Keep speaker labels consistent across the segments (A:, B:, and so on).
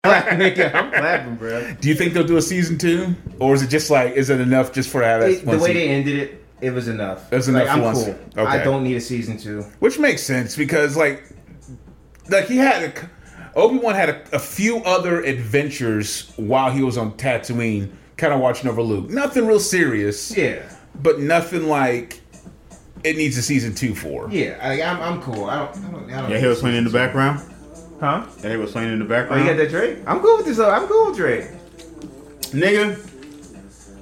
A: Nigga, I'm clapping, bro.
B: Do you think they'll do a season two, or is it just like is it enough just for how that's
A: It- the
B: one
A: way
B: season?
A: they ended it, it was enough.
B: That's
A: like,
B: enough for
A: I'm
B: one
A: cool.
B: season. Okay.
A: I don't need a season two.
B: which makes sense because like like he had a Obi Wan had a, a few other adventures while he was on Tatooine, kind of watching over Luke. Nothing real serious,
A: Yeah,
B: but nothing like it needs a season two for.
A: yeah. I, I'm, I'm cool. I don't. I don't, I don't
C: That he was playing in the background.
A: Huh?
C: That he was playing in the
A: Oh, you
C: background.
A: got that Drake? I'm cool with this. Though. I'm cool with Drake.
C: Nigga,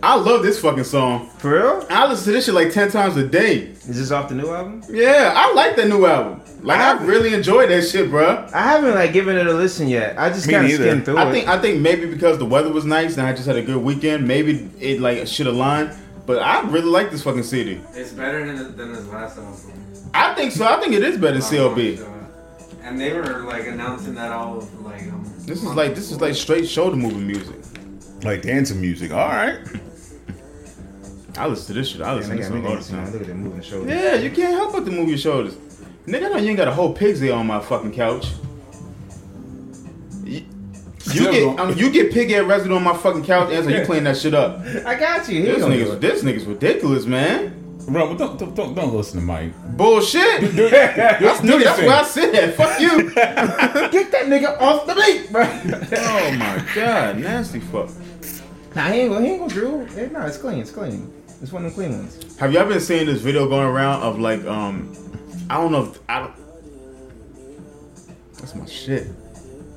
C: I love this fucking song.
A: For real?
C: I listen to this shit like ten times a day.
A: Is this off the new album?
C: Yeah, I like that new album. Like I really enjoyed that shit, bruh.
A: I haven't like given it a listen yet. I just
B: Me
A: kind of
B: neither.
A: skimmed through
C: I
A: it.
C: think I think maybe because the weather was nice and I just had a good weekend, maybe it like should align. But I really like this fucking CD.
D: It's better than, than his last album.
C: I think so. I think it is better than CLB.
D: And they were like announcing that all of like. Um,
C: This is like this is like straight shoulder moving music.
B: Like dancing music. All right.
C: I listen to this shit. I
A: Man,
C: listen
A: I
C: to this
A: got
C: song
A: me
C: all the
A: dancing now.
C: time.
A: Look at them moving shoulders.
C: Yeah, you can't help but to move your shoulders. Nigga, I know you ain't got a whole pig's ear on my fucking couch. You, you
B: Still
C: get
B: don't.
C: um, you get pig ear residue on my fucking couch, and so you clean that shit up.
A: I got you. Here
C: This
A: you go.
C: nigga's this nigga's ridiculous, man.
B: Bro, but don't, don't don't don't listen to Mike.
C: Bullshit.
B: Do,
C: That's,
B: do
C: nigga,
B: your
C: that's where I
B: thing.
C: sit at. Fuck you.
A: Get that nigga off the beat, bro.
C: oh my god, nasty fuck.
A: nah, he ain't gonna, he ain't gonna drool. Hey, nah, it's clean. It's clean. It's one of the clean ones.
C: Have y'all been seeing this video going around of like um I don't know if I don't That's my shit.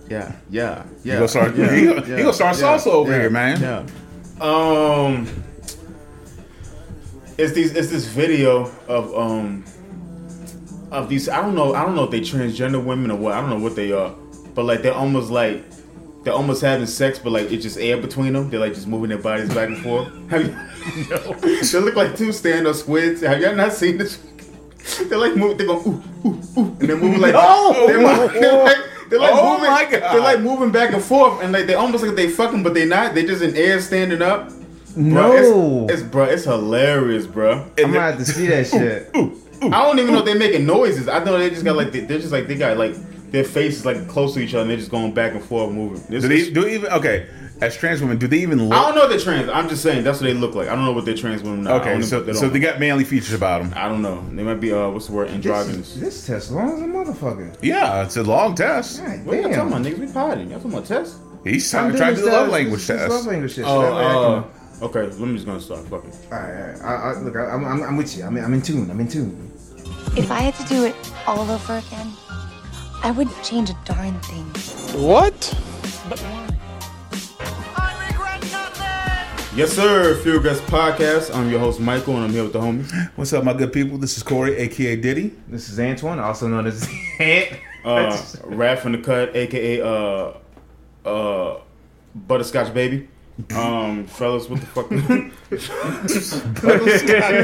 C: Yeah, yeah, yeah.
B: You gonna start-
C: yeah,
B: you gonna- you gonna start salsa over here, man.
C: Yeah. Um It's these it's this video of um of these I don't know I don't know if they transgender women or what, I don't know what they are. But like they're almost like they're almost having sex, but like it's just air between them. They're like just moving their bodies back and forth. Have you? they look like two stand-up squids. Have y'all not seen this? They're like moving. They're going ooh ooh ooh, and they're moving like
B: No!
C: They're, mo- they're like, they're like
B: Oh
C: moving.
B: my God.
C: They're like moving back and forth, and like they almost like they fucking, but they not. They just in air standing up.
A: No.
C: Bruh, it's, it's bruh, it's hilarious, bruh.
A: I'm gonna have to see that shit.
C: I don't even know if they're making noises. I know they just got like they- they're just like they got like their faces like close to each other. and They're just going back and forth moving. This
B: Do
C: is-
B: they do even okay? As trans women, do they even
C: I don't
B: look?
C: know if they're trans. I'm just saying that's what they look like. I don't know what they're trans women. Are. I
B: Okay,
C: don't know
B: so
C: what they
B: so
C: don't-
B: they got manly features about them.
C: I don't know. They might be uh, what's the word?
A: This,
C: Androgynous.
A: is, this test long as a motherfucker.
B: Yeah, it's a long test.
A: God,
C: What are you
A: damn.
C: talking about, niggas? We potty. Y'all talking about test?
B: He's trying
A: I'm
B: to
A: doing
B: try to
A: this
B: do the love
A: test-
B: language
A: this- this
B: test.
A: love language shit.
C: Oh,
A: Shit, I- I
C: uh,
A: can-
C: okay. Let me just gonna start. Fuck it.
A: All right, all right. I, I, look, I, I'm, I'm, I'm with you. I'm, in- I'm in tune. I'm in tune.
E: If I had to do it all over again, I wouldn't change a darn thing.
C: Yes, sir. Fuel Guest Podcast. I'm your host Michael, and I'm here with the homie.
B: What's up, my good people? This is Corey, aka Diddy.
A: This is Antoine, also known as Ant.
C: Uh, Rap from the Cut, aka uh, uh, Butterscotch Baby. Um, fellas, what the fuck? Butterscotch.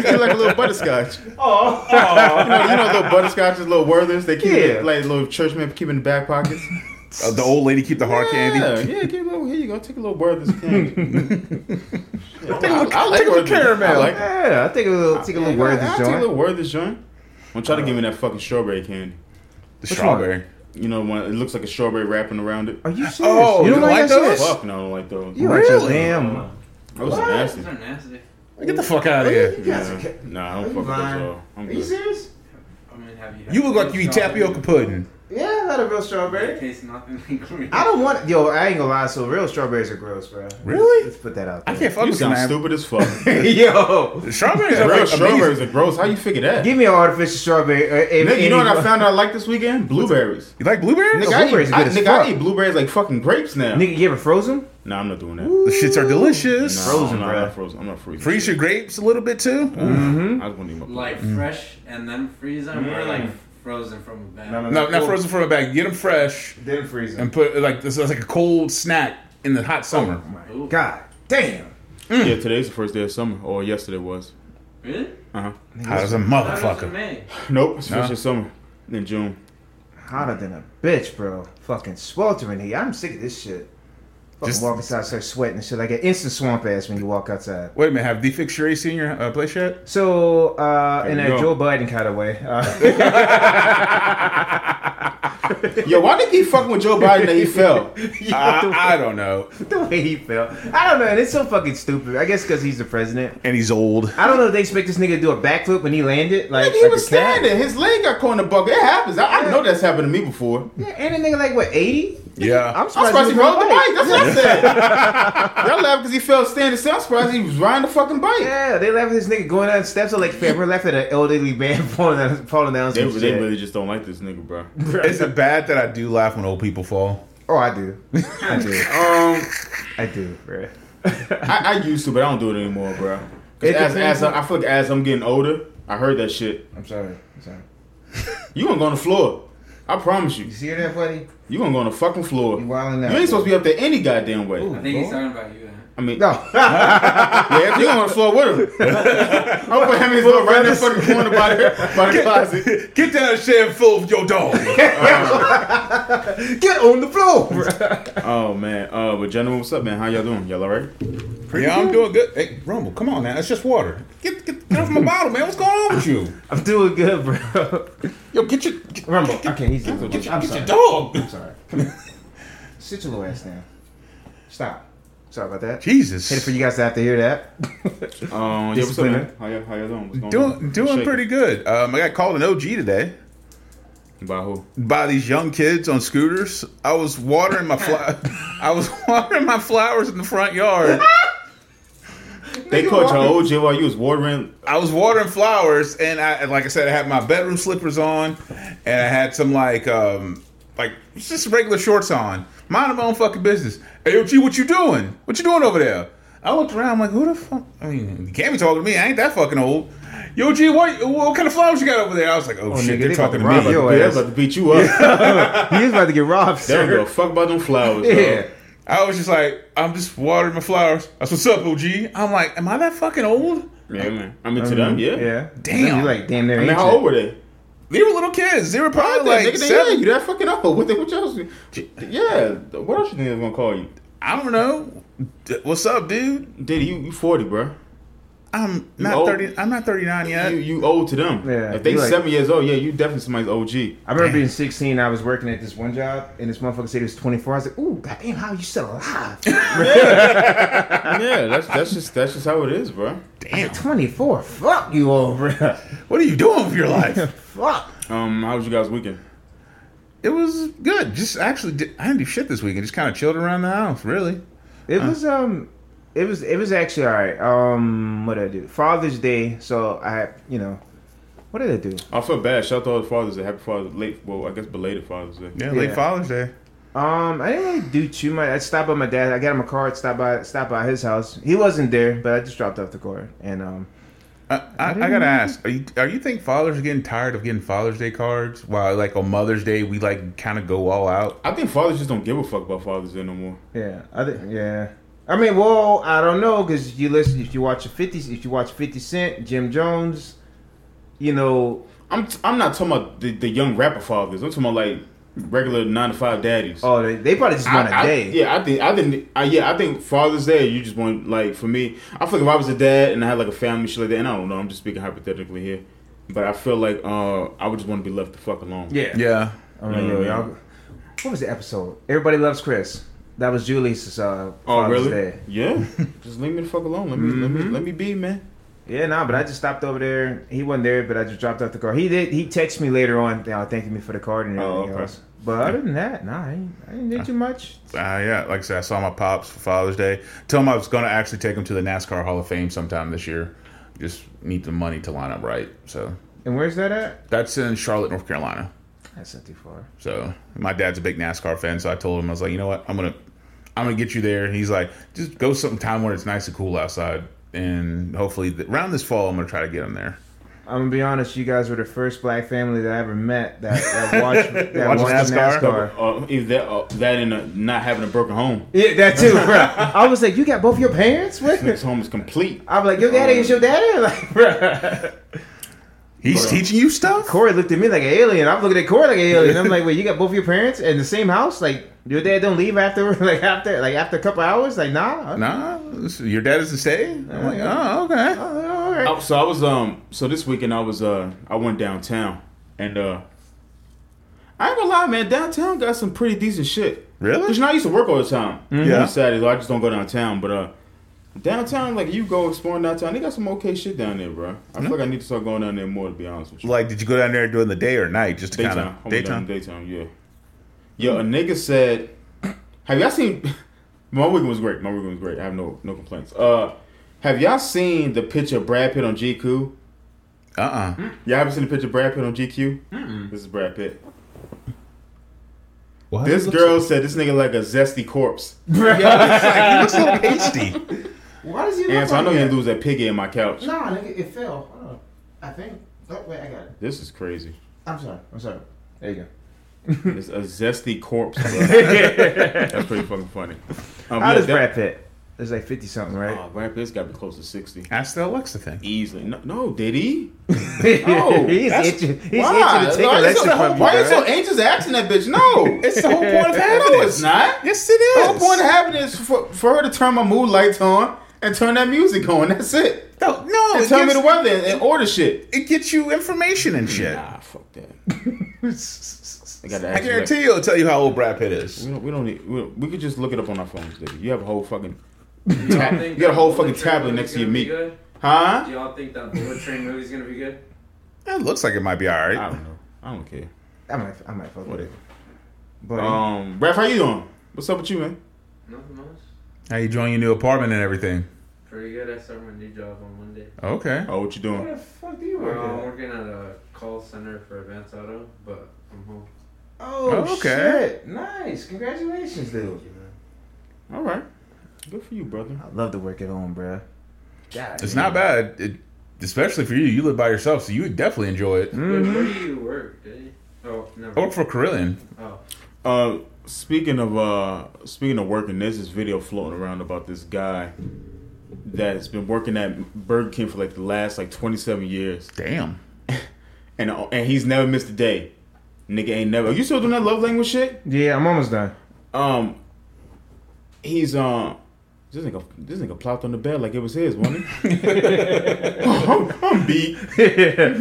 C: You like a little butterscotch. You know, you know, little butterscotches, little Werthers. They keep
A: Yeah.
C: it like little churchmen keep it in the back pockets.
B: Uh, the old lady keep the hard
C: Yeah,
B: candy.
C: yeah, give it a little, here you go. Take a little Werther's candy. Yeah, I, I
A: Take a little
C: Werther's.
A: caramel.
C: I like it.
A: yeah, I take a little, take a little word this
C: I'll Take a
A: joint.
C: little Werther's joint. Uh. Don't try to give me that fucking strawberry candy.
B: The strawberry.
C: You know, when it looks like a strawberry wrapping around it.
A: Are you serious?
B: Oh, you don't like
A: that
B: those?
A: shit?
C: Fuck no, I don't like those.
A: You really?
B: Really?
A: damn.
C: Those are nasty.
D: Those are nasty.
B: Get the fuck out of here.
C: Yeah. Nah, I don't fuck with those
A: lying?
C: at all. I'm
A: Are you
C: good.
A: serious?
D: I mean, have you?
B: You look like you eat tapioca pudding.
A: Yeah, I had a real
D: It
A: strawberry.
D: tastes nothing like green.
A: I don't want. Yo, I ain't gonna lie. So real strawberries are gross, bro.
B: Really?
A: Let's put that out
B: I
A: there.
B: can't fuck
C: You
B: with
C: sound
B: that.
C: stupid as fuck.
A: yo,
B: Strawberries are
C: Real
B: like
C: strawberries
B: strawberries.
C: are gross. How you figure that?
A: give me an artificial strawberry. Uh, if
C: Nigga, you know what I
A: anybody-
C: found out I like this weekend? Blueberries.
B: You like blueberries?
A: Nigga,
C: I eat,
A: blueberries are
C: I,
A: good as
C: nigga, I
A: fuck.
C: eat blueberries like fucking grapes now.
A: Nigga, you ever frozen?
C: Nah, I'm not doing that.
B: the shits are delicious.
C: Nah,
A: Frozen,
C: I'm not,
A: bruh.
C: I'm not frozen. I'm not freezing.
B: Freeze your grapes a little bit too.
C: Mm-hmm. I just want to eat my
D: like
B: Mm.
D: fresh and then freeze them, or like frozen from a bag.
B: No, not frozen from a bag. Get them fresh
A: Then freeze
B: and put like this is like a cold snack in the hot summer.
D: Ooh,
A: God damn. Mm.
C: Yeah, today's the first day of summer, or yesterday was.
D: really?
C: Uh
B: Hot as a
D: How does it
B: motherfucker.
D: make?
C: huh. Nope, it's first
B: Nah.
C: day of summer in June.
A: Hotter than a bitch, bro. Fucking sweltering here. I'm sick of this shit. Fucking
B: Just-
A: walk outside, start sweating and shit. Like an instant swamp ass when you walk outside.
B: Wait a minute, have they fixed your AC in your uh, place yet?
A: So, uh, in
C: There
A: a
C: you
A: Joe
C: go.
A: Biden kind of way. Uh,
C: Yo, why they keep fucking with Joe Biden that he fell?
B: I, I don't know.
A: the way he felt. I don't know. And it's so fucking stupid. I guess because he's the president.
B: And he's old.
A: I don't know if they expect this nigga to do a backflip when he landed. Like,
C: Nigga, he
A: like
C: was
A: a cat.
C: standing. His leg got caught in the bucket. It happens. I, I know that's happened to me before.
A: Yeah, and a nigga like what eighty?
B: Yeah.
A: I'm
C: I'm
A: surprised,
C: surprised he
A: was on
C: rode the bike. That's what I said. Y'all laugh because he fell standing still. I'm surprised he was riding the fucking bike.
A: Yeah, they laugh at this nigga going down the steps. I'm like, fam, we're laughing at an elderly man falling down, falling down
C: They,
A: some
C: they
A: shit.
C: really just don't like this nigga, bro.
B: Is it bad that I do laugh when old people fall?
A: oh, I do, I do,
C: Um,
A: I do, bro.
C: I, I used to, but I don't do it anymore, bro.
A: It
C: As, as
A: depends
C: I, I feel like as I'm getting older, I heard that shit.
A: I'm sorry, I'm sorry.
C: You gonna go on the floor. I promise you.
A: You see that, buddy?
C: You gonna go on the fucking floor.
A: You
C: You
A: wilding out.
C: ain't supposed to be up there any goddamn way.
A: Ooh.
D: I think he's talking about you. huh?
C: I mean,
A: No,
C: yeah, if you on the floor with him. I'm gonna him in his little right in the fucking corner by the, by the closet.
B: Get down and share full of your dog.
A: get on the floor. Bro.
C: Oh man, uh, but gentlemen, what's up, man? How y'all doing? Y'all all right?
B: yeah, I'm doing good. Hey, Rumble, come on now. That's just water. Get, get, get off my bottle, man. What's going on with you?
A: I'm doing good, bro.
B: Yo, get your get,
A: Rumble. Okay, he's doing
B: get,
A: good.
B: your-
A: I'm
B: get your
A: sorry.
B: dog.
A: I'm sorry. Come here. Sit your little ass down. Stop. Sorry about that.
B: Jesus.
A: Hated for you guys to have to hear that.
C: Um, yeah, what's up,
A: Discipline.
C: man? How y'all, how y'all doing? What's going
B: Doing
C: on?
B: doing
C: Shaking.
B: pretty good. Um, I got called an OG today
C: By who?
B: by these young kids on scooters. I was watering my fly. I was watering my flowers in the front yard.
C: They caught your old J while you was watering.
B: I was watering flowers, and I and like I said, I had my bedroom slippers on, and I had some like um like just regular shorts on. Minding my own fucking business. Hey, OG, what you doing? What you doing over there? I looked around, I'm like, who the fuck? I mean, you can't be talking to me. I ain't that fucking old. Yo, G, what, what kind of flowers you got over there? I was like, oh,
A: nigga,
B: shit,
A: they
B: they're talking to
A: about to
B: me.
A: rob Yo,
C: They
A: ass.
C: about to beat you up.
A: He is about to get robbed,
C: they don't give
A: sir.
C: a fuck about them flowers.
A: Yeah.
C: dog.
B: I was just like, I'm just watering my flowers. That's what's up, OG. I'm like, am I that fucking old?
C: Yeah, man. I mean, to them, yeah.
A: Yeah.
B: Damn.
A: You like damn near
C: I mean, how
A: ancient.
C: old were they?
B: They were little kids. They were
C: I
B: probably
C: like,
B: like
C: nigga, they, yeah,
B: seven.
C: you that fucking old. What, they, what else? Yeah, what else you think they gonna call you?
B: I don't know. D- What's up, dude?
C: Diddy, you, you 40, bro.
B: I'm
C: You
B: not
C: old.
B: thirty. I'm not thirty nine yet.
C: You, you old to them.
A: Yeah,
C: if they
A: you like-
C: seven years old, yeah, you definitely somebody's OG.
A: I remember being 16. I was working at this one job, and this motherfucker said it was 24. I was like, "Ooh, goddamn, how are you still alive?"
C: yeah, that's that's just that's just how it is, bro.
B: Damn.
A: 24. Fuck you, old bruh.
B: What are you doing with your life?
A: Fuck.
C: Um, how was you guys' weekend?
B: it was good. Just actually, di- I didn't do shit this weekend. Just kind of chilled around the house. Really.
A: It was um, it was it was actually all right. Um, what did I do? Father's Day, so I you know, what did I do?
C: I feel bad. Shout out to all the fathers. Day. Happy Father's Day. Late, well, I guess belated Father's Day.
B: Yeah.
A: Yeah.
B: Late Father's Day.
A: Um, I didn't really do too much. I stopped by my dad. I got him a card. Stopped by stopped by his house. He wasn't there, but I just dropped off the card. And um,
B: I, I, I gotta ask: Are you are you think fathers are getting tired of getting Father's Day cards? While like on Mother's Day, we like kind of go all out.
C: I think fathers just don't give a fuck about Father's Day no more.
A: yeah, I think yeah. I mean, well, I don't know because you listen. If you watch a fifty, if you watch Fifty Cent, Jim Jones, you know,
C: I'm t- I'm not talking about the, the young rapper fathers. I'm talking about like regular nine to five daddies.
A: oh, they, they probably just want a
C: I- I-
A: day.
C: Yeah, I think I think I, yeah, I think Father's Day. You just want like for me, I feel like if I was a dad and I had like a family shit like that, and I don't know, I'm just speaking hypothetically here, but I feel like uh, I would just want to be left the fuck alone.
A: yeah.
B: Yeah.
A: I don't know,
C: Mm.
A: y'all- What was the episode? Everybody loves Chris. That was Julie's uh,
C: Oh
A: Father's
C: really?
A: Day.
C: Yeah. just leave me the fuck alone. Let me let
A: Mm-hmm.
C: me let me be, man.
A: Yeah, nah, but I just stopped over there. He wasn't there, but I just dropped off the card. He did. He texted me later on, you know, thanking me for the card and
C: Oh,
A: everything
C: okay.
A: else. But other than that, nah, I ain't, I didn't do too much.
B: Uh, yeah, like I said, I saw my pops for Father's Day. Tell him I was going to actually take him to the NASCAR Hall of Fame sometime this year. Just need the money to line up right. So
A: And where's that at?
B: that's in Charlotte, North Carolina.
A: That's not too far.
B: So my dad's a big NASCAR fan. So I told him I was like, you know what, I'm gonna, I'm gonna get you there. And he's like, just go sometime when it's nice and cool outside, and hopefully th- around this fall, I'm gonna try to get him there.
A: I'm gonna be honest. You guys were the first black family that I ever met that, that watched that
B: Watched
A: watched NASCAR.
B: NASCAR?
C: Uh, either that, uh, that and uh, not having a broken home.
A: Yeah, that too, bro. I was like, you got both your parents? What?
C: This home is complete.
A: I'm like, your daddy is your daddy, like, bro.
B: He's teaching you stuff.
A: Corey looked at me like an alien. I'm looking at Corey like an alien. I'm like, wait, you got both your parents in the same house? Like your dad don't leave after like after like after a couple hours? Like nah.
B: Nah, this- your dad doesn't stay. I'm like, oh, okay.
A: Oh, all right.
C: Oh, so I was um so this weekend I was uh I went downtown and uh I ain't gonna lie, man. Downtown got some pretty decent shit.
B: Really?
C: Cause you know I used to work all the time.
B: Yeah.
C: On Saturdays, I just don't go downtown. But uh, downtown, like you go exploring downtown, they got some okay shit down there, bro. I feel like I need to start going down there more. To be honest with you.
B: Like, did you go down there during the day or night? Just to kind
C: Daytime.
B: of
C: Hold daytime.
B: daytime.
C: Daytime. Yeah. Yo, a nigga said, "Have y'all seen?" My weekend was great. My weekend was great. I have no no complaints. Uh, have y'all seen the picture of Brad Pitt on GQ?
B: Uh uh
C: Y'all haven't seen the picture of Brad Pitt on GQ? This is Brad Pitt.
B: What?
C: This girl said this nigga like a zesty corpse.
B: he looks a little pasty.
F: Why does he look
C: And so I
F: like
C: know you
F: that?
C: lose that piggy in my couch.
F: Nah, nigga, it fell. Hold on. I think. Oh, wait, I got it.
C: This is crazy.
F: I'm sorry. I'm sorry.
A: There you Hmm.
C: It's a zesty corpse. Bro. That's pretty fucking funny.
A: go. How
C: Um, yeah,
A: does
C: that-
A: Brad Pitt? It's like fifty something, right?
C: Oh, Brad Pitt's got to be close to sixty.
B: Ask the Alexa thing.
C: Easily. No, no did he?
A: he's
B: that's-
A: itching. He's itching
C: Why?
A: to take
C: Why
A: a
C: you
A: lecture
C: so-
A: from you,
C: Why you so
A: bro.
C: anxious asking that bitch? No.
B: It's the whole point of having
C: no,
B: this.
C: it's not.
B: Yes, it is.
C: The whole point of having is for, for her to turn my mood lights on and turn that music on. That's it.
B: no, no.
C: And
B: it
C: tell me
B: gives-
C: the weather and, and order shit.
B: it gets you information and shit.
C: Nah, fuck that. I, gotta
B: I
C: ask you that.
B: guarantee you, it'll tell you how old Brad Pitt is.
C: We don't, we don't need. We, we could just look it up on our phones, Diddy. You have a whole fucking.
D: You
C: tab- you got a whole fucking tablet next to your meat. Huh?
D: Do y'all think that Bullet Train movie's gonna be good?
B: It looks like it might be all
C: I
B: right.
C: don't know. I don't care.
A: I might, I might fuck with it. But
C: Um, Raph, how you doing? What's up with you, man?
D: Nothing much.
B: How you enjoying your new apartment and everything?
D: Pretty good. I start my new job on Monday.
B: Okay.
C: Oh, what you doing?
A: where the fuck do you
B: Oh,
D: Uh,
A: work
D: I'm
A: at?
D: working at a call center for Advance Auto, but I'm home.
A: Oh,
B: okay.
A: shit! Nice, congratulations, dude.
C: All right. Good for you, brother.
A: I love to work at home, bro. God,
B: It's not bad, it, especially for you. You live by yourself, so you would definitely enjoy it.
D: Wait, where do you work, dude? Oh, never.
B: Mm. I work for Carillion.
D: Oh,
C: Uh, speaking of uh, speaking of working, there's this video floating around about this guy that's been working at Burger King for like the last like 27 years,
B: Damn.
C: and uh, and he's never missed a day. Nigga ain't never. You still doing that love language shit?
A: Yeah, I'm almost done.
C: Um, he's um. This nigga, this nigga plopped on the bed like it was his, wasn't he? Oh, I'm, I'm beat.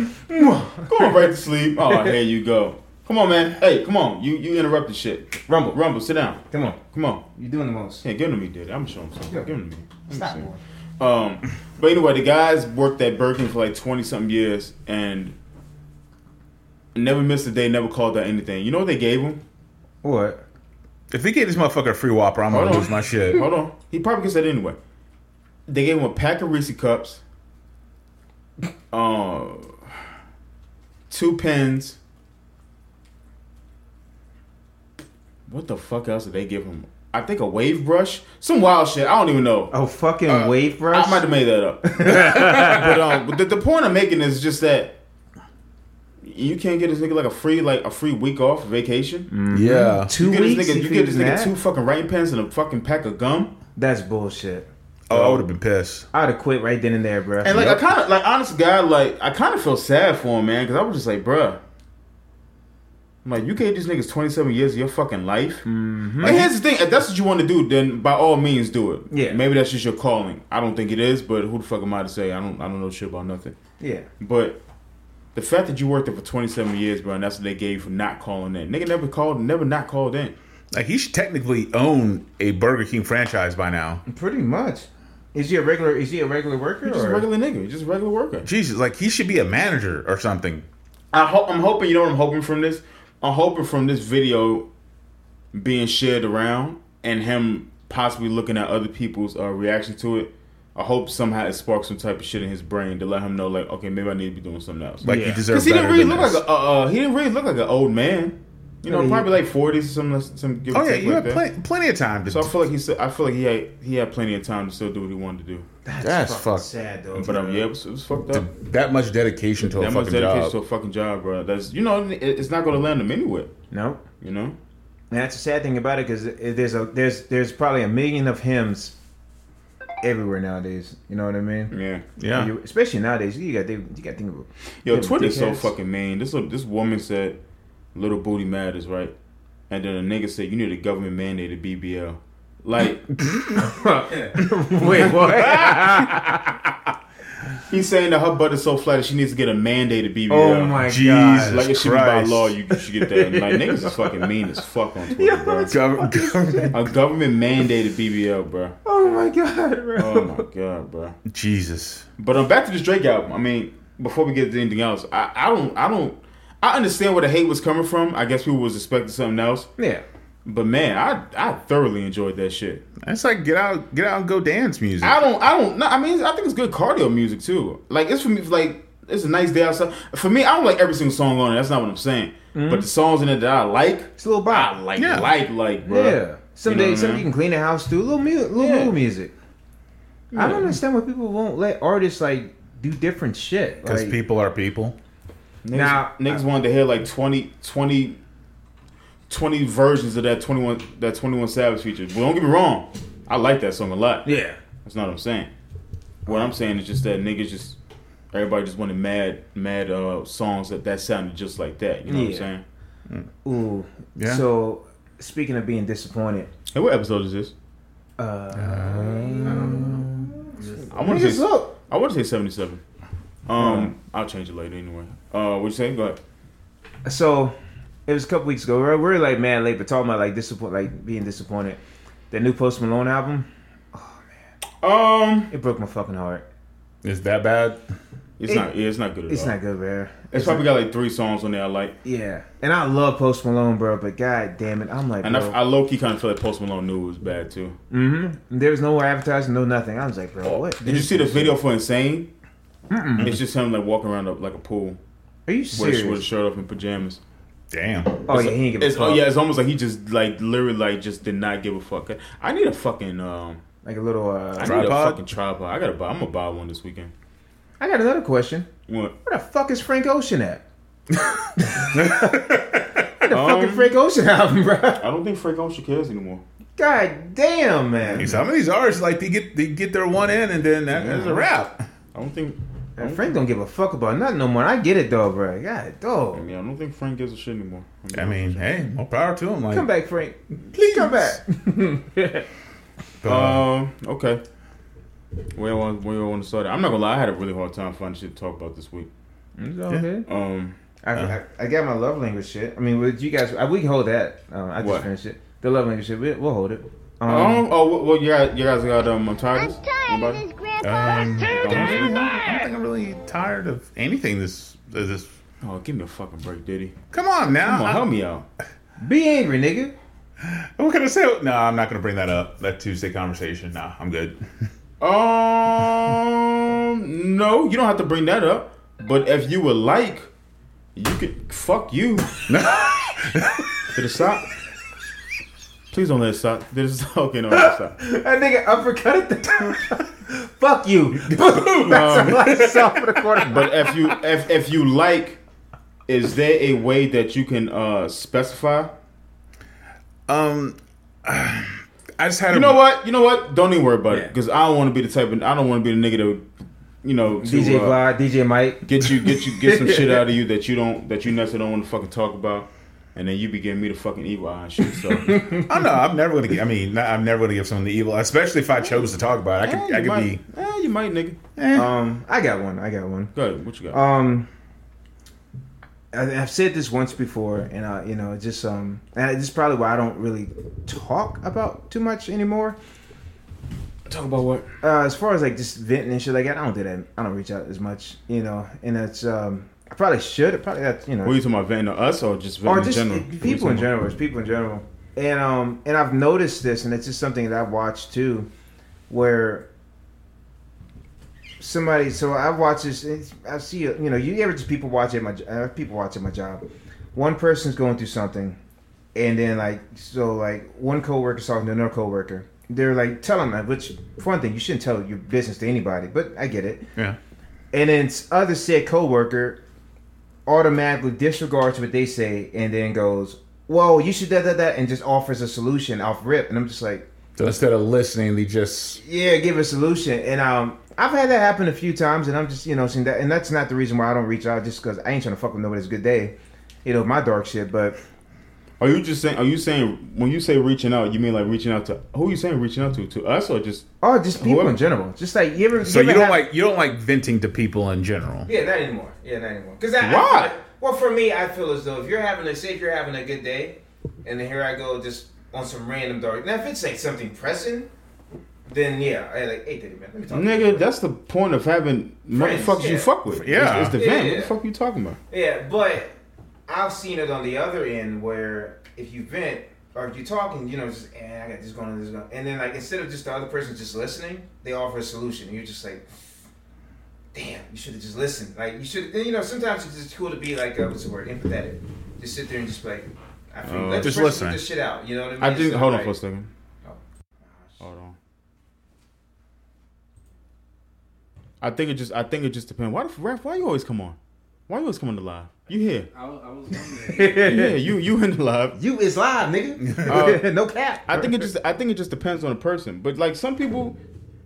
C: Going right to sleep. Oh, here you go. Come on, man. Hey, come on. You you interrupted shit.
A: Rumble,
C: Rumble, sit down.
A: come on.
C: Come on.
A: You're doing the most.
C: Yeah, give him to me, dude. I'm gonna show him something.
A: Yeah.
C: Give him to me. Let me
A: Stop,
C: see.
A: boy.
C: Um, but anyway, the guys worked at Burger King for like twenty something years and never missed a day, never called out anything. You know what they gave him?
A: What?
B: If he gave this motherfucker a free whopper, I'm gonna
C: Hold on. Mm-hmm.
B: lose my shit.
C: Hold on. He probably gets that anyway. They gave him a pack of Reese cups, uh, two pens. What the fuck else did they give him? I think a wave brush, some wild shit. I don't even know.
A: Oh, fucking wave brush.
C: Uh, I might have made that up. but um, but the, the point I'm making is just that you can't get this nigga like a free like a free week off vacation.
B: Yeah.
A: two
C: You get
A: weeks.
C: this nigga,
A: if
C: you get this
A: do
C: nigga
A: that?
C: two fucking writing pens and a fucking pack of gum.
A: That's bullshit.
B: Oh, I would have been pissed.
A: I'd have quit right then and there, bro.
C: And like I kind of like honest God, like I kind of feel sad for him, man, because I was just like, bruh. I'm like, you gave these niggas 27 years of your fucking life. And here's the thing: if that's what you want to do, then by all means do it.
A: Yeah.
C: Maybe that's just your calling. I don't think it is, but who the fuck am I to say? I don't. I don't know shit about nothing.
A: yeah.
C: But the fact that you worked there for 27 years, bro, and that's what they gave you for not calling in. Nigga never called, never not called in.
B: Like he should technically own a Burger King franchise by now.
A: Pretty much. Is he a regular? Is he a regular worker?
C: He's just a
A: or-
C: regular nigga. He's just a regular worker.
B: Jesus, like he should be a manager or something.
C: I hope I'm hoping you know what I'm hoping from this. I'm hoping from this video being shared around and him possibly looking at other people's uh, reaction to it. I hope somehow it sparks some type of shit in his brain to let him know, like, okay, maybe I need to be doing something else.
B: Like
A: Yeah.
B: you deserve.
C: Because he didn't
B: better
C: really
B: than
C: look
B: this.
C: like a uh, uh, he didn't really look like an old man. You know,
A: Yeah, he-
C: probably like 40s or something. Some give or
B: Oh yeah,
C: take
B: you
C: like
B: had
C: that.
B: plen- plenty of time to.
C: So I feel like he said, I feel like he had he had plenty of time to still do what he wanted to do.
A: That's,
B: That's
A: fucking
B: fucked.
A: sad though.
C: But um,
A: bro.
C: yeah, it was, it was fucked up.
B: to- that much dedication to a
C: That much
B: fucking
C: dedication
B: job.
C: to a fucking job, bro. That's you know, it, it's not going to land him anywhere.
A: Nope.
C: You know,
A: And that's the sad thing about it because there's a there's there's probably a million of hymns everywhere nowadays. You know what I mean?
C: yeah,
B: yeah.
A: You- especially nowadays, you got you got think of
C: Yo,
A: Yeah,
C: Twitter's so
A: dickheads.
C: fucking mean. This this woman said, "Little booty matters," right? And then a nigga said, "You need a government mandated BBL." Like
A: Wait, what?
C: he's saying that her butt is so flat that she needs to get a mandated BBL.
A: oh my
B: Jesus.
A: god.
C: Like it should be by
B: Christ.
C: law, you, you should get that. Like niggas is fucking mean as fuck on Twitter, bro.
B: Gov- gov-
C: A government mandated BBL, bro.
A: Oh my god, bro.
C: Oh my god, bro.
B: Jesus.
C: But um, back to this Drake album. I mean, before we get to anything else, I, I don't, I don't, I understand where the hate was coming from. I guess people was expecting something else.
A: Yeah.
C: But man, I, I thoroughly enjoyed that shit.
B: That's like get out, get out and go dance music.
C: I don't, I don't, no, I mean, I think it's good cardio music too. Like it's for me, like it's a nice day outside. For me, I don't like every single song on it. That's not what I'm saying.
A: Mm-hmm.
C: But the songs in it that I like,
A: It's a little
C: I
A: bop.
C: like,
B: Yeah.
C: like, like, bro.
A: Yeah. Some
C: You know
A: days,
C: what I
A: some
C: mean?
A: you can clean the house too. A little mu- little
C: Yeah.
A: mood music. I don't understand why people won't let artists like do different shit.
B: Because
A: Like,
B: people are people.
C: Niggas,
A: Now-
C: niggas wanted to hear like 20, 20, 20 versions of that twenty one that twenty one Savage feature. But don't get me wrong, I like that song a lot.
A: yeah.
C: That's not what I'm saying. What I'm saying is just that niggas just everybody just wanted mad mad uh songs that that sounded just like that. You know what I'm
A: Yeah.
C: saying?
A: Ooh.
B: Yeah.
A: So speaking of being disappointed,
C: Hey, what episode is this?
A: uh,
C: I want to
A: niggas
C: say
A: look.
C: I want to say seventy seven. Um, I'll change it later anyway. Uh, what you saying? Go ahead.
A: So it was a couple weeks ago. We're, we're like man, late, but talking about like disappoint, like being disappointed. That new Post Malone album,
C: Um,
A: it broke my fucking heart.
B: Is that bad?
C: it's
A: It-
C: not. Yeah, it's not good at
A: It's
C: all.
A: not good, man.
C: It's probably got like three songs on there I like.
A: Yeah, and I love Post Malone, bro. But god damn it, I'm like,
C: And
A: bro,
C: I, I low key kind of feel like Post Malone knew it was bad too.
A: there was Mm-hmm. no advertising, no nothing. I was like, bro, what?
C: Oh, Did you see the video for Insane? It's just him like walking around up like a pool
A: Are you
C: with his, with his
A: serious?
C: shirt off and pajamas.
B: Damn.
A: Oh yeah, he ain't give a
C: It's, oh
A: fuck.
C: yeah, it's almost like he just like literally like just did not give a fuck. I need a fucking um,
A: Like a little.
C: I
A: uh
C: need a
B: Tripod?
C: fucking tripod. I gotta buy. I'm gonna buy one this weekend.
A: I got another question.
C: What?
A: Where the fuck is Frank Ocean at? Where the fucking
C: Um,
A: Frank Ocean album, bro?
C: I don't think Frank Ocean cares anymore.
A: God damn, man.
B: Some of these artists like they get they get their one in and then that is a wrap.
C: I don't think. I
A: Man,
C: don't
A: Frank don't give a fuck about nothing no more. I get it though, bro. God,
C: I
A: dog.
C: mean, I don't think Frank gives a shit anymore.
B: I mean, hey, more power to him. Like,
A: Come back, Frank.
B: please
A: Come back.
B: But,
C: Um. Okay. Where I want where I want to start? at? I'm not gonna lie. I had a really hard time finding shit to talk about this week.
A: It's all good. Uh-huh.
C: Um.
A: I, I, I got my love language shit. I mean, would you guys? I, we can hold that. Um, I just
C: What?
A: finished it. The love language shit. We, we'll hold it. Um,
C: Um, oh, well, well, you guys, you guys got um, I'm tired. Anybody?
B: um, I don't
C: Don't
B: think- I don't think I'm really tired of anything this this.
C: Oh, give me a fucking break, Diddy.
B: Come on now.
C: Come on,
B: I-
C: help me out.
A: be angry, nigga.
B: What can I say? No, I'm not going to bring that up. That Tuesday conversation. Nah, I'm good.
C: Um, no, you don't have to bring that up. But if you would like, you could fuck you. Did it stop? Please don't let it stop. Did it stop? Okay, no, it stop.
A: That nigga uppercut at the Fuck you. Um, Boom. That's all I saw for the quarter.
C: But if you if if you like, is there a way that you can uh specify?
B: Um, I just had
C: You
B: a,
C: know what? You know what? Don't even worry about it
B: Yeah.
C: because I don't want to be the type of I don't want to be the nigga that would, you know to,
A: DJ
C: uh,
A: Vlad, DJ Mike.
C: get you get you get some shit out of you that you don't that you necessarily don't want to fucking talk about, and then you be giving me the fucking evil eye and shit. So
B: I don't know. I'm never going to. gi- I mean, not- I'm never going to give someone the evil, especially if I chose to talk about it. I could.
C: Eh,
B: I
C: you
B: could
C: might,
B: be.
C: eh, you might, nigga.
B: eh.
A: Um, I got one. I got one.
C: Go ahead. What you got?
A: Um, I, I've said this once before, and uh, you know, it just um, and this is probably why I don't really talk about too much anymore.
C: talk about what?
A: Uh, as far as like just venting and shit like that, I don't do that. I don't reach out as much, you know. And it's um, I probably should. I Probably that's you know,
C: What are you talking about? Van us or just Van
A: or
C: in
A: Oh, just
C: general?
A: it-
C: What you
A: eh, people in
C: talking
A: general. It's people in general, and um, and I've noticed this, and it's just something that I've watched too, where somebody. So I watch this. It's, I see uh, you know you ever just people watch at my j- uh, people watch at my job. One person's going through something, and then like so like one coworker talking to another coworker. They're like telling them, which for one thing you shouldn't tell your business to anybody, but I get it
B: yeah.
A: and then s- other said coworker automatically disregards what they say and then goes, "Whoa, you should that that that," and just offers a solution off rip, and I'm just like,
B: So instead of listening, they just
A: "Yeah, give a solution." And um, I've had that happen a few times, and I'm just you know seeing that, and that's not the reason why I don't reach out, just because I ain't trying to fuck with nobody's good day, you know, my dark shit, but.
C: Are you just saying? Are you saying when you say reaching out, you mean like reaching out to who? Are you saying reaching out to? To us or just?
A: Oh, just people
C: Whoever-
A: in general. Just like you ever.
B: So you
A: ever
B: don't
A: have-
B: like you don't like venting to people in general.
A: Yeah, not anymore. Yeah, not anymore. Because I, I-
C: Why?
A: well, for me, I feel as though if you're having a say, if you're having a good day, and then here I go just on some random dark. Now, if it's like something pressing, then yeah, I like hey, Diddy, man, let me talk. to you."
C: Nigga, that's the point of having
A: Friends,
C: motherfuckers
A: yeah.
C: you fuck with.
B: Yeah.
C: it's, it's the
A: Yeah,
C: van.
A: yeah,
C: What the
A: yeah.
C: fuck you talking about?
A: Yeah, but I've seen it on the other end where if you vent or if you're talking, you know, it's just eh, I got this going on, this going, on." and then like instead of just the other person just listening, they offer a solution, and you're just like. Damn, you should have just listened. Like you should, you know. Sometimes it's just cool to be like, uh, what's the word? Empathetic. Just sit there and just be like, I feel.
C: Uh,
A: let the
B: just
A: person
B: listen.
A: Get this shit out. You know what I mean?
C: I think.
A: It's
C: Hold on
A: like-
C: for a second.
A: Oh.
C: Hold on. I think it just. I think it just depends. Why the ref? Why you always come on? Why you always come on the live? You here?
D: I, wa- I was wondering.
C: Yeah, you you in the live.
A: You is live, nigga.
C: Uh,
A: no cap.
C: I think it just. I think it just depends on the person. But like some people,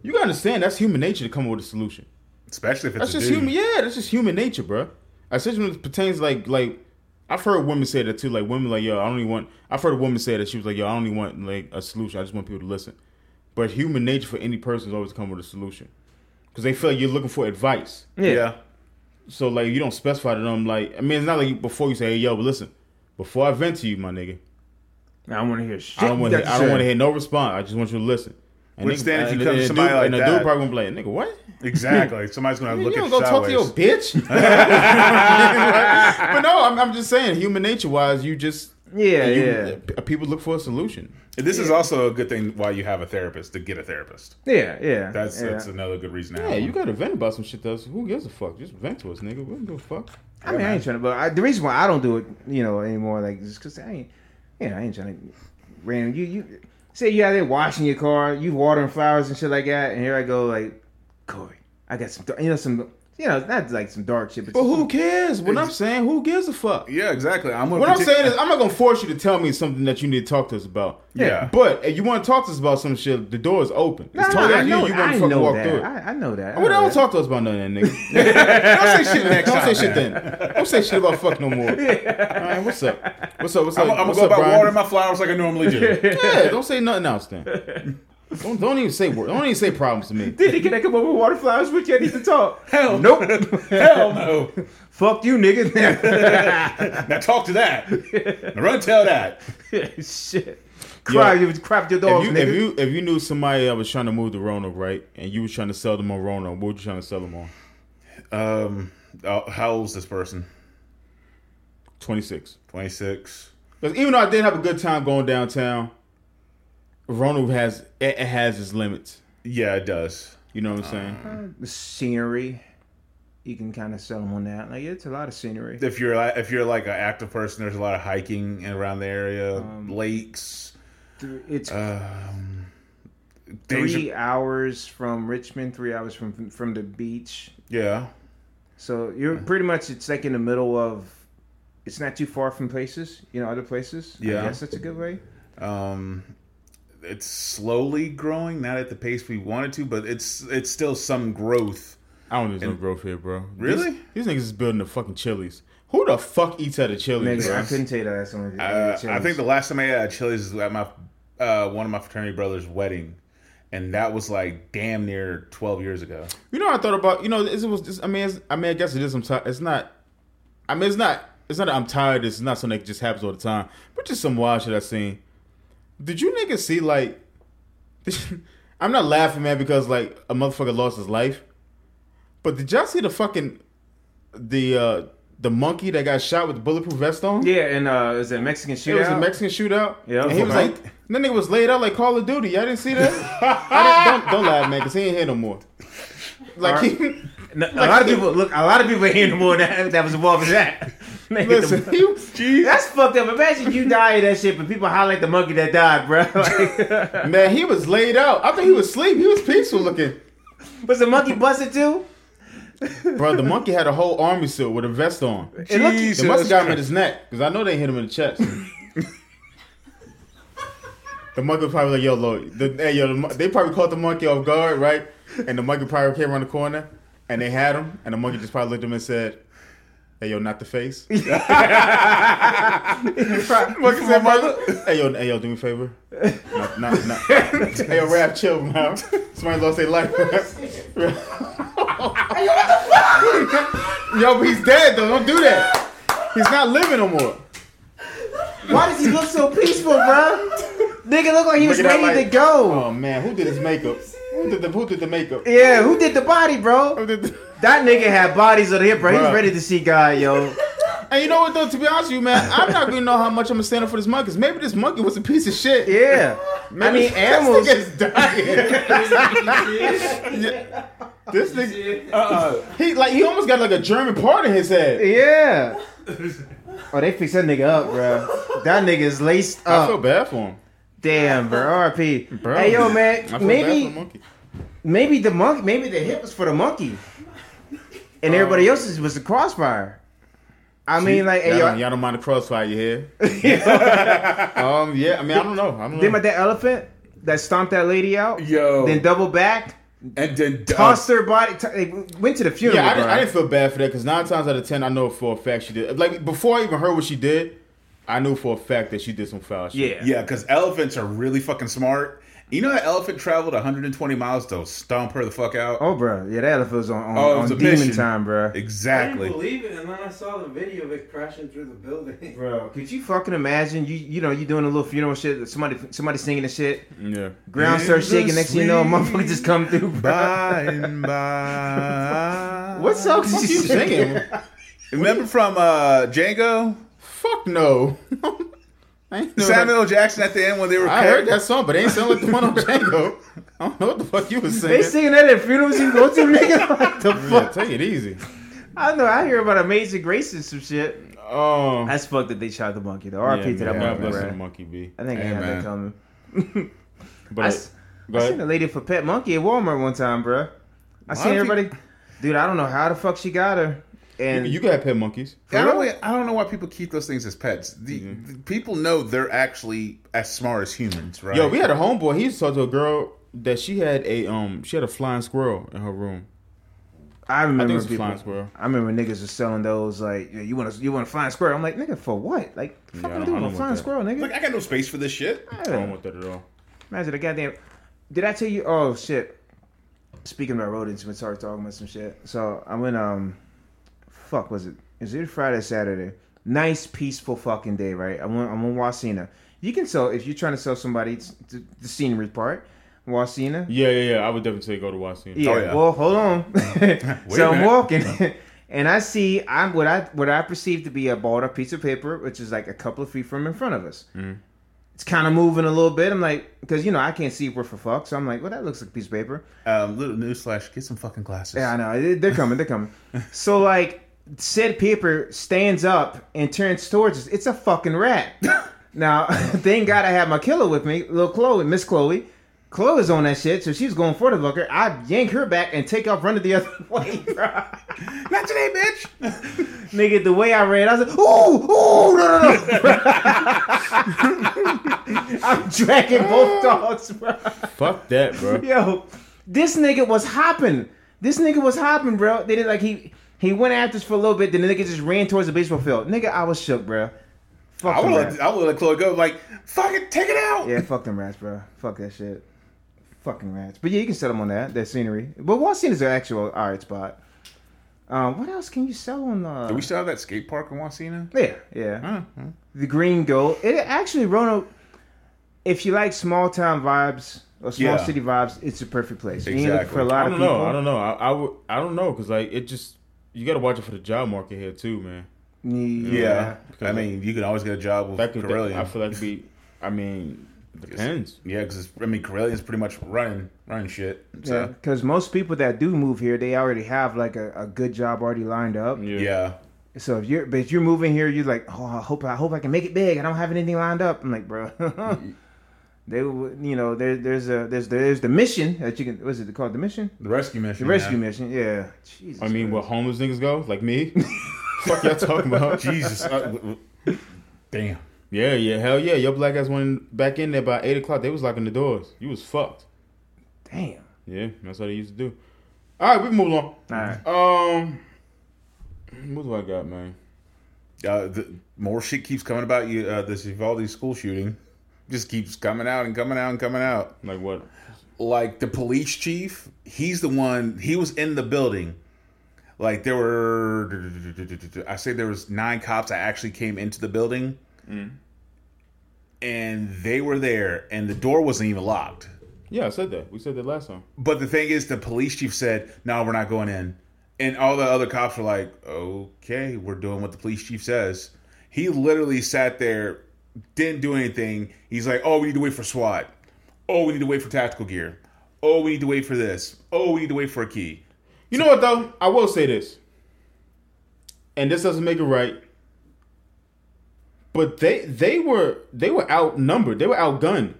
C: you gotta understand that's human nature to come up with a solution.
B: Especially if it's
C: That's
B: a
C: just
B: dude.
C: human. Yeah, that's just human nature, bro. Especially when it pertains like like I've heard women say that too. Like women like yo, I don't even want. I've heard a woman say that she was like yo, I don't even want like a solution. I just want people to listen. But human nature for any person is always to come with a solution because they feel like you're looking for advice.
B: Yeah.
C: So like you don't specify to them like I mean it's not like you, before you say hey yo, but listen, before I vent to you, my nigga,
A: I don't want to hear shit.
C: I don't want I don't want to hear no response. I just want you to listen. And
B: Which
C: nigga-
B: then if you
C: and-
B: come to
C: and the
B: somebody
C: dude,
B: like
C: and the
B: that-
C: dude probably gonna be like, nigga, what?
B: Exactly. Somebody's gonna
C: You
B: look at
C: don't
B: you
C: go talk to
B: sideways.
C: your bitch. but no, I'm, I'm just saying, human nature wise, you just
A: Yeah,
C: you-
A: yeah.
C: p- People look for a solution.
B: And This is also a good thing why you have a therapist to get a therapist.
A: Yeah, yeah.
B: That's
A: yeah.
B: that's another good reason. To have
C: Yeah,
B: one.
C: you got to vent about some shit. That's who gives a fuck. Just vent to us, nigga. We don't give a fuck.
A: I mean, I ain't trying to. But I, the reason why I don't do it, you know, anymore, like, is because I ain't, you know, I ain't trying to. Random, you you say you out there washing your car, you watering flowers and shit like that, and here I go like, Corey, I got some, dar- you know, some, you know, not like some dark shit, but,
C: But who cares? What I'm saying, who gives a fuck?
B: Yeah, exactly. I'm gonna
C: What I'm
B: partic-
C: saying is, I'm not gonna force you to tell me something that you need to talk to us about.
B: Yeah.
C: But if you want to talk to us about some shit, the door is open. It's
A: Nah,
C: totally
A: I
C: up to
A: know,
C: you. You want
A: I
C: to fucking
A: know
C: walk
A: that.
C: through it.
A: I, I know that. I
C: Well,
A: know
C: Oh, don't
A: that.
C: talk to us about none of that, nigga. don't say shit next Don't say shit then. Don't say shit about fuck no more. All right, what's up? What's up? What's up?
B: I'm, I'm gonna
C: what's
B: go
C: up,
B: about
C: Brian?
B: watering my flowers like I normally do.
C: Yeah, don't say nothing else then. Don't, don't even say word. Don't even say problems to me.
A: Diddy, can I come over with water flowers with you? I need to talk.
B: Hell,
A: nope.
B: Hell no.
A: Fuck you, nigga.
B: Now talk to that. Now run and tell that.
A: shit. Cry,
C: Yo,
A: you crap your
C: If
A: dogs,
C: you,
A: nigga.
C: if you if you knew somebody that was trying to move to Roanoke, right, and you was trying to sell them on Roanoke, what were you trying to sell them on?
B: Um, uh, how old is this person?
C: Twenty six.
B: 26.
C: Because even though I did have a good time going downtown, Roanoke has it, it has its limits.
B: Yeah, it does.
C: You know what I'm saying?
A: the scenery. You can kind of sell them on that. Like it's a lot of scenery.
B: If you're li- if you're like an active person, there's a lot of hiking around the area, lakes.
A: It's
B: Um,
A: three
B: danger-
A: hours from Richmond, three hours from from the beach.
B: yeah,
A: So you're pretty much it's like in the middle of. It's not too far from places, you know, other places.
B: Yeah.
A: I guess that's a good way.
B: um, it's slowly growing, not at the pace we wanted to, but it's it's still some growth.
C: I don't need no growth here, bro.
B: Really?
C: These, these niggas is building the fucking chilies. Who the fuck eats at a chilies,
A: Nigga, I
C: bro?
A: couldn't tell you that. That's one of the
B: Uh, I think the last time I had Chili's was at my uh, one of my fraternity brothers' wedding, and that was like damn near twelve years ago.
C: You know, what I thought about. You know, it was. Just, I mean, it's, I mean, I guess it is. I'm tired. It's not. I mean, it's not. It's not. that I'm tired. It's not something that just happens all the time. But just some wild shit I seen. Did you niggas see like? I'm not laughing, man, because like a motherfucker lost his life. But did y'all see the fucking the uh the monkey that got shot with the bulletproof vest on?
A: yeah, and uh, is it Mexican shootout?
C: It was a Mexican shootout.
A: Yeah,
C: and he was
A: right.
C: like, that nigga was laid out like Call of Duty. Y'all didn't see that? I didn't, don't don't lie, man, because he ain't here no more. Like he,
A: No, a lot of people look. A lot of people hearing more than that, that was involved in that. Nigga,
C: listen,
A: the-
C: he was
A: That's fucked up. Imagine you die of that shit, but people highlight the monkey that died, bro. Like,
C: man, he was laid out. I thought he was asleep. He was peaceful looking.
A: was the monkey busted too?
C: Bro, the monkey had a whole army suit with a vest on. It
A: look- they
B: Jesus
C: must have got him in
B: Christ.
C: his neck, because I know they hit him in the chest. the monkey was probably like, yo, Lord. The, hey, yo, the, mon- they probably caught the monkey off guard, right? And the monkey probably came around the corner, and they had him, and the monkey just probably looked at him and said, Hey yo, not the face.
B: What is that, mother?
C: hey yo, hey yo, do me a favor. Not, not, not. hey yo, rap, chill, man. Somebody lost their life. yo, but he's dead though. Don't do that. He's not living no more.
A: Why does he look so peaceful, bro? Nigga looked like he was
C: Looking at
A: ready to
C: like-
A: go.
C: Oh man, who did his makeup? Who did the who did the makeup?
A: Yeah, who did the body, bro?
C: Who did the-
A: That nigga had bodies over here, bro. He was
C: Bruh.
A: ready to see God, yo.
C: And you know what though? To be honest with you, man, I'm not gonna know how much I'm gonna stand up for this monkey. 'cause Maybe this monkey was a piece of shit.
A: Yeah. I mean,
C: This
A: animals.
C: nigga is dying. this nigga, he like he almost got like a German part in his head.
A: Yeah. Oh, they fixed that nigga up, bro. That nigga is laced
C: I feel
A: up.
C: bad for him.
A: Damn, bro. R.P.
C: Bro.
A: Hey, yo,
C: I
A: man.
C: feel bad for the
A: Maybe,
C: monkey.
A: maybe the monkey, maybe the hip was for the monkey, and everybody
C: Uh,
A: else's was the crossfire. I mean, like,
C: y'all,
A: hey,
C: don't,
A: yo.
C: y'all don't mind the crossfire, you hear? um, yeah. I mean, I don't know. I don't
A: Then with
C: know.
A: that elephant that stomped that lady out,
B: Yo.
A: then double back,
B: and then
A: tossed her body, t- they went to the funeral.
C: Yeah, I didn't,
A: bro.
C: I didn't feel bad for that because nine times out of ten, I know for a fact she did. Like before I even heard what she did, I knew for a fact that she did some foul
A: yeah.
C: shit.
B: Yeah, because elephants are really fucking smart. You know that elephant traveled 120 miles to stomp her the fuck out?
A: Oh, bro. Yeah, that elephant was on, on,
B: Oh, it was
A: on
B: a
A: demon
B: mission.
A: time, bro.
D: I
B: Exactly.
D: didn't believe it, and then I saw the video of it crashing through the building.
A: Bro, could you fucking imagine you you know you doing a little funeral shit, somebody somebody singing the shit,
C: Yeah.
A: ground
B: In
A: starts
B: the
A: shaking, next thing you know, a
B: sweet
A: motherfucker just come through. Bro.
B: By and by.
A: What song did you
C: You
A: sing?
C: singing?
B: Remember from uh, Django?
C: Fuck no. I ain't know that-
B: Samuel Jackson at the end when they were.
C: I heard that song, but it ain't sound like the one on Django. I don't know what the fuck you was
A: They singing
C: singing.
A: that at funerals you go to, nigga. Like the
C: yeah,
A: fuck?
C: take it easy. Um,
A: I know. I hear about Amazing Grace and some shit.
C: Oh,
A: That's fucked that they shot the monkey. though. RP to that
B: man.
A: monkey,
B: God bless
A: bro.
C: monkey B.
A: I think I
B: Hey,
A: have
B: man.
A: that coming.
C: But
A: I s-
C: go
A: I
C: ahead.
A: seen a lady for pet monkey at Walmart one time, bro. I
B: don't
A: seen
B: you-
A: everybody. Dude, I don't know how the fuck she got her. And
C: you can have pet monkeys.
B: I don't, really- I don't know why people keep those things as pets. The, the people know they're actually as smart as humans, right?
C: Yo, we had a homeboy. He used to talk to a girl that she had a um, she had a flying squirrel in her room.
A: I remember
C: I think it's a
A: people.
C: flying squirrel.
A: I remember niggas was selling those like yeah, you want to you want to flying squirrel. I'm like nigga for what? Like the fuck am I
C: Yeah, I don't- I
A: doing
C: don't
A: a
C: want
A: flying
C: that.
A: squirrel, nigga?
B: Like, I got no space for this shit.
C: I
A: Yeah.
C: don't want that at all.
A: Imagine the goddamn. Did I tell you? Oh shit. Speaking about rodents, we started talking about some shit. So I went um, fuck was it? Is it Friday, or Saturday? Nice peaceful fucking day, right? I went I'm in Wasena. You can sell if you're trying to sell somebody t- t- the scenery part. Wasena,
C: Yeah, yeah, yeah. I would definitely say go to Washington.
A: yeah,
B: Oh, yeah.
A: Well, hold on. so I'm
B: minute.
A: walking, and I see I'm what I what I perceive to be a balled up piece of paper, which is like a couple of feet from in front of us.
B: Mm-hmm.
A: It's kind of moving a little bit. I'm like, because you know I can't see where for fuck, so I'm like, well, that looks like a piece of paper.
B: Um, little newsflash: get some fucking glasses.
A: Yeah, I know They- they're coming, they're coming. so like, said paper stands up and turns towards us. It's a fucking rat. now, thank God I had my killer with me, little Chloe, Miss Chloe. Chloe was on that shit, so she was going for the fucker. I yank her back and take off running the other way, bro.
B: Not today, bitch.
A: Nigga, the way I ran, I was like, ooh, ooh, no, no, no. I'm dragging both dogs, bro.
C: Fuck that, bro.
A: Yo, this nigga was hopping. This nigga was hopping, bro. They did like he he went after us for a little bit, then the nigga just ran towards the baseball field. Nigga, I was shook, bro. Fuck
B: I
A: them
B: would
A: rats.
B: let I would let Chloe go. Like, fuck it, take it out.
A: Yeah, fuck them rats, bro. Fuck that shit. Fucking rats. But yeah, you can sell them on that, that scenery. But Washington is an actual alright spot. Um, what else can you sell on uh
B: Do we still have that skate park in Wasena?
A: Yeah, yeah. The Green Gold. It actually, Rono, if you like small town vibes or small
B: Yeah.
A: city vibes, it's a perfect place. And you look
B: Exactly.
A: for a lot
C: I
A: of
C: don't
A: people.
C: know. I don't know. I, I would. I don't know because like it just you got to watch it for the job market here too, man.
A: Yeah.
B: I mean, you can always get a job with
C: That could. that-
B: Carillion.
C: I feel like be. I mean, depends.
B: yeah, because I mean, Carillion's pretty much running running shit.
A: Yeah,
B: So
A: because most people that do move here, they already have like a, a good job already lined up.
B: yeah.
A: So if you're, but if you're moving here, you're like, oh, I hope, I hope I can make it big. I don't have anything lined up. I'm like, bro, they, would- you know, there, there's a, there's, there's the mission that you can. What's it called? The mission,
B: the rescue mission.
A: the rescue
B: yeah.
A: mission. Yeah. Jesus.
C: I mean, where
A: Christ.
C: homeless niggas go, like me. Fuck y'all talking about?
B: Jesus, I- w- w- damn.
C: Yeah, yeah, hell yeah. Your black ass went back in there by eight o'clock. They was locking the doors. You was fucked.
A: damn.
C: Yeah, that's what they used to do. All right, we can move along.
A: All right.
C: Um, What do I got, man?
B: Uh, the, more shit keeps coming about you. Uh, this Uvalde school shooting just keeps coming out and coming out and coming out.
C: Like what?
B: Like the police chief, he's the one. He was in the building. Like there were, I say there was nine cops that actually came into the building, and they were there, and the door wasn't even locked.
C: Yeah, I said that. We said that last time.
B: But the thing is, the police chief said, "No, we're not going in," and all the other cops were like, "Okay, we're doing what the police chief says." He literally sat there, didn't do anything. He's like, "Oh, we need to wait for SWAT. Oh, we need to wait for tactical gear. Oh, we need to wait for this. Oh, we need to wait for a key."
C: You know what though? I will say this, and this doesn't make it right. But they they were they were outnumbered. They were outgunned.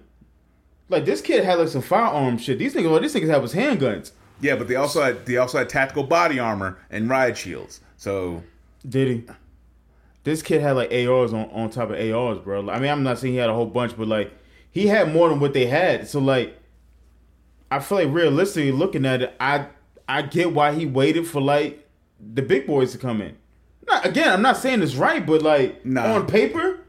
C: Like this kid had like some firearm shit. These niggas, all these niggas had was handguns.
B: Yeah, but they also had they also had tactical body armor and riot shields. So
C: Did he? This kid had like ARs on, on top of ARs, bro. Like, I mean, I'm not saying he had a whole bunch, but like he had more than what they had. So like, I feel like realistically looking at it, I I get why he waited for like the big boys to come in. Not, again, I'm not saying it's right, but like
B: Nah.
C: on paper,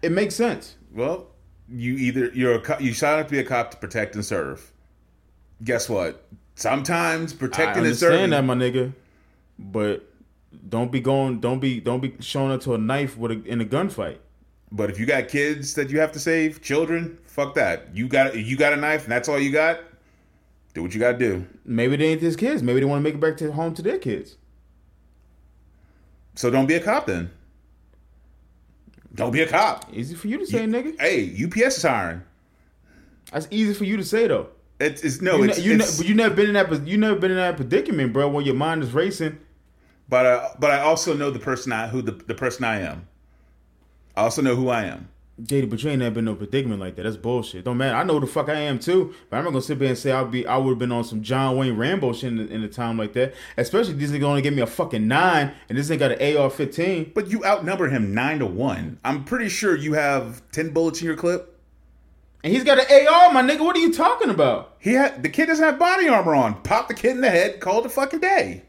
C: it makes sense.
B: Well, you either you're a co- you sign up to be a cop to protect and serve. Guess what? Sometimes protecting
C: I
B: and serving.
C: understand that, my nigga, but don't be going, don't be, don't be showing up to a knife with a, in a gunfight.
B: But if you got kids that you have to save, children, fuck that. You got you got a knife, and that's all you got. Do what you got to do.
C: Maybe they ain't his kids. Maybe they want to make it back to home to their kids.
B: So don't be a cop then. Don't be a cop.
C: Easy for you to say, nigga.
B: Hey, UPS is hiring.
C: That's easy for you to say though.
B: It's, it's no,
C: You,
B: it's,
C: ne- you, ne-
B: it's-
C: but you never been in that. pos- You never been in that predicament, bro. When your mind is racing,
B: but I, but I also know the person I who the, the person I am. I also know who I am.
C: JD. But you ain't never been in no predicament like that. That's bullshit. Don't matter. I know who the fuck I am too. But I'm not gonna sit there and say I'll be. I would have been on some John Wayne Rambo shit in, in a time like that. Especially if these niggas only give me a fucking nine, and this nigga got an AR-15.
B: But you outnumber him nine to one. I'm pretty sure you have ten bullets in your clip.
C: And he's got an AR, my nigga. What are you talking about?
B: He had the kid doesn't have body armor on. Pop the kid in the head. Call it a fucking day.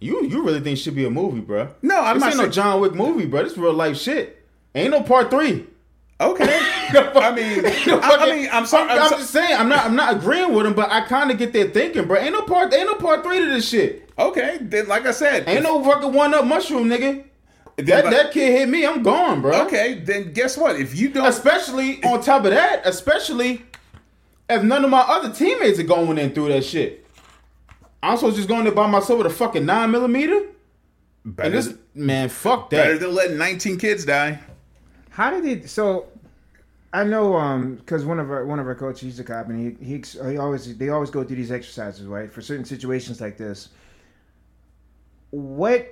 C: You you really think should be a movie, bro?
B: No, I'm
C: this
B: not
C: ain't no
B: saying-
C: John Wick movie, bro. This real life shit. Ain't no part three.
B: Okay. I mean, I, I mean, I'm sorry.
C: I'm,
B: I'm, so-
C: just saying, I'm not, I'm not agreeing with him, but I kind of get their thinking, bro. Ain't no part, ain't no part three to this shit.
B: okay. Then, like I said,
C: Ain't no fucking one up mushroom, nigga.
B: then-
C: That that kid hit me, I'm gone, bro.
B: Okay. Then guess what? If you don't,
C: Especially on top of that, especially if none of my other teammates are going in through that shit. I'm supposed to just go in there by myself with a fucking nine millimeter.
B: better,
C: And this
B: than-
C: man, fuck
B: better
C: that.
B: than letting 19 kids die.
A: How did it? So, I know um because one of our one of our coaches, he's a cop, and he he, ex- he always they always go through these exercises, right, for certain situations like this. What,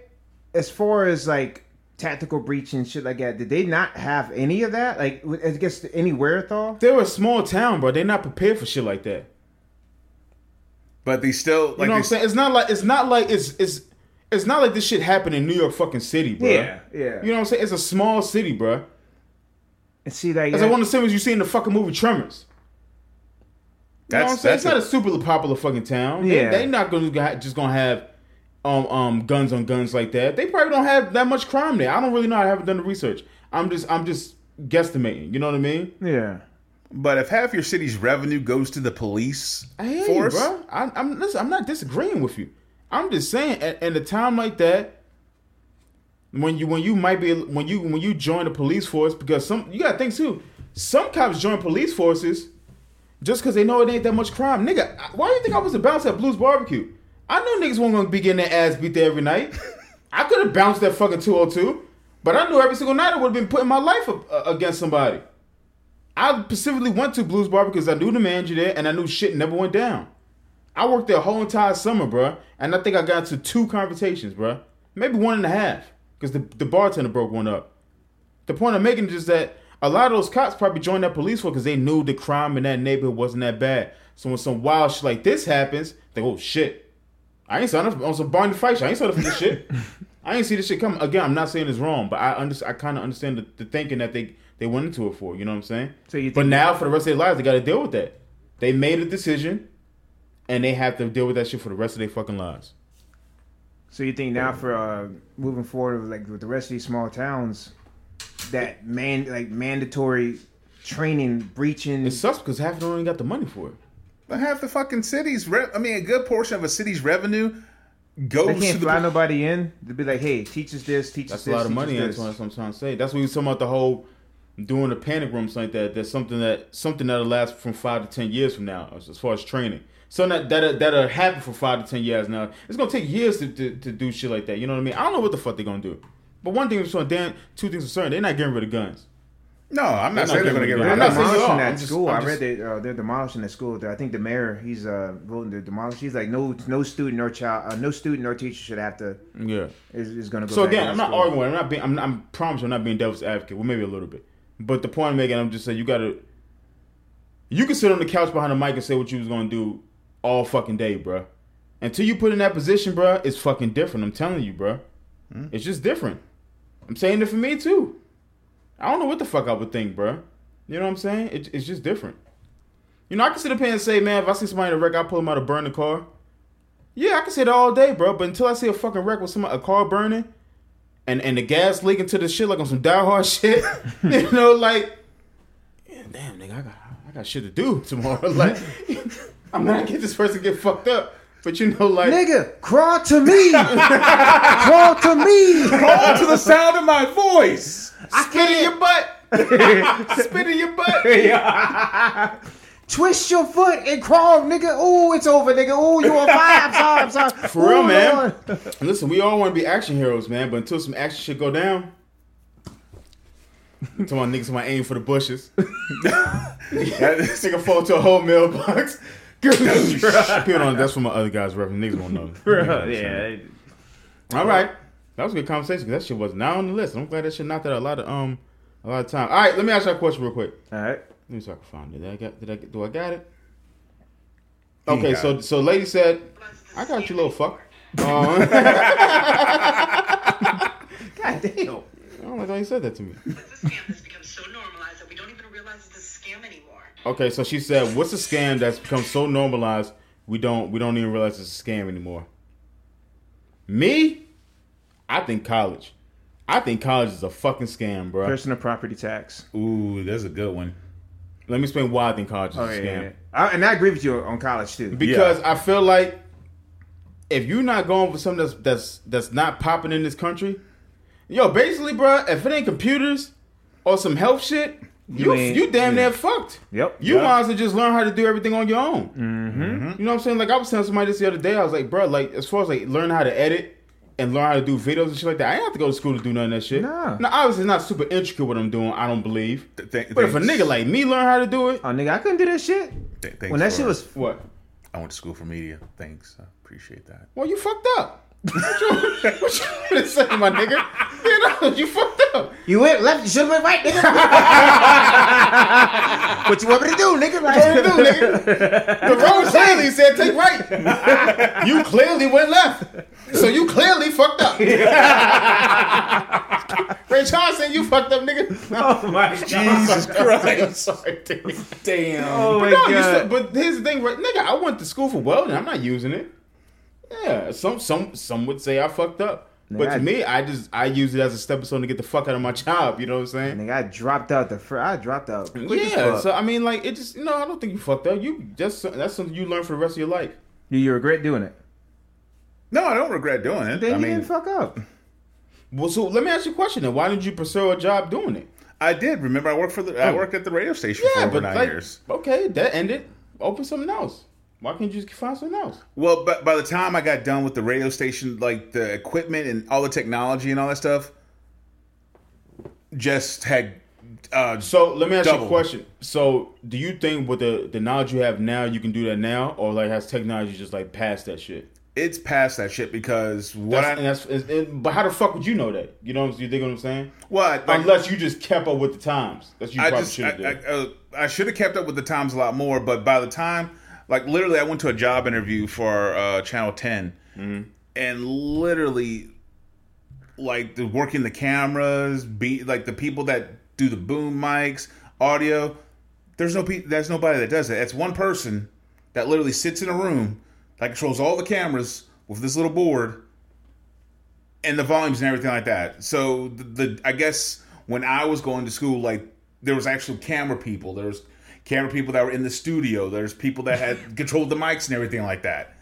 A: as far as like tactical breach and shit like that, did they not have any of that? Like, w- I guess any wherewithal.
C: They're a small town, bro. They're not prepared for shit like that.
B: But they still, like,
C: You know
B: they
C: what I'm saying? It's not like it's not like it's it's it's not like this shit happened in New York fucking city, bro.
A: Yeah, yeah.
C: You know what I'm saying? It's a small city, bro.
A: And see, like,
C: It's
A: that-
C: like one of the same as you see in the fucking movie Tremors. You know what I'm
B: That's
C: saying? It's
B: that's
C: not a
B: a,
C: super popular fucking town. They,
A: Yeah.
C: they not gonna ha- just gonna have um um guns on guns like that. They probably don't have that much crime there. I don't really know. I haven't done the research. I'm just I'm just guesstimating. You know what I mean?
A: yeah.
B: but if half your city's revenue goes to the police
C: I hear
B: force,
C: you, bro. I, I'm listen. I'm not disagreeing with you. I'm just saying, at, at a time like that, when you when you might be when you when you join the police force, because some you gotta think too. Some cops join police forces just because they know it ain't that much crime, nigga. I- Why do you think I was a bounce at Blues Barbecue? I knew niggas weren't gonna be getting their ass beat there every night. I could have bounced that fucking 202, but I knew every single night I would have been putting my life up, uh, against somebody. I specifically went to Blues Bar because I knew the manager there and I knew shit never went down. I worked there whole entire summer, bruh, and I think I got to two confrontations, bruh. Maybe one and a half, because the, the bartender broke one up. The point I'm making is just that a lot of those cops probably joined that police force because they knew the crime in that neighborhood wasn't that bad. So when some wild shit like this happens, they go, oh shit, I ain't signed up on some Barney Fife shit. I ain't signed up for this shit. I ain't see this shit coming. Again, I'm not saying it's wrong, but I under, I kind of understand the, the thinking that they they went into it for. You know what I'm saying?
A: So you
C: but
A: think-
C: now for the rest of their lives, they got to deal with that. They made a decision, and they have to deal with that shit for the rest of their fucking lives.
A: So you think now for uh, moving forward, like with the rest of these small towns, that man like mandatory training, breaching.
C: It sucks because half of them ain't got the money for it.
B: But half the fucking city's, re- I mean, a good portion of a city's revenue
A: They
B: goes to
A: can't
B: the.
A: fly nobody in. They'd be like, "Hey, teach us this, teach us
C: That's
A: this."
C: a lot of
A: teach
C: money,
A: us this.
C: Antoine. That's what I'm trying to say. That's what you was talking about the whole doing the panic rooms like that. That's something that something that'll last from five to ten years from now, as, as far as training. So that that'll, that'll happen for five to ten years now. It's gonna take years to, to, to do shit like that. You know what I mean? I don't know what the fuck they're gonna do. But one thing is certain, Dan, two things are certain. They're not getting rid of guns.
B: no, I'm not
C: They're
B: saying
C: not
B: they're going to get
C: giving
B: rid of
A: They're
C: I'm not saying you
A: demolishing
C: are.
A: that
C: I'm just-
A: school.
C: I'm
A: I read
C: just-
A: that uh, they're demolishing that school. I think the mayor he's uh, voting to demolish. He's like, no, no student or child, uh, no student or teacher should have to
C: Yeah.
A: is, is going to go.
C: So
A: back
C: again,
A: to
C: I'm not
A: school.
C: arguing. I'm not being. I'm, I'm promise. you, I'm not being devil's advocate. Well, maybe a little bit. But the point I'm making, I'm just saying you gotta. You can sit on the couch behind a mic and say what you was gonna do all fucking day, bruh. Until you put in that position, bruh, it's fucking different. I'm telling you, bruh. It's just different. I'm saying it for me too. I don't know what the fuck I would think, bruh. You know what I'm saying? It, it's just different. You know, I can sit up here and say, man, if I see somebody in a wreck, I pull them out and burn the car. Yeah, I can say that all day, bro. But until I see a fucking wreck with somebody, a car burning, and and the gas leaking to the shit like on some die hard shit. you know, like yeah, damn nigga, I got I got shit to do tomorrow. like I'm not get this person get fucked up. But you know, like
A: Nigga, crawl to me, crawl to me.
B: All to the sound of my voice.
C: spit in your butt. spit in your butt.
A: Twist your foot and crawl, nigga. Ooh, it's over, nigga. Ooh, you on fire. I'm sorry, I'm sorry.
C: For real,
A: Ooh,
C: man.
A: Lord.
C: Listen, we all want to be action heroes, man. But until some action shit go down, to my niggas, my aim for the bushes. this nigga fall to a whole mailbox. Put on. That's what my other guys rapping. Niggas won't know.
A: Yeah.
C: All right. That was a good conversation. 'cause That shit was not on the list. I'm glad that shit knocked out a lot of um a lot of time. All right, let me ask you a question real quick.
A: All right.
C: Let me see if I can find it. Did I get? Did I get? Do I got it?
B: He
C: Okay,
B: got
C: so
B: it.
C: so lady said, "I got you, little fuck." Um, I
A: God damn.
C: don't like how you said that to me.
G: It's a scam that's become so normalized that we don't even realize it's a scam anymore.
C: Okay, so she said, "What's a scam that's become so normalized we don't we don't even realize it's a scam anymore?" Me, I think college. I think college is a fucking scam, bro.
A: Personal property tax.
B: Ooh, that's a good one.
C: Let me explain why I think college is
A: Oh
C: a
A: yeah.
C: scam.
A: yeah, yeah. I, and I agree with you on college too.
C: because I feel like if you're not going for something that's that's that's not popping in this country, yo, basically, bruh, if it ain't computers or some health shit, you you,
A: ain't-
C: damn
A: yeah.
C: near fucked.
A: Yep.
C: You
A: Yep.
C: might as well just learn how to do everything on your own. You know what I'm saying? Like I was telling somebody this the other day, I was like, bruh, like as far as like learn how to edit and learn how to do videos and shit like that, I ain't have to go to school to do none of that shit.
A: Nah.
C: Now, obviously, it's not super intricate what I'm doing. I don't believe.
B: Th- th-
C: But if a
B: thanks-
C: nigga like me learn how to do it,
A: Oh nigga, I couldn't do that shit.
B: th- thanks
A: When that
B: for-
A: shit was
C: what?
B: I went to school for media. Thanks. I appreciate that.
C: Well, you fucked up. What you, what you want me to say, my nigga? You know, you fucked up.
A: You went left, you should have went right, nigga. what you want me to do, nigga?
C: What you
A: Like,
C: do, nigga? The road clearly said take right. You clearly went left. So you clearly fucked up. Ray Johnson, you fucked up, nigga. No,
A: oh my
B: Jesus Christ.
C: sorry, dude.
B: Damn.
A: Oh my
C: no, you
A: god.
C: still, but here's the thing, right? Nigga, I went to school for welding. I'm not using it. Yeah, some some some would say I fucked up. But
A: Nigga, I-
C: to me, I just I use it as a stepping stone to get the fuck out of my job. You know what I'm saying?
A: nigga, I dropped out the fr- I dropped out. quick as
C: Yeah,
A: fuck.
C: so I mean, like, it just no, I don't think you fucked up. You just that's something you learn for the rest of your life.
A: Do you regret doing it?
B: No, I don't regret doing it.
A: Then
B: I
A: you
B: mean,
A: didn't fuck up.
C: Well, so let me ask you a question then: Why didn't you pursue a job doing it?
B: I did. Remember, I worked for the. I worked at the radio station for over nine
C: Oh. like,
B: years.
C: okay, that ended. Open something else. Why can't you just find something else?
B: Well, but by the time I got done with the radio station, like the equipment and all the technology and all that stuff, just had. Uh,
C: So let me ask you
B: Double.
C: a question. So do you think with the the knowledge you have now, you can do that now, or like has technology just like passed that shit?
B: it's past that shit because what
C: That's, and
B: I
C: that's, and, and- but how the fuck would you know that? You know what I'm, you dig what I'm saying?
B: what like,
C: Unless you just kept up with the times. That's you
B: I
C: probably
B: just
C: should have
B: I,
C: did.
B: I, uh, I should have kept up with the times a lot more, but by the time, like literally, I went to a job interview for uh, Channel 10
C: Mm-hmm.
B: and literally, like the working the cameras, be like the people that do the boom mics, audio. There's no pe- there's nobody that does that. It's one person that literally sits in a room that controls all the cameras with this little board and the volumes and everything like that. So the, the I guess when I was going to school, like there was actual camera people. There was camera people that were in the studio. There's people that had controlled the mics and everything like that.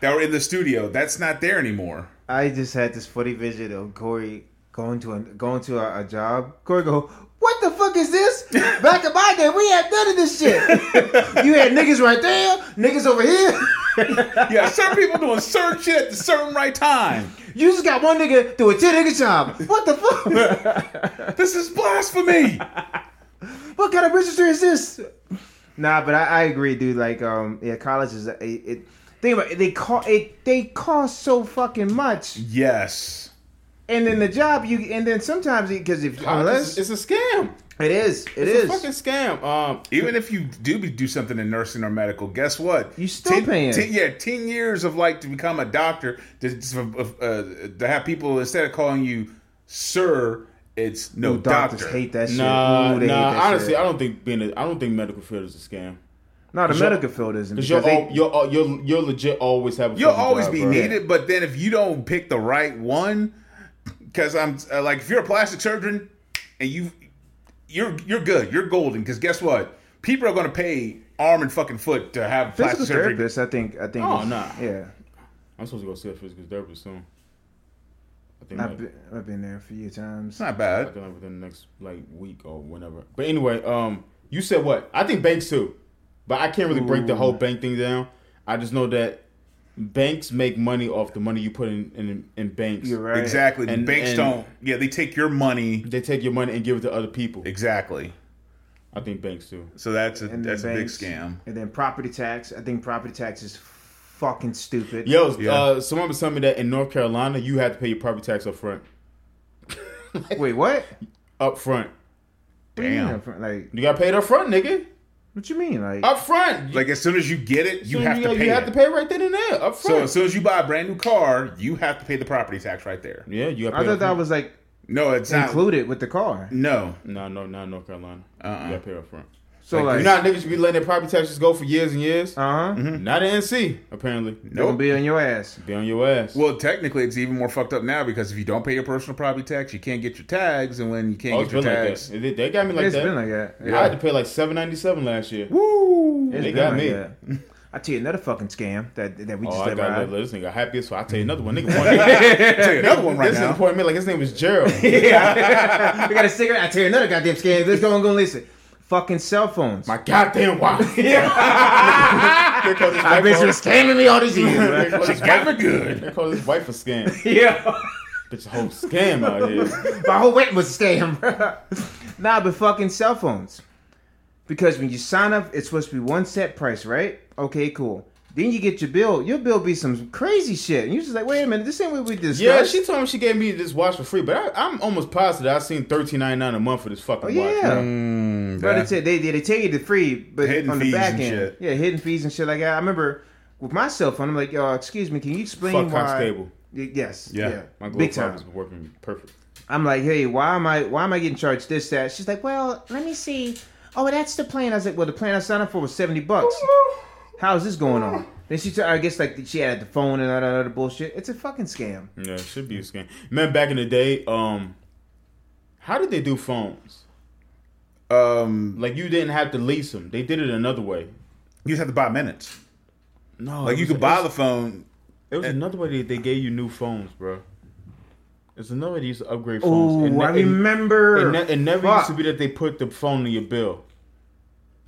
B: That were in the studio. That's not there anymore.
A: I just had this funny vision of Corey going to a, going to a, a job. Corey go, what the fuck is this? Back in my day, we had none of this shit. you had niggas right there, niggas over here.
B: Yeah, certain people doing certain shit at the certain right time.
A: You just got one nigga doing ten nigga job. What the fuck?
B: This is blasphemy.
A: what kind of register is this? Nah, but I, I agree, dude. Like, um, yeah, college is it. it think about it, they call it. They cost so fucking much,
B: Yes.
A: and then the job you, and then sometimes because if
C: Unless
A: unless
C: it's, a scam.
A: it is, it is.
C: It's a fucking scam. Um,
B: Even if you do be- do something in nursing or medical, guess what?
A: You still paying.
B: ten- yeah, ten years of like to become a doctor to, to, uh, to have people instead of calling you sir, it's no
A: Ooh,
B: doctor.
A: doctors hate that shit.
C: nah,
A: Ooh, they hate
C: nah.
A: that
C: Honestly,
A: shit.
C: I don't think being. A, I don't think medical field is a scam.
A: no, the
C: you're-
A: medical field isn't
C: Because
A: because
C: you're,
A: they,
C: all, you're, all- you're you're legit always have. A
B: You'll
C: fucking
B: always
C: job,
B: be
C: bro.
B: needed, but then if you don't pick the right one, because I'm uh, like, if you're a plastic surgeon and you you're you're good, you're golden. Because guess what? People are going to pay arm and fucking foot to have
A: physical
B: plastic surgery.
A: therapists. I think, I think.
C: Oh,
A: is-
C: nah.
A: yeah.
C: I'm supposed to go see a physical therapist soon. I think.
A: I've
C: Like,
A: been, I've been there a few times.
B: It's not
C: I
B: bad.
C: think like within the next like week or whenever. But anyway, um, you said what? I think banks too, but I can't really break the whole bank thing down. I just know that banks make money off the money you put in in, in banks.
A: You're right.
B: Exactly.
C: And-
B: Banks
C: and-
B: don't. Yeah, they take your money.
C: They take your money and give it to other people.
B: Exactly.
C: I think banks too.
B: So that's a
A: And then
B: that's a big
A: banks.
B: scam.
A: And then property tax. I think property tax is fucking stupid.
C: Yo,
B: Yeah.
C: uh, someone was telling me that in North Carolina you have to pay your property tax up front.
A: Wait, what?
C: Up front,
B: Damn.
A: Like,
C: you got paid up front, nigga.
A: what you mean? Like,
C: Up front,
B: Like as soon as you get it, you
C: Soon
B: have
C: you,
B: to
C: you
B: pay.
C: have
B: it.
C: to pay right then and there. Up
B: So
C: front.
B: as soon as you buy a brand new car, you have to pay the property tax right there.
C: yeah, you got. to
A: I
C: pay
A: thought
C: up
A: that
C: front.
A: was like
B: No, it's not.
A: included with the car.
B: No,
C: No, no, not North Carolina.
B: Uh-uh.
C: You got to pay up front.
A: So
B: Like,
A: like,
C: You know how niggas be letting their property taxes go for years and years?
A: uh huh.
B: Mm-hmm.
C: Not in NC, apparently.
A: They're gonna
B: nope.
A: be on your ass.
C: Be on your ass.
B: Well, technically, it's even more fucked up now because if you don't pay your personal property tax, you can't get your tags, and when you can't
C: Oh,
B: get
C: it's
B: your
C: been like
B: tags,
C: that. They- They got me like
A: It's
C: that.
A: been like that.
C: I had to pay like seven ninety seven last year.
B: woo,
A: It's
C: They
A: been
C: got
A: like
C: me.
A: that. I tell you another fucking scam that that we just
C: Oh, I
A: let
C: got
A: ride.
C: let, this nigga happy as fuck. I tell you another one. Nigga, one nigga,
B: I'll tell you another one right
C: this
B: now.
C: nigga pointed me like his name was Gerald.
A: Yeah. we got a cigarette. I tell you another goddamn scam. Let's go and go listen. Fucking cell phones.
C: My goddamn wife. they call this
A: I've
C: wife
A: been
C: a-
A: scamming me all these years.
C: they call this
B: Got
C: wife-
B: me good.
C: they call this wife a scam.
A: yeah.
C: Bitch, a whole scam out here.
A: My whole wedding was a scam. bruh. nah, but fucking cell phones. Because when you sign up, it's supposed to be one set price, right? Okay, cool. Then you get your bill. Your bill be some crazy shit, and you're just like, wait a minute, this ain't what we discussed.
C: Yeah, she told me she gave me this watch for free, but I, I'm almost positive I seen thirteen ninety nine a month for this fucking
A: Oh,
C: watch.
A: yeah.
B: Mm,
A: But
B: yeah.
A: it's it. They, they they tell you the free, but
B: Hidden
A: on the
B: fees
A: back
B: and
A: end,
B: shit.
A: yeah, hidden fees and shit like that. I remember with my cell phone, I'm like, yo, excuse me, can you explain
C: Fuck
A: why?
C: Constable.
A: Y- Yes,
B: Yeah.
A: yeah,
C: My
A: big
C: glove
A: time.
C: was working perfect.
A: I'm like, hey, why am I why am I getting charged this that? She's like, well, let me see. Oh, that's the plan. I was like, well, the plan I signed up for was seventy bucks. How's this going on? Then she, t- I guess, like she added the phone and all that other bullshit. It's a fucking scam.
C: Yeah, it should be a scam. Man, back in the day, um, how did they do phones?
B: um,
C: Like you didn't have to lease them; they did it another way.
B: you just have to buy minutes.
C: No,
B: Like
C: it
B: you
C: was-
B: could buy the phone.
C: It was another way that they gave you new phones, bro. It's another way they used to upgrade phones.
A: Oh,
C: ne-
A: I remember.
C: It, ne- it never
A: Fuck.
C: used to be that they put the phone in your bill.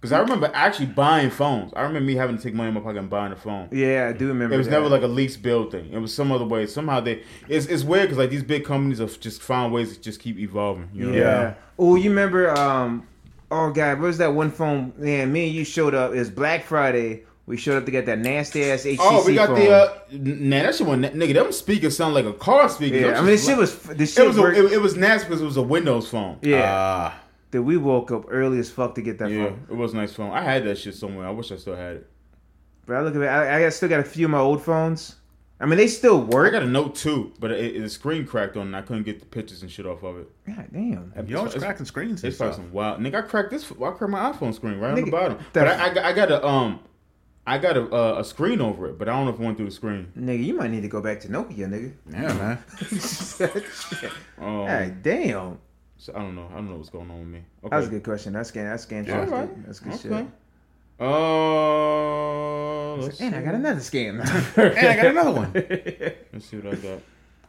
C: Because I remember actually buying phones. I remember me having to take money in my pocket and buying a phone.
A: Yeah, I do remember.
C: It was
A: that.
C: never like a lease bill thing. It was some other way. Somehow they. It's, it's weird because like these big companies have just found ways to just keep evolving. You know?
A: Yeah. Oh, you remember? Um. Oh God, where's that one phone? Man, me and you showed up. It's Black Friday. We showed up to get that nasty ass HTC
C: Oh, we got
A: phone.
C: the uh, n- nah. That shit went nigga. Them speakers sound like a car speaker.
A: yeah,
C: Them
A: I mean, this
C: shit's
A: shit
C: like-
A: was this shit
C: It was a,
A: worked-
C: it, it was nasty because it was a Windows phone.
A: yeah,
B: Uh,
A: that we woke up early as fuck to get that
C: Yeah,
A: phone.
C: it was a nice phone. I had that shit somewhere. I wish I still had it.
A: But I look at it, I, I still got a few of my old phones. I mean, they still
C: I
A: work.
C: got a Note two, but it, it, the screen cracked on, and I couldn't get the pictures and shit off of it.
A: God damn.
B: you always cracking screens. and
C: It's probably
B: stuff.
C: some wild nigga. I cracked this. I cracked my iPhone screen right on
A: Nigga,
C: the bottom.
A: that-
C: But I, I, got- I got a um. I got a, uh, a screen over it, but I don't know if it went through the screen.
A: Nigga, you might need to go back to Nokia, nigga.
B: Yeah, man.
C: Um,
A: God damn.
C: so I don't know. I don't know what's going on with me. Okay.
A: That was a good question. That's scan. That's scan.
B: Yeah.
A: Yeah.
C: Alright.
A: That's good
C: Okay.
A: shit.
C: Uh, let's
A: And I got
C: see.
A: another scam.
B: And I got another one.
C: Let's see what I got.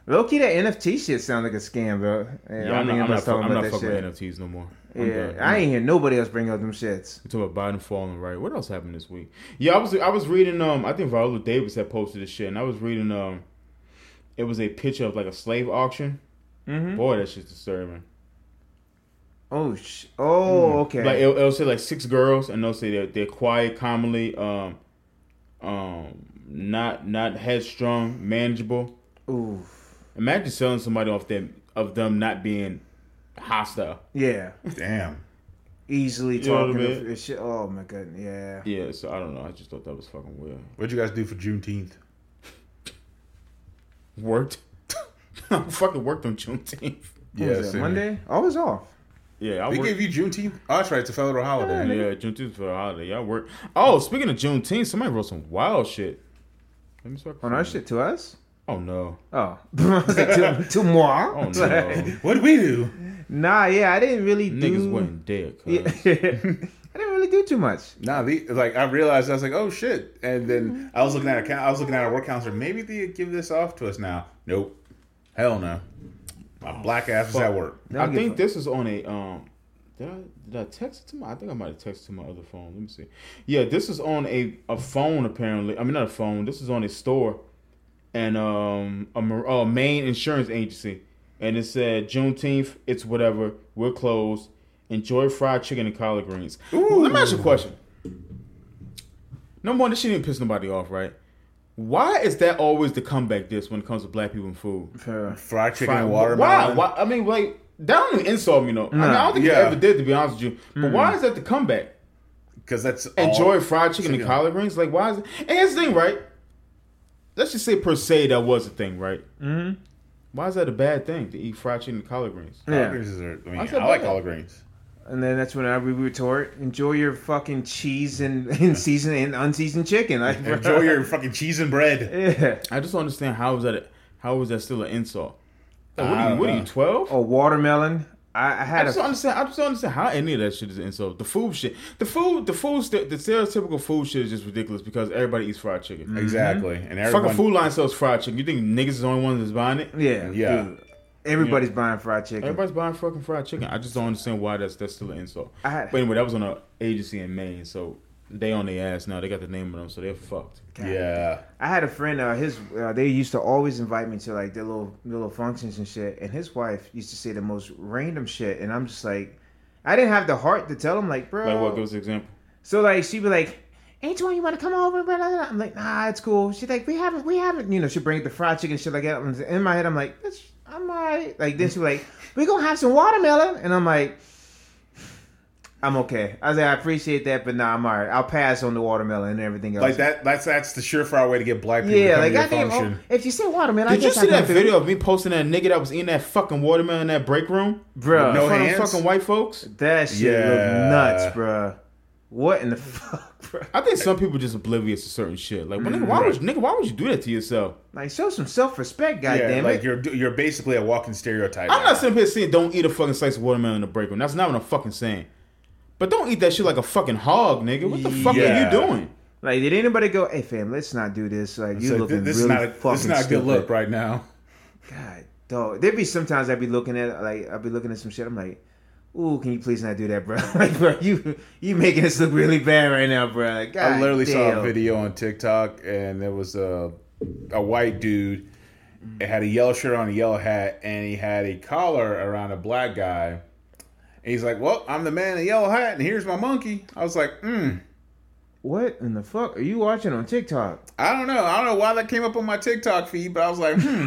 A: Low key, that NFT shit sound like a scam, bro. Yeah,
C: Yeah, I'm,
A: think
C: not, I'm
A: gonna start
C: not, fuck- I'm
A: about
C: not
A: that
C: fucking
A: shit.
C: with NFTs no more. I'm
A: Yeah,
C: done.
A: I ain't hear nobody else bring up them shits.
C: We talking about Biden falling right. What else happened this week? Yeah, I was I was reading. Um, I think Viola Davis had posted this shit, and I was reading. Um, it was a picture of like a slave auction.
A: Mm-hmm.
C: Boy, that shit's disturbing.
A: Oh sh. Oh okay.
C: Mm. Like it'll, it'll say like six girls, and they'll say they're, they're quiet, commonly, um, um, not not headstrong, manageable.
A: Ooh.
C: Imagine selling somebody off them of them not being hostile.
A: Yeah.
B: Damn.
A: Easily
C: You know what I
A: talking
C: mean?
A: to- shit. Oh my god. Yeah.
C: Yeah, so I don't know. I just thought that was fucking weird.
B: What'd you guys do for Juneteenth?
C: Worked. I fucking worked on Juneteenth.
A: What was that,
B: same.
A: Monday. I was off.
C: Yeah, I
B: They
C: worked.
B: gave you Juneteenth. Oh, that's right. It's a federal holiday.
C: Yeah, Juneteenth for a holiday. Y'all work. Oh, speaking of Juneteenth, somebody wrote some wild shit. Let me start.
A: On our shit to us.
C: Oh no.
A: Oh, I was like, to, to moi?
C: Oh no.
B: What do we do?
A: Nah, yeah, I didn't really do.
C: Niggas wasn't dead.
A: Yeah. I didn't really do too much.
B: Nah, the, like I realized I was like, oh shit, and then I was looking at a coun- I was looking at a work counselor. Maybe they give this off to us now. Nope. Hell no. My black ass is at work.
A: No,
C: I
A: give a
C: think
A: fuck.
C: this is on a um. Did I, did I text it to my? I think I might have texted to my other phone. Let me see. Yeah, this is on a, a phone apparently. I mean, not a phone. This is on a store, and um a, mar- uh main insurance agency, and it said Juneteenth. It's whatever. We're closed. Enjoy fried chicken and collard greens. Let me ask you a question. Number one, this shit didn't piss nobody off, right? Why is that always the comeback? This when it comes to black people and food.
A: Fair.
B: Fried chicken
C: Fine,
B: and
C: but
B: watermelon.
C: Why? Why? I mean, like that don't even insult me, no. I, mean, I don't think
B: Yeah.
C: it ever did, to be honest with you. But why is that the comeback?
B: Because that's
C: Enjoy
B: all-
C: fried chicken and
B: Oh, chicken.
C: collard greens. Like, why is it? And here's the thing, right? Let's just say per se that was a thing, right? Mm-hmm. Why is that a bad thing to eat fried chicken and collard greens?
B: Collard
A: Yeah.
B: greens is- I, mean,
C: I said
B: I like
C: bad.
B: collard greens.
A: And then that's when I re- retort, enjoy your fucking cheese and, and seasoned and unseasoned chicken. Like, bro.
B: Enjoy your fucking cheese and bread.
A: yeah.
C: I just don't understand how is that a, how is that still an insult? Like, what
B: I
C: are you?
B: don't
C: What are
B: know.
C: you? Twelve?
A: Or watermelon. Oh, I, I
C: I
A: had
C: just
A: a
C: don't understand. I just don't understand how any of that shit is an insult. The food shit, the food, the food, st- the stereotypical food shit is just ridiculous because everybody eats fried chicken.
B: Exactly. And everyone.
C: Fucking food line sells fried chicken. You think niggas is the only one that's buying it?
A: yeah.
B: Yeah.
A: dude. everybody's buying fried chicken.
C: Everybody's buying fucking fried chicken. I just don't understand why that's that's still an insult.
A: I had-
C: but anyway, that was on an agency in Maine, so they on their ass now. They got the name of them, so they're fucked.
B: Yeah.
A: I had a friend. Uh, his uh, they used to always invite me to like their little their little functions and shit. And his wife used to say the most random shit. And I'm just like, I didn't have the heart to tell him like, bro.
C: Like what gives an example?
A: So like she'd be like, Antoine, you want to come over? Blah, blah, blah. I'm like, nah, it's cool. She's like, we haven't, we haven't, you know. She bring up the fried chicken and shit like that. And in my head, I'm like, That's, I'm alright. Like then she be like, we gonna have some watermelon, and I'm like, I'm okay. I was like, I appreciate that, but nah, I'm alright. I'll pass on the watermelon and everything else.
B: Like that. That's that's the surefire way to get black people
A: Yeah,
B: to
A: like
B: come
A: I
B: to your
A: think oh,
B: function.
A: if you say watermelon, I
C: Did you
A: guess I
C: see that
A: can-
C: video of me posting that nigga that was eating that fucking watermelon in that break room?
A: Bruh.
C: in
B: No
C: front of
B: hands?
C: fucking white folks.
A: That shit
B: Yeah.
A: look nuts, bruh. What in the fuck, bruh?
C: I think some people just oblivious to certain shit. Like, well, nigga, why would nigga, why would you do that to yourself?
A: Like, show some self respect,
B: Yeah,
A: goddamn
B: like
A: it.
B: you're you're basically a walking stereotype.
C: I'm not sitting here saying don't eat a fucking slice of watermelon in the break room. That's not what I'm fucking saying. But don't eat that shit like a fucking hog, nigga. What the fuck
B: Yeah.
C: are you doing?
A: Like, did anybody go, hey, fam, let's not do this? Like, you
B: So th-
A: looking
B: this
A: really
B: is not a,
A: fucking
B: this is not a
A: stupid.
B: good look right now.
A: God, dog. There'd be sometimes I'd be looking at, like, I'd be looking at some shit. I'm like, ooh, can you please not do that, bro? like, bro, you you making us look really bad right now, bro. Like, God
B: I literally saw a
A: damn.
B: video on TikTok, and there was a a white dude. It had a yellow shirt on, a yellow hat, and he had a collar around a black guy. And he's like, "Well, I'm the man in the yellow hat, and here's my monkey." I was like, "Hmm,
A: What in the fuck are you watching on TikTok?
B: I don't know. I don't know why that came up on my TikTok feed, but I was like, hmm,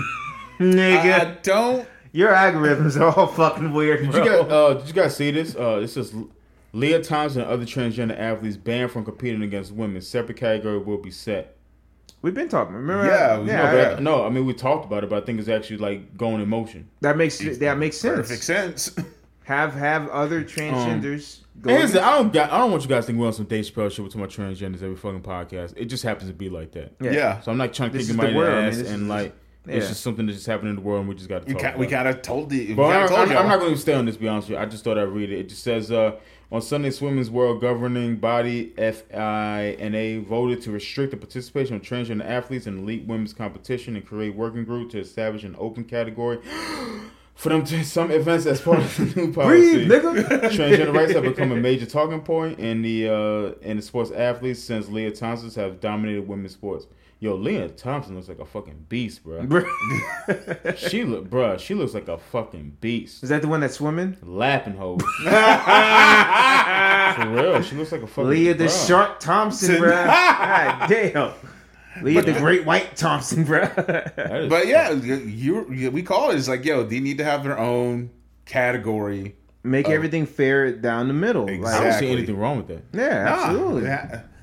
B: I,
A: Nigga,
B: I don't."
A: your algorithms are all fucking weird, bro.
C: Did you, guys, uh, did you guys see this? Uh, this is Leah Thompson and other transgender athletes banned from competing against women. Separate category will be set.
A: We've been talking. Remember?
B: Yeah, we know
A: yeah.
B: that.
A: I-
C: No, I mean we talked about it, but I think it's actually like going in motion.
A: that makes that makes sense.
B: Perfect sense.
A: Um, Have have other transgenders Go
C: And here's the- I don't got, I don't want you guys to think we're on some Dave Chappelle shit with too much transgenders every fucking podcast. It just happens to be like that.
A: Yeah.
B: Yeah.
C: So I'm not trying to
A: This
C: kick
A: is
C: anybody
A: the
C: in the
A: world, man.
C: ass
A: This
C: and
A: is-
C: like
A: yeah.
C: it's just something that's just happening in the world and we just got
B: We
C: to talk.
B: ki-
C: about
B: we
C: it.
B: kind of told the. We
C: But
B: kinda
C: I'm,
B: told
C: I'm-
B: y'all.
C: I'm not going to stay on this. To be honest with you, I just thought I'd read it. It just says uh, on Sunday, Women's World Governing Body (FINA) voted to restrict the participation of transgender athletes in elite women's competition and create working group to establish an open category for them to some events as part of the new policy.
A: Breathe, nigga.
C: Transgender rights have become a major talking point in the uh, in the sports athletes since Leah Thompson's have dominated women's sports. Yo, Leah Thompson looks like a fucking beast, bro. she look, bruh, She looks like a fucking beast.
A: Is that the one that's swimming?
C: Lapping hoe. For real, she looks like a fucking
A: Leah the
C: bruh.
A: Shark Thompson, bruh. God damn. Leah the Great White Thompson, bruh.
C: That is-
B: But yeah, you, you we call it. It's like, yo, they need to have their own category.
A: Make everything fair down the middle.
C: I don't
A: Like,
B: Exactly.
C: see anything wrong with that.
A: Ah, yeah,
B: Nah,
A: absolutely.
B: that-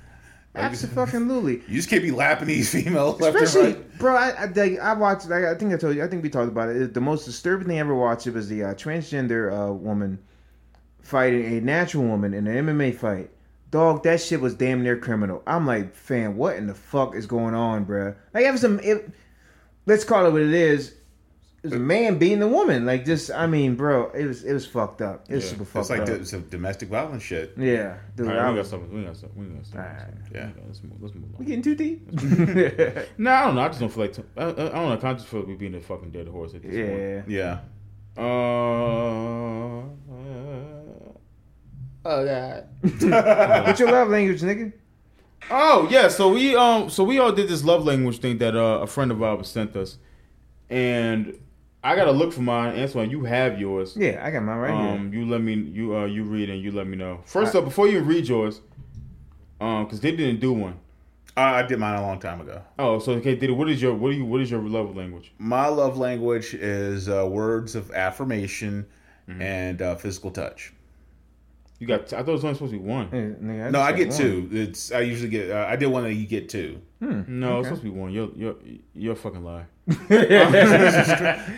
A: Absolutely.
B: You just can't be lapping these females left and
A: Especially,
B: right.
A: bro, I, I, like, I watched, like, I think I told you, I think we talked about it. The most disturbing thing I ever watched was the uh, transgender uh, woman fighting a natural woman in an MMA fight. Dog, that shit was damn near criminal. I'm like, fam, what in the fuck is going on, bruh? Like, have some, if let's call it what it is. It was a man beating a woman. Like, just, I mean, bro, it was, it was fucked up. It was super fucked
B: It's like
A: up.
B: the, it's a domestic violence shit.
A: yeah, dude,
C: All
A: I
C: right, we got
A: was-
C: something. We got something. We got something. we got something.
B: Yeah.
C: Okay, Let's move. Let's move on.
A: we getting too deep.
C: Nah, I don't know. I just don't feel like. T- I, I I don't know. I kind of just feel like we being a fucking dead horse at this point.
A: yeah.
B: Yeah.
C: Uh, oh god.
A: What's your love language, nigga?
C: Oh yeah. So we um. So we all did this love language thing that uh, a friend of ours sent us, and I gotta look for mine. Antoine, you have yours.
A: Yeah, I got mine right here.
C: Um, you let me you uh you read and you let me know. First up, before you read yours, um, because they didn't do one.
B: Uh, I did mine a long time ago.
C: Oh, so okay, did what is your what do you what is your love language?
B: My love language is uh, words of affirmation and uh, physical touch.
C: You got I thought it was only supposed to be one.
A: Hey, nigga,
B: No,
A: just
B: I
A: got
B: get
A: one.
B: two. It's I usually get. Uh, I did one that you get two.
C: No, it's supposed to be one. You're you're you're a fucking liar.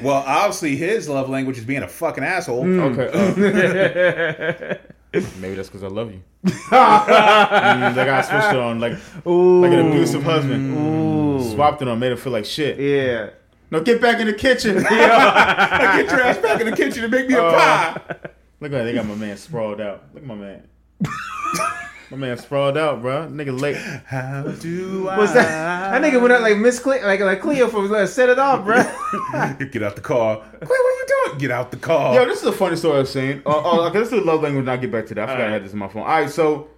B: Well, obviously his love language is being a fucking asshole.
A: Mm.
C: Okay. uh, maybe that's because I love you. Mm, like I switched it on, like like an abusive husband. Swapped it on, made her feel like shit.
A: Yeah.
C: No, get back in the kitchen. Look
B: Get your ass back in the kitchen and make me a
C: Uh,
B: pie.
C: at that, they got my man sprawled out. Look at my man. my man sprawled out, bro. Nigga late.
B: How do I?
A: What's that? That nigga went out like Miss Cleo, like like Cleo from like, Set It Off, bro.
B: Get out the car. Quit, what are you doing? Get out the car.
C: Yo, this is a funny story I was saying. Oh, oh okay, this is love language. and I'll get back to that. I forgot I had this in my phone. All right, so,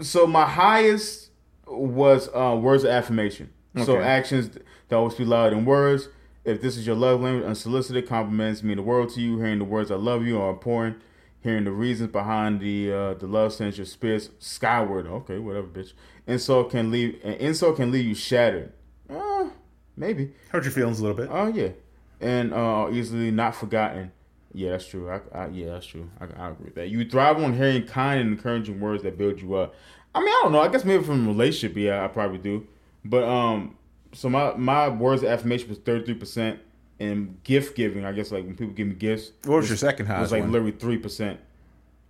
C: so my highest was uh, words of affirmation. So
A: Okay.
C: actions that always speak louder than words. If this is your love language, unsolicited compliments mean the world to you. Hearing the words "I love you" are important. Hearing the reasons behind the uh, the love sends your spirits skyward. Okay, whatever, bitch. Insult can leave an insult can leave you shattered. Uh, maybe.
B: Hurt your feelings a little bit.
C: Oh yeah, and uh, easily not forgotten. Yeah, that's true. I, I yeah, that's true. I, I agree with that. You thrive on hearing kind and encouraging words that build you up. I mean, I don't know. I guess maybe from a relationship, yeah, I probably do. But um, so my my words of affirmation was thirty three percent, and gift giving. I guess like when people give me gifts,
B: What was your second highest
C: was like
B: one?
C: literally three percent.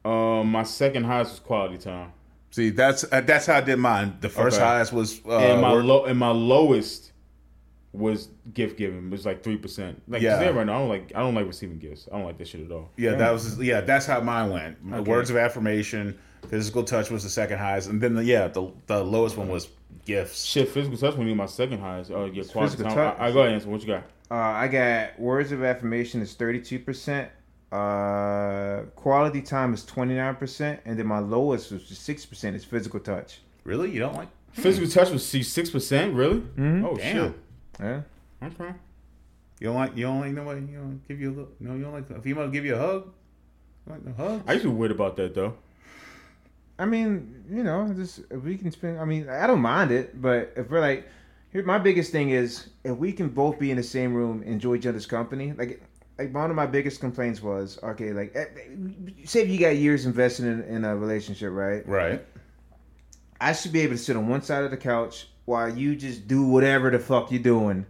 C: Um, my second highest was quality time,
B: See, that's uh, that's how I did mine. The first
C: Okay.
B: highest was uh,
C: and my
B: work-
C: low and my lowest was gift giving. It was like three percent. Like 'cause
B: Yeah.
C: everyone, I don't like I don't like receiving gifts. I don't like that shit at all.
B: yeah, that was yeah, that's how mine went. Words of affirmation, physical touch was the second highest, and then the, yeah, the the lowest one was gifts.
C: Shit, physical touch would be my second highest. Oh, yeah, quality
A: physical
C: time.
A: touch.
C: I, I go ahead and answer. What you got?
A: Uh, I got words of affirmation is thirty two percent. Uh, quality time is twenty nine percent, and then my lowest, which is six percent, is physical touch.
B: Really, you don't like?
C: Physical touch was six percent. Really?
A: Mm-hmm.
C: Oh
B: Damn.
A: Yeah.
C: shit. Okay.
B: You don't like? You don't like nobody? You don't give you a little? No, you don't like a female to give you a hug? You don't like no hug?
C: I used to be weird about that though.
A: I mean, you know, just if we can spend. I mean, I don't mind it, but if we're like, here, my biggest thing is if we can both be in the same room, enjoy each other's company. Like, like one of my biggest complaints was, okay, like, eh, eh, say if you got years invested in, in a relationship, right?
B: Right.
A: I should be able to sit on one side of the couch while you just do whatever the fuck you're doing,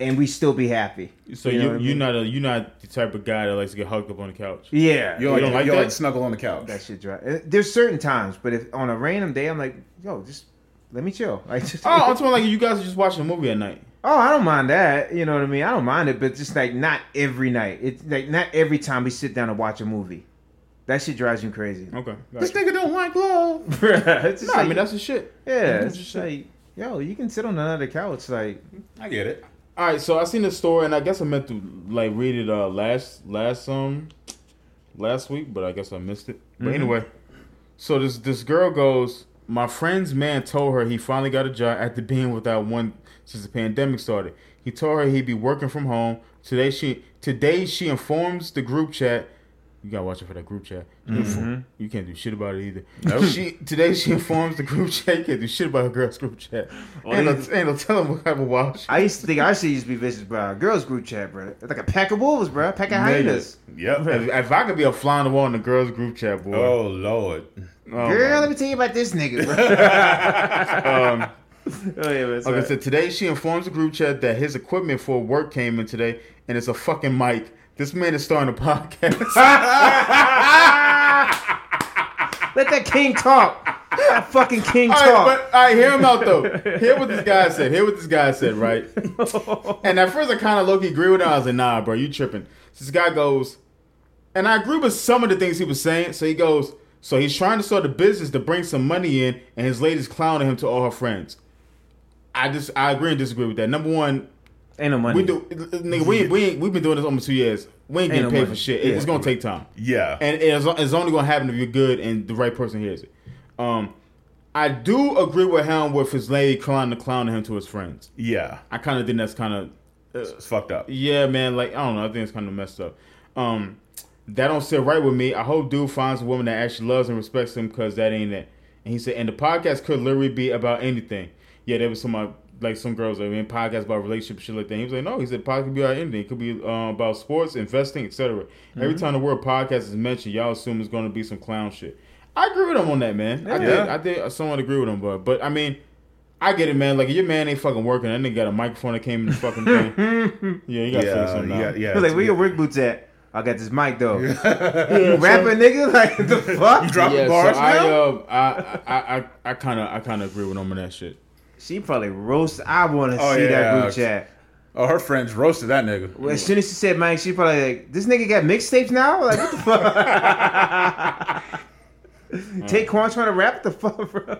A: and we still be happy.
C: So
A: You know
C: you, you,
A: what I
C: are
A: mean?
C: not a you're not the type of guy that likes to get hugged up on the couch.
A: Yeah,
B: You like,
C: don't like
B: you
C: that?
B: like snuggle on the couch.
A: that shit dry. Uh, There's certain times, but if on a random day, I'm like, yo, just let me chill. Like, just,
C: Oh, I'm talking like you guys are just watching a movie at night.
A: Oh, I don't mind that. You know what I mean? I don't mind it, but just like not every night. It's like not every time we sit down and watch a movie. That shit drives you crazy.
C: Okay.
B: This nigga don't like love.
A: it's just
C: Nah, I
A: like,
C: mean that's the shit.
A: yeah, it's just like, yo, you can sit on another couch. Like,
B: I get it.
C: All right, so I seen this story, and I guess I meant to like read it uh, last last um last week, but I guess I missed it. But anyway, so this this girl goes, my friend's man told her he finally got a job after being without one since the pandemic started. He told her he'd be working from home today. She today she informs the group chat. You gotta watch it for that group chat. You inform- You can't do shit about it either. She today she informs the group chat. You can't do shit about her girl's group chat. and
A: these-
C: they'll, and they'll tell him what type of wild shit.
A: I used to think I should used to be visited by a girls group chat, bro. It's like a pack of wolves, bro. A pack of hyenas.
C: If,
B: Yep.
C: if I could be a fly on the wall in the girls group chat, boy.
B: oh Lord.
C: Oh,
A: Girl,
C: my-
A: let me tell you about this nigga. Bro.
C: um,
A: oh yeah, that's
C: like I
A: right.
C: said, today she informs the group chat that his equipment for work came in today, and it's a fucking mic. This man is starting a podcast.
A: Let that king talk. Let that fucking king
C: All right,
A: talk.
C: but I hear him out though. Hear what this guy said. Hear what this guy said, right? and at first, I kind of low key agree with him. I was like, nah, bro, you tripping. So this guy goes, and I agree with some of the things he was saying. So he goes, so he's trying to start a business to bring some money in, and his lady's clowning him to all her friends. I just I agree and disagree with that. Number one,
A: Ain't no money.
C: we do nigga, we we ain't, we've been doing this almost two years. We ain't getting
A: no
C: paid
A: money.
C: for shit. It- It's gonna take time.
B: Yeah.
C: And it's, it's only going to happen if you're good and the right person hears it. Um, I do agree with him with his lady clown the clown him to his friends.
B: yeah.
C: I kind of think that's kind of
B: It's fucked up.
C: yeah, man. Like I don't know. I think it's kind of messed up. Um, that don't sit right with me. I hope dude finds a woman that actually loves and respects him because that ain't it. And he said, and the podcast could literally be about anything. Yeah, there was some uh, like some girls that were in podcasts about relationships, shit like that. He was like, no, he said podcast could be about anything. It could be uh, about sports, investing, etc. Every time the word podcast is mentioned, y'all assume it's going to be some clown shit. I agree with him on that, man. I did.
B: Yeah.
C: I did. Someone agree with him, but but I mean. I get it, man. Like if your man ain't fucking working. That nigga got a microphone that came in the fucking thing. yeah, you gotta figure
B: Yeah.
C: something
B: Yeah.
C: out.
B: Yeah.
A: He's like, where your work boots at? I got this mic though. you rapping nigga? Like the fuck?
B: You dropping
C: Yeah, so
B: bars
C: I,
B: now?
C: uh, I, I, I, I kind of, I kind of agree with him on that shit.
A: she probably roast. I want to
B: Oh,
A: see that
B: yeah.
A: group chat.
B: oh, her friends roasted that nigga.
A: Well, as soon as she said mic, she probably like, this nigga got mixtapes now. Like what the fuck? Take Quan trying to rap the fuck, bro.
C: All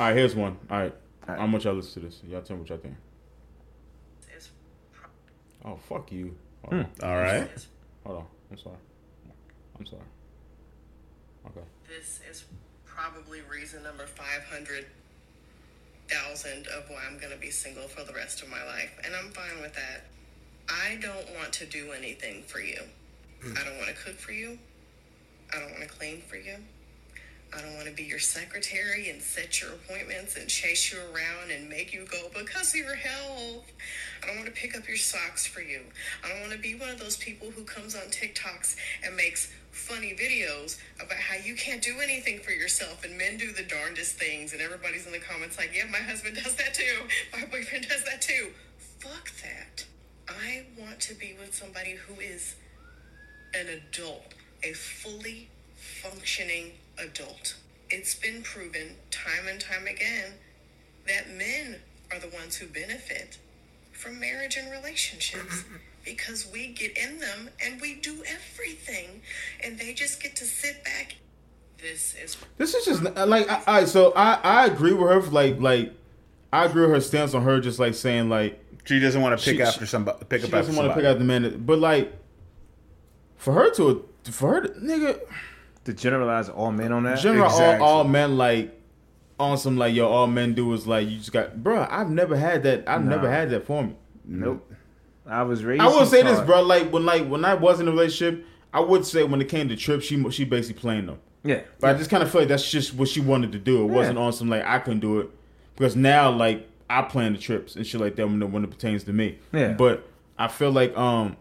C: right, here's one. All right,
A: All right.
C: how much y'all listen to this? Y'all tell me what y'all think.
G: It's pro-
C: Oh fuck you. Hold, on. Uh,
B: All right.
G: it's-
C: Hold on. I'm sorry. I'm sorry. Okay.
G: This is probably reason number 500,000 of why I'm going to be single for the rest of my life. And I'm fine with that. I don't want to do anything for you. I don't want to cook for you. I don't want to clean for you. I don't want to be your secretary and set your appointments and chase you around and make you go because of your health. I don't want to pick up your socks for you. I don't want to be one of those people who comes on TikToks and makes funny videos about how you can't do anything for yourself and men do the darndest things and everybody's in the comments like, yeah, my husband does that too. My boyfriend does that too. Fuck that. I want to be with somebody who is an adult, a fully functioning adult. It's been proven time and time again that men are the ones who benefit from marriage and relationships because we get in them and we do everything and they just get to sit back. This is
C: This is just uh, like I, I so I I agree with her for like like I agree with her stance on her just like saying like
B: She doesn't want to pick
C: She-
B: after somebody. Pick
C: she
B: up after
C: doesn't want to
B: somebody.
C: pick out the man, that- but like for her to for her to, nigga
A: To generalize all men on that.
C: general
B: Exactly.
C: all, all men like on some like yo all men do is like you just got bruh, I've never had that I've never had that for me.
A: nope. I was raised.
C: I will say this,
A: hard.
C: bro. Like when like when I was in a relationship, I would say when it came to trips, she she basically playing them.
A: Yeah.
C: But I just kind of feel like that's just what she wanted to do. It wasn't on some like I couldn't do it because now like I plan the trips and shit like that when it, when it pertains to me.
A: Yeah.
C: But I feel like um,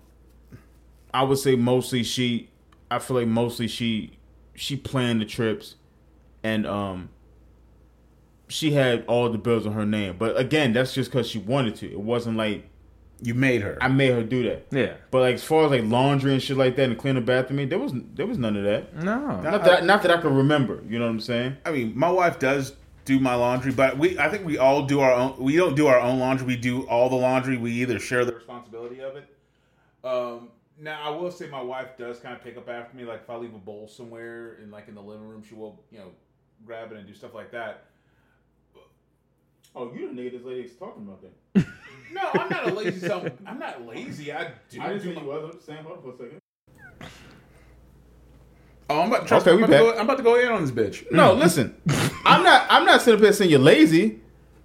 C: I would say mostly she. I feel like mostly she she planned the trips, and um. She had all the bills on her name, but again, that's just because she wanted to. It wasn't like
B: You made her.
C: I made her do that.
A: Yeah.
C: But like as far as like laundry and shit like that and clean the bathroom, I mean, there was there was none of that.
A: No.
C: Not that, not that I can remember. You know what I'm saying?
B: I mean, my wife does do my laundry, but we I think we all do our own. We don't do our own laundry. We do all the laundry. We either share the responsibility of it. Um, now I will say my wife does kind of pick up after me. Like if I leave a bowl somewhere and like in the living room, she will you know grab it and do stuff like that.
C: Oh, you the nigga this lady is talking about then.
B: No, I'm not a lazy. Son. I'm not lazy. I do.
C: I didn't
B: do
C: say you was. I'm saying, hold on for a second.
B: oh, I'm about, trust
C: Okay,
B: me, I'm,
C: we
B: about to
C: back.
B: go, I'm about to go in on this bitch.
C: No, listen. I'm not. I'm not sitting up here saying you're lazy,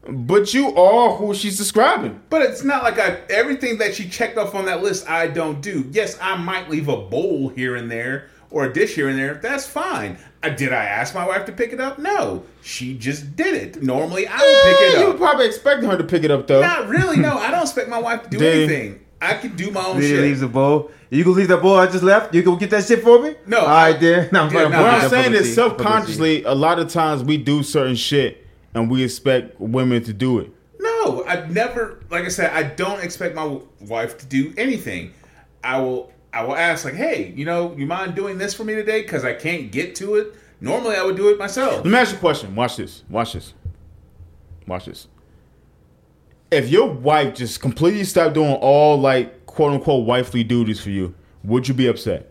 C: but you are who she's describing.
B: But it's not like I everything that she checked off on that list I don't do. Yes, I might leave a bowl here and there or a dish here and there. That's fine. I, did I ask my wife to pick it up? No, she just did it. Normally I would pick
C: Yeah,
B: it
C: Eh, You
B: up.
C: were probably expecting her to pick it up though.
B: not really. No, I don't expect my wife to do
C: Dang.
B: anything. I can do my own
A: He
B: shit.
A: leaves the bowl. You gonna leave that bowl I just left? You gonna get that shit for me?
B: No.
A: All right, there. No, I'm
B: Yeah,
A: fucking-
B: no,
C: what
B: Yeah,
C: I'm saying
A: publicity,
C: is subconsciously, a lot of times we do certain shit and we expect women to do it.
B: No, I've never. Like I said, I don't expect my w- wife to do anything. I will. I will ask like, hey, you know, you mind doing this for me today? Because I can't get to it. Normally, I would do it myself.
C: Let me ask you a question. Watch this. Watch this. Watch this. If your wife just completely stopped doing all like quote unquote wifely duties for you, would you be upset?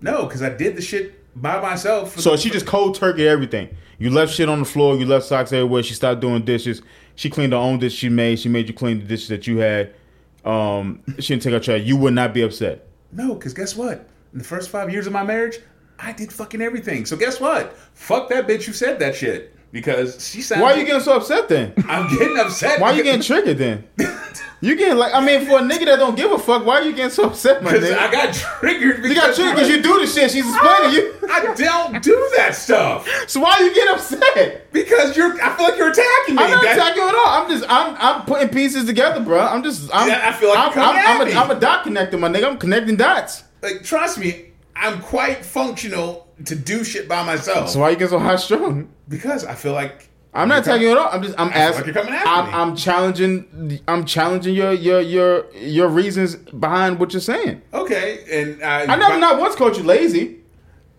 B: No, because I did the shit by myself. for
C: So
B: the-
C: she just cold turkey everything. You left shit on the floor. You left socks everywhere. She stopped doing dishes. She cleaned her own dish she made. She made you clean the dishes that you had. Um, she didn't take out trash. You would not be upset.
B: no, because guess what? In the first five years of my marriage, I did fucking everything. So guess what? Fuck that bitch who said that shit because she sounds.
C: Why are you getting so upset then?
B: I'm getting upset.
C: Why are you getting triggered then? You getting like I mean for a nigga that don't give a fuck, why are you getting so upset, my
B: Because I
C: nigga?
B: got triggered. Because
C: You got triggered because you do the shit. She's explaining you.
B: I don't do that stuff
C: So why you get upset?
B: because you're. I feel like you're attacking me.
C: I'm not
B: That-
C: attacking you at all. I'm just I'm I'm putting pieces together, bro. I'm just I'm
B: Yeah, I feel like
C: I'm,
B: you're coming
C: I'm,
B: at
C: I'm,
B: me.
C: a, I'm a dot connector, my nigga. I'm connecting dots.
B: Like, trust me, I'm quite functional to do shit by myself.
C: So why you get so high strung?
B: because I feel like
C: I'm not attacking you at all. I'm just I'm
B: like
C: asking.
B: you're coming after
C: I'm,
B: me.
C: I'm challenging. I'm challenging your your your your reasons behind what you're saying.
B: okay, and I,
C: I never not once called you lazy.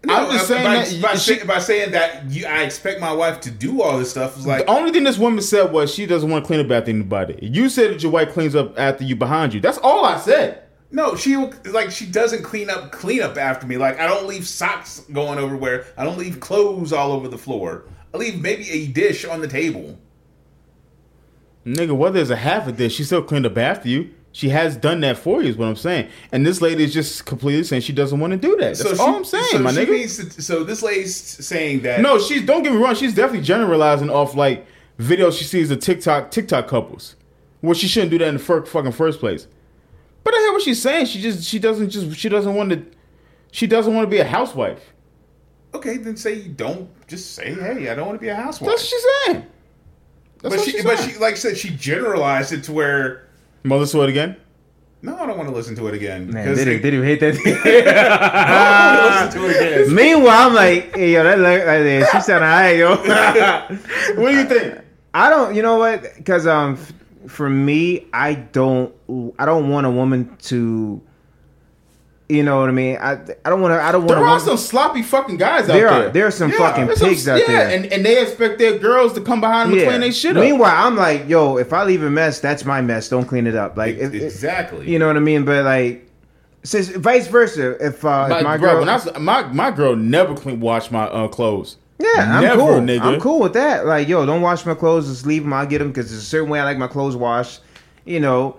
C: I'm just
B: by,
C: saying
B: uh, by,
C: that you-
B: by,
C: she-
B: say- by saying that you, I expect my wife to do all this stuff is like
C: The only thing this woman said was she doesn't want to clean up after anybody. You said that your wife cleans up after you behind you. That's all I said.
B: no she like she doesn't clean up clean up after me like I don't leave socks going everywhere I don't leave clothes all over the floor I leave maybe a dish on the table
C: Nigga, whether it's a half of this, she still cleaned up after you. She has done that for you, is what I'm saying. And this lady is just completely saying she doesn't want to do that. That's all I'm saying,
B: so
C: my
B: she
C: nigga.
B: means to- so this lady's saying that
C: no, she's don't get me wrong. She's definitely generalizing off like videos she sees of TikTok TikTok couples. Well, she shouldn't do that in the fir- fucking first place. But I hear what she's saying. She just she doesn't just she doesn't want to she doesn't want to be a housewife.
B: okay then say you don't just say hey I don't want to be a housewife
C: That's what she's saying. That's
B: but
C: what
B: she
C: she's
B: but
C: saying.
B: she like I said she generalized it to where
C: Well, let's do it again.
B: no I don't want to listen to it again
A: Man,
B: because
A: did he,
B: it-
A: did he hate that?
B: I don't want to listen to it again
A: Meanwhile, I'm like, hey, yo, that look like that. She sound alright, yo.
C: What do you think?
A: I don't, you know what? Because um, f- for me, I don't, I don't want a woman to, you know what I mean. I, I don't want to, I don't want.
C: There
A: a
C: are
A: woman,
C: some sloppy fucking guys out
A: there
C: there.
A: are there are some
B: Yeah,
A: fucking
C: There's some-
A: pigs out
C: yeah,
A: there.
C: and, and they expect their girls to come behind them and clean their shit up.
A: Meanwhile, I'm like, yo, if I leave a mess, that's my mess. Don't clean it up.
C: E,
A: Like, if- if-
B: exactly
A: you know what I mean. But like, since vice versa, if, uh, if
C: Like,
A: my
C: bro,
A: girl,
C: when I, s- my my girl never clean wash my uh, clothes.
A: Yeah, I'm
C: Never,
A: cool.
C: nigga.
A: I'm cool with that. Like, yo, don't wash my clothes. Just leave them. I'll get them because there's a certain way I like my clothes washed. You know,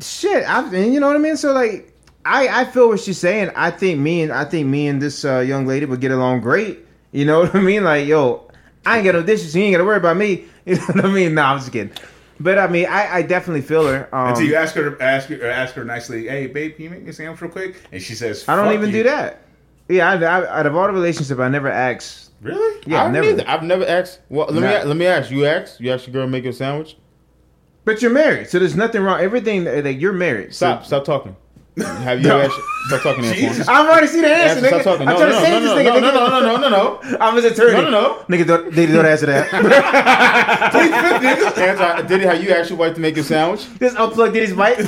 A: shit. I, and you know what I mean. So like, I I feel what she's saying. I think me and I think me and this uh, young lady would get along great. You know what I mean? Like, yo, I ain't got no dishes. You ain't got to worry about me. You know what I mean? Nah, I'm just kidding. But I mean, I, I definitely feel her. Um,
B: Until you ask her, ask her, or ask her nicely, "Hey, babe, can you make me a sandwich real quick?" And she says,
A: I don't
B: "Fuck
A: even
B: you."
A: do that. Yeah, I, I, out of all the relationship, I never asked.
B: Really?
A: Yeah,
C: I've
A: never.
C: never. I've never asked. Well, let me
A: Nah.
C: a- let me ask. You asked. You asked your girl to make you a sandwich.
A: But you're married, so there's nothing wrong. Everything like you're married. so-
C: Stop. Stop talking. Have you ever? Stop talking to him.
B: Jesus.
A: I'm already see the answer,
C: Stop
A: nigga.
C: talking.
A: I'm
C: No,
A: trying
C: no,
A: to save
C: no,
A: this
C: no,
A: nigga.
C: no,
A: nigga.
C: no, no, no, no, no.
A: I'm his attorney.
C: No, no, no.
A: Nigga, don't, they don't answer that.
C: Answer, Diddy, how you actually like to make your sandwich?
A: Just unplug Diddy's mic.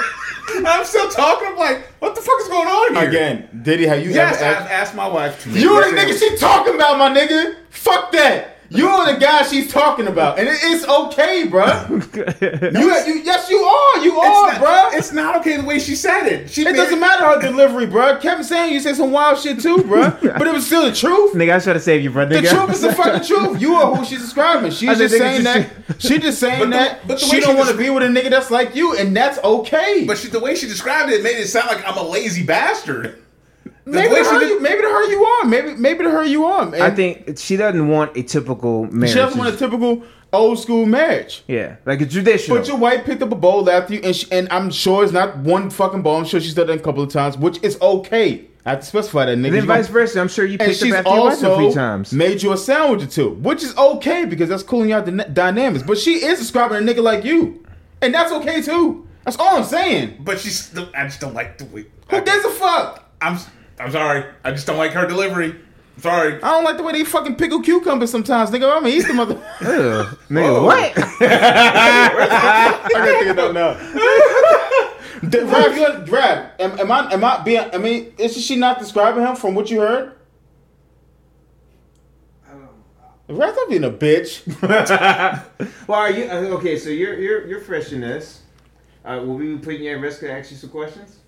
B: I'm still talking. I'm like, what the fuck is going on here?
C: Again, Diddy, how you
B: Yes,
C: ever?
B: I've
C: Act-
B: asked my wife to.
C: you the nigga she talking about, my nigga. Fuck that. You are the guy she's talking about, and it is okay, bruh. you, you, yes, you are. You are,
B: It's not,
C: bruh.
B: it's not okay the way she said it. She
C: It
B: made-
C: doesn't matter her delivery, bruh. Kevin saying you said some wild shit too, bruh. but it was still the truth.
A: nigga, I was trying to save you, bro.
C: The
A: Nigga.
C: truth is the fucking truth. You are who she's describing.
A: I
C: She's
A: just
C: just
A: think
C: saying
A: it's
C: that.
A: just-
C: She just saying
B: But the-
C: that
B: but the way
C: she don't
B: she
C: want to
B: descri-
C: be with a nigga that's like you, and that's okay.
B: But
C: But
B: she, the way she described it made it sound like I'm a lazy bastard. The
C: maybe
B: way
C: to
B: she
C: her,
B: did-
C: you, maybe to her you are. Maybe maybe to her you are.
A: I
C: And
A: think she doesn't want a typical marriage.
C: she doesn't want a typical old school marriage.
A: yeah, like a judicial.
C: But your wife picked up a bowl after you, and, she, and I'm sure it's not one fucking bowl. I'm sure she's done it a couple of times, which is okay. I have to specify that, nigga.
A: and then
C: You don't-
A: vice versa, I'm sure you
C: And
A: picked up
C: she's
A: after your wife a
C: also
A: few times.
C: made you a sandwich or two, which is okay because that's cooling out the n- dynamics. But she is describing a nigga like you, and that's okay too. That's all I'm saying.
B: But she's. the- I just don't like the way.
C: Who gives a fuck?
B: I'm. I'm sorry. I just don't like her delivery. I'm sorry.
C: I don't like the way they fucking pickle cucumbers sometimes, nigga. I'm an Easter mother. I
A: Ugh, nigga, what?
C: gotta think of now. Grab, you want- grab. Am, am I? Am I being? I mean, is she not describing him from what you heard? Rather not being a bitch.
A: well, are you uh, okay? So you're you're you're fresh in this. Uh, will we be putting you at risk to ask you some questions?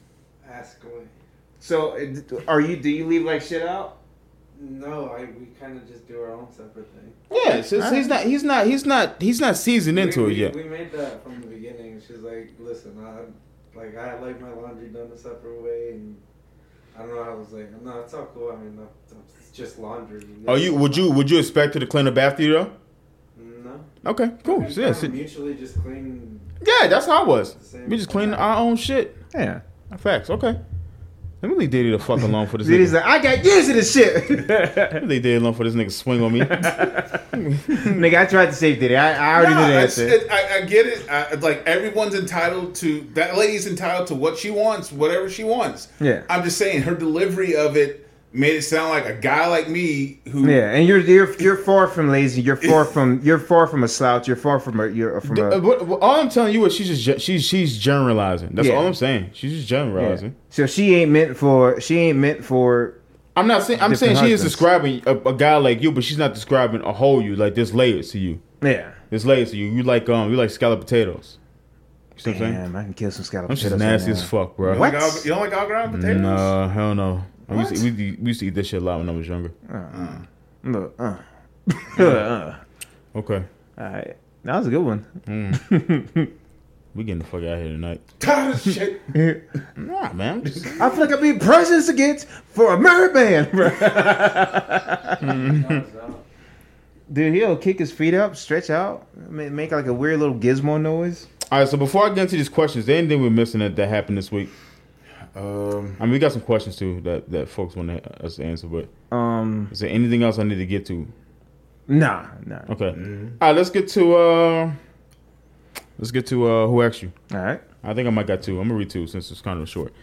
D: Ask away.
A: So, uh, d- are you? Do you leave like shit out?
D: No, I we kind of just do our own separate thing.
C: Yeah, it's just- he's not. He's not. He's not. He's not seasoned into
D: we,
C: it yet.
D: We, we made that from the beginning. She's like, listen, I like I like my laundry done a separate way, and I don't know. I was like, no, it's all cool. I mean, no, it's just laundry.
C: Are Oh, you? Would you? Would you expect her to clean up after you though?
D: No.
C: Okay, cool.
D: We
C: Yeah,
D: kinda
C: see-
D: mutually just clean.
C: yeah, that's how I was.
D: Same.
C: We just clean our own shit.
A: Yeah.
C: Facts. Okay. Let me leave Diddy the fuck alone for this.
A: He's
C: nigga.
A: like, I got years of this shit.
C: Let me leave Diddy alone for this nigga swing on me.
A: Nigga, I tried to save Diddy. I, I already
B: No,
A: knew the
B: it's-
A: answer.
B: it- I, I get it. I, like everyone's entitled to that lady's entitled to what she wants, whatever she wants.
A: Yeah.
B: I'm just saying her delivery of it made it sound like a guy like me who
A: yeah, and you're you're you're far from lazy. You're far from you're far from a slouch. You're far from a you're from
C: Uh,
A: a.
C: what- what- all I'm telling you is she's just ge- she's she's generalizing. That's
A: Yeah.
C: all I'm saying. She's just
A: yeah.
C: generalizing.
A: So she ain't meant for she ain't meant for.
C: I'm not saying I'm saying
A: Different
C: she is
A: husbands.
C: describing a, a guy like you, but she's not describing a whole you. Like there's layers to you.
A: Yeah.
C: There's layers to you. You like um you like scalloped potatoes. You see what I'm saying?
A: Damn, I can kill some scallop
C: I'm just
A: potatoes right
C: nasty
A: now.
C: as fuck, bro.
B: You don't like all- you don't like all ground potatoes?
C: No, hell no. We used, to, we, we used to eat this shit a lot when I was younger.
A: Look, uh. uh, uh.
C: Okay.
A: All right, that was a good one.
C: We getting the fuck out of here tonight.
B: Shit.
C: Nah, man. I'm just-
A: I feel like I'm being prejudiced against for a merry man, bro.
C: Hmm.
A: Dude, he'll kick his feet up, stretch out, ma- make like a weird little gizmo noise.
C: All right, so before I get into these questions, is there anything we're missing that, that happened this week?
B: um,
C: I mean, we got some questions too that, that folks want to- us to answer, but
A: Um,
C: is there anything else I need to get to?
A: nah, nah.
C: Okay. All right, let's get to uh, let's get to uh, who asked you.
A: All right.
C: I think I might got two. I'm gonna read two since it's kind of short.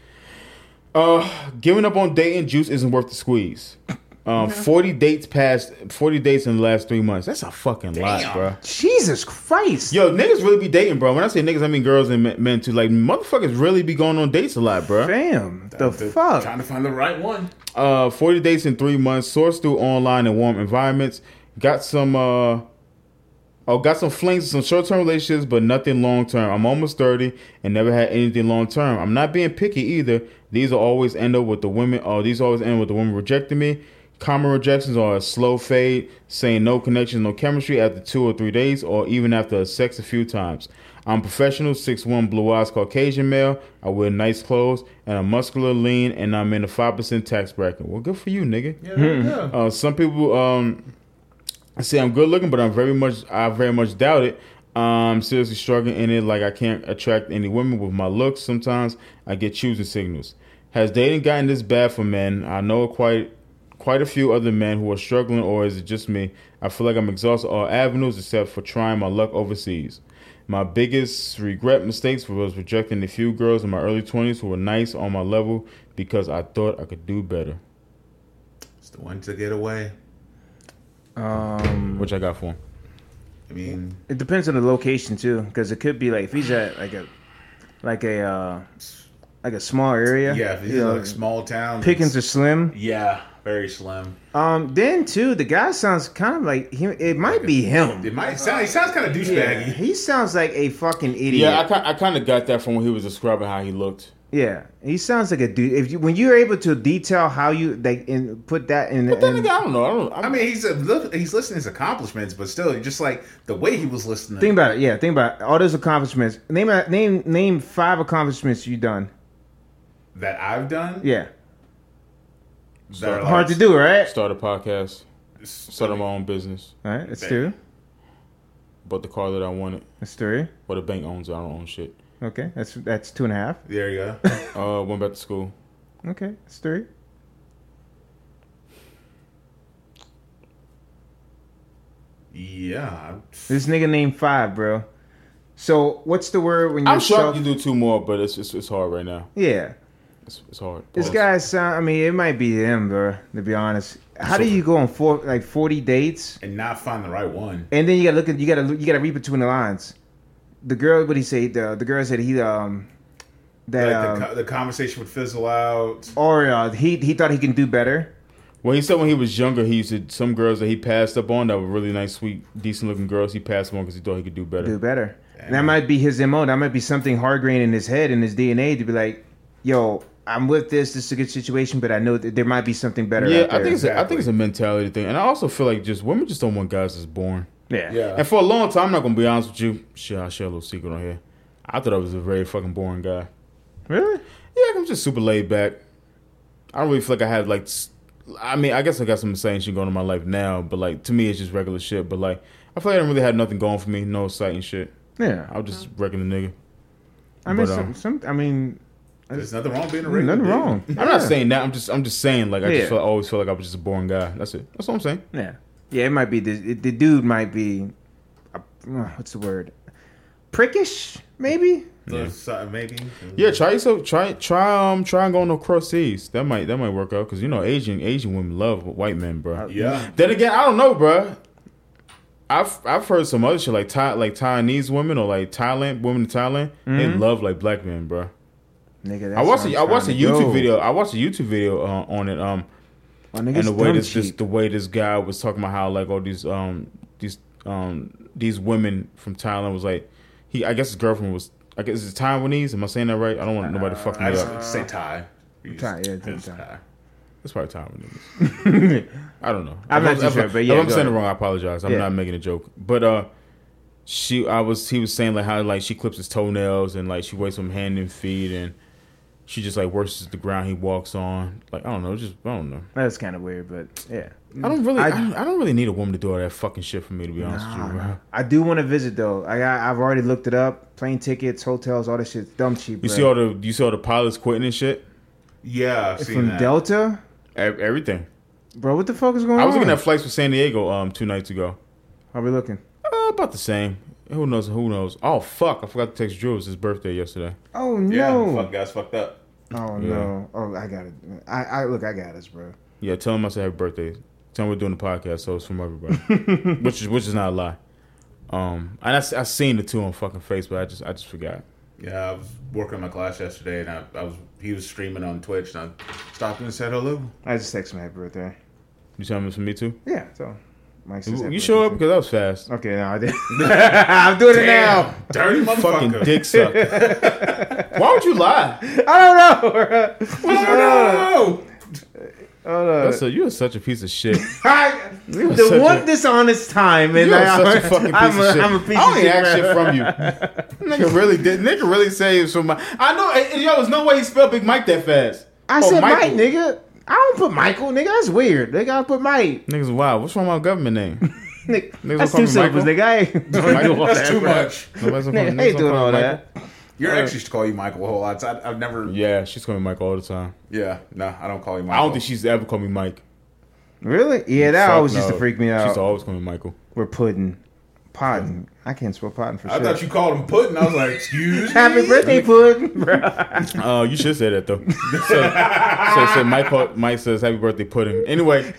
C: Uh, giving up on dating juice isn't worth the squeeze. Um, forty dates past forty dates in the last three months. That's a fucking lot, bro.
A: Jesus Christ.
C: Yo, niggas really be dating, bro. When I say niggas, I mean girls and men- men too. Like motherfuckers really be going on dates a lot, bro.
A: Damn.
B: to-
A: The fuck.
B: Trying to find the right one.
C: Uh, forty dates in three months. Sourced through online and warm environments. Got some. uh Oh, got some flings, some short-term relationships, but nothing long-term. I'm almost 30 and never had anything long-term. I'm not being picky either. These will always end up with the women. Oh, these always end with the women rejecting me. Common rejections are a slow fade, saying no connection, no chemistry after two or three days, or even after sex a few times. I'm professional, 6'1", blue-eyes, Caucasian male. I wear nice clothes and I'm muscular, lean, and I'm in the 5% tax bracket. Well, good for you, nigga.
B: Yeah, there you go.
C: Uh, some people um, say I'm good looking, but I'm very much I very much doubt it. I'm seriously struggling in it. Like I can't attract any women with my looks. Sometimes I get choosing signals. Has dating gotten this bad for men? I know quite quite a few other men who are struggling, or is it just me? I feel like I'm exhausted all avenues except for trying my luck overseas. My biggest regret mistakes was rejecting the few girls in my early 20s who were nice on my level because I thought I could do better,
B: It's the one to get away.
A: Um,
C: which I got for him.
B: I mean,
A: it depends on the location too, because it could be like if he's at like a like a uh, like a small area.
B: yeah, if it's
A: you know,
B: like small town.
A: pickings are slim.
B: Yeah, very slim.
A: Um, then too, the guy sounds kind of like he. It might be him.
B: It might sound. He sounds kind of
A: Yeah,
B: douchebaggy.
A: he sounds like a fucking idiot.
C: Yeah, I, ki- I kind of got that from when he was describing how he looked.
A: Yeah, he sounds like a dude. If you, when you're able to detail how you like and put that in,
C: But then
A: in-
C: again, I don't know. I don't.
B: I mean, he's a, look- he's listing his accomplishments, but still, just like the way he was listening.
A: think about it. Yeah, think about it. all those accomplishments. Name a- name name five accomplishments you done.
B: that I've done.
A: Yeah,
B: that are, like,
A: hard to do, right?
C: start a podcast, started my own business,
A: All right, that's two.
C: bought the car that I wanted,
A: That's three.
C: but the bank owns it. I don't own shit.
A: Okay, that's that's two and a half.
B: There you go.
C: Uh, went back to school.
A: Okay, that's three.
B: yeah.
A: This nigga named five, bro. So what's the word when you're
C: I'm sure I
A: self-
C: can do two more, but it's it's, it's hard right now.
A: yeah,
C: It's, it's hard.
A: this
C: Pause.
A: guy sound. I mean, it might be him, bro. To be honest, how do you go on four like forty dates?
B: And not find the right one.
A: And then you gotta look at you gotta you gotta read between the lines. The girl, what he say? The the girl said he um that
B: Like
A: um,
B: the, co- the conversation would fizzle out.
A: or uh, he he thought he can do better.
C: Well, he said when he was younger, he used to some girls that he passed up on that were really nice, sweet, decent looking girls. He passed them on because he thought he could do better.
A: do better. And that might be his MO. That might be something hard grained in his head and his DNA to be like, yo, I'm with this. This is a good situation, but I know that there might be something better.
C: yeah,
A: out
C: I
A: there.
C: think it's a, I think it's a mentality thing, and I also feel like just women just don't want guys that's boring.
A: yeah.
C: And for a long time, I'm not gonna be honest with you. Shit, I'll share a little secret on here. I thought I was a very fucking boring guy.
A: Really?
C: Yeah, I'm just super laid back. I don't really feel like I had like. s- I mean, I guess I got some insane shit going on in my life now, but like to me, it's just regular shit. But like, I feel like I didn't really have nothing going for me, no sight and shit. I
A: Yeah.
C: was just wrecking the nigga.
A: I mean,
C: But,
A: some,
C: um,
A: some, I mean,
B: There's nothing wrong with
C: Mm,
B: being a regular.
A: nothing
B: dude.
A: wrong.
C: I'm not saying that. I'm just I'm just saying like I
A: Yeah.
C: just feel, always felt like I was just a boring guy. That's it. That's all I'm saying.
A: Yeah. Yeah, it might be the, the dude might be, uh, what's the word? Prickish, maybe?
B: So, so- maybe.
C: Yeah, try yourself. Try try um try and go on no cross seas. That might that might work out because you know Asian Asian women love white men, bro.
B: Yeah.
C: Then again, I don't know, bruh. I've I've heard some other shit like Thai like Taiwanese women or like Thailand women in Thailand. They love like black men, bruh.
A: Nigga, that's
C: I watched
A: Mm-hmm. what
C: a,
A: I'm
C: I watched a
A: trying to
C: YouTube
A: go.
C: video. I watched a YouTube video uh, on it. Um,
A: My nigga's
C: and the way
A: dumb
C: this, this
A: cheap.
C: the way this guy was talking about how like all these um these um these women from Thailand was like he I guess his girlfriend was I guess it's Taiwanese. Am I saying that right? I don't want nobody to fuck me
B: I
A: Uh,
B: just
C: up.
B: say tie.
A: Thai, yeah, it's
B: It's
A: Thai.
B: Thai.
C: It's probably Taiwanese. I don't know.
A: I'm
C: If
A: not too
C: if
A: sure,
C: I-
A: but yeah,
C: if I'm
A: go
C: saying it
A: ahead.
C: wrong, I apologize. I'm
A: Yeah.
C: not making a joke. But uh, she, I was, he was saying like how like she clips his toenails and like she waits him hand and feet and she just like worships the ground he walks on. Like I don't know, just I don't know.
A: That's kind of weird, but yeah.
C: I don't really, I,
A: I-
C: don't, I don't really need a woman to do all that fucking shit for me to be honest with you. Bro.
A: I do want to visit though. I got, I've already looked it up. Plane tickets, hotels, all that shit's dumb cheap. bro.
C: You see all the, you see all the pilots quitting and shit.
B: Yeah, I've seen
A: from
B: that.
A: Delta,
C: E- Everything.
A: bro. What the fuck is going on?
C: I was looking at flights for San Diego um two nights ago.
A: How we looking?
C: Uh, about the same. Who knows? Who knows? Oh fuck! I forgot to text Drew. It was his birthday yesterday.
A: Oh
B: yeah,
A: no!
B: fuck guys, fucked up.
A: oh no! Oh, I got it. I, I look, I got us, bro.
C: Yeah, tell him I said happy birthday. Tell him we're doing the podcast, so it's from everybody, which is which is not a lie. Um, and I, s- I seen the two on fucking face, but I just I just forgot.
B: Yeah, I was working my class yesterday, and I, I was he was streaming on Twitch, and I stopped him and said hello.
A: I just texted my happy birthday.
C: You tell him it's for me too.
A: Yeah. So, Mike says happy
C: You show up
A: birthday.
C: because that was fast.
A: Okay, no, I did. I'm doing it now.
B: Damn, dirty
C: Fucking
B: motherfucker.
C: dick suck. Why would you lie?
A: I don't know. bro.
B: Oh,
A: Hold on.
C: So you're such a piece of shit.
A: I-
C: such
A: the
C: a-
A: one dishonest time, and
C: You're
A: I,
C: such a fucking piece
A: I'm,
C: of
A: a,
C: shit.
A: I'm a piece
C: I
A: of
C: don't
A: shit.
C: even ask
A: bro.
C: shit from you. nigga really did. Nigga really say it was from my. I know. and- and Yo, there's no way he spelled Big Mike that fast.
A: I
C: Oh,
A: said
C: Michael.
A: Mike, nigga. I don't put Michael, nigga. That's weird. They gotta put Mike.
C: Niggas, wow. What's wrong with my government name?
A: Nigga,
C: Niggas
A: that's two
C: will call me Michael.
A: syllables, nigga. I ain't doing all
B: no, that's
A: that,
B: too
A: bro.
B: much.
C: Nobody's gonna call-
A: Nigga, I
C: nobody's
A: ain't doing
C: gonna call me
A: all
C: Michael.
A: that.
B: Your ex used to call you Michael a whole lot. so I, I've never.
C: Uh, Yeah, she's calling me Mike all the time.
B: Yeah, no, I don't call you Michael.
C: I don't think she's ever called me Mike.
A: Really? Yeah, that
C: Fuck
A: always used
C: no.
A: to freak me
C: She's
A: out.
C: always called me Michael.
A: We're pudding. Potting. I can't spell potting for
B: I
A: sure.
B: thought you called him Putin. I was like, excuse me.
A: Happy birthday, Putin.
C: Oh, you should say that though. so, so, so Mike, pa- Mike says happy birthday, pudding. Anyway,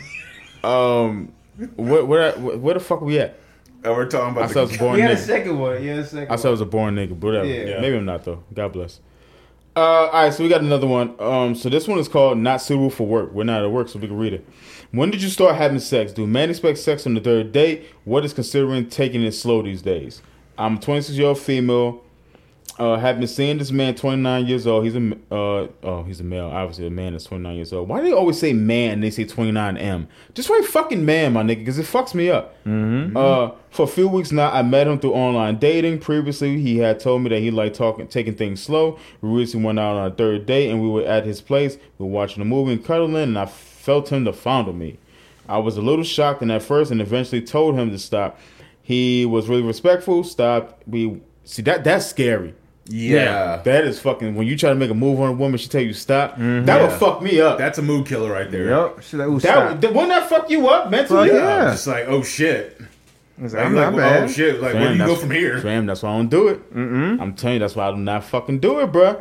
C: um, where, where where the fuck are we at?
B: And we're talking about
C: I said I was
B: the,
C: born
A: We had a
C: nigga.
A: second one. Yeah, a second.
C: I said I was a born nigga, but whatever.
A: Yeah.
C: Maybe I'm not though. God bless. Uh, all right, so we got another one. Um, so this one is called "Not Suitable for Work." We're not at work, so we can read it. When did you start having sex? Do men expect sex on the third date? What is considering taking it slow these days? I'm a 26 year old female. Uh, have been seeing this man, 29 years old. He's a m- uh, oh, he's a male. Obviously, a man that's 29 years old. Why do they always say man? and They say 29m. Just write fucking man, my nigga, because it fucks me up. Uh, for a few weeks now, I met him through online dating. Previously, he had told me that he liked talking, taking things slow. We recently went out on a third date, and we were at his place. We were watching a movie and cuddling, and I felt him to fondle me. I was a little shocked and at first, and eventually told him to stop. He was really respectful. Stopped. We see that that's scary.
B: yeah.
C: that is fucking. When you try to make a move on a woman, she tell you stop. That would fuck me up. Mm-hmm. That,
B: That's a mood killer right there.
A: Yep. She's like, ooh,
C: that
A: stop.
C: would- wouldn't that fuck you up mentally?
A: Fuck
B: I'm
A: Yeah.
B: just like, oh shit.
A: I was like,
B: I'm
A: I'm
B: like,
A: not
B: oh
A: bad.
B: shit. Like,
C: Fam,
B: where do you go
C: that's-
B: from here?
C: Fam, that's why I don't do it. Mm-mm. I'm telling you, that's why I do not fucking do it, bruh.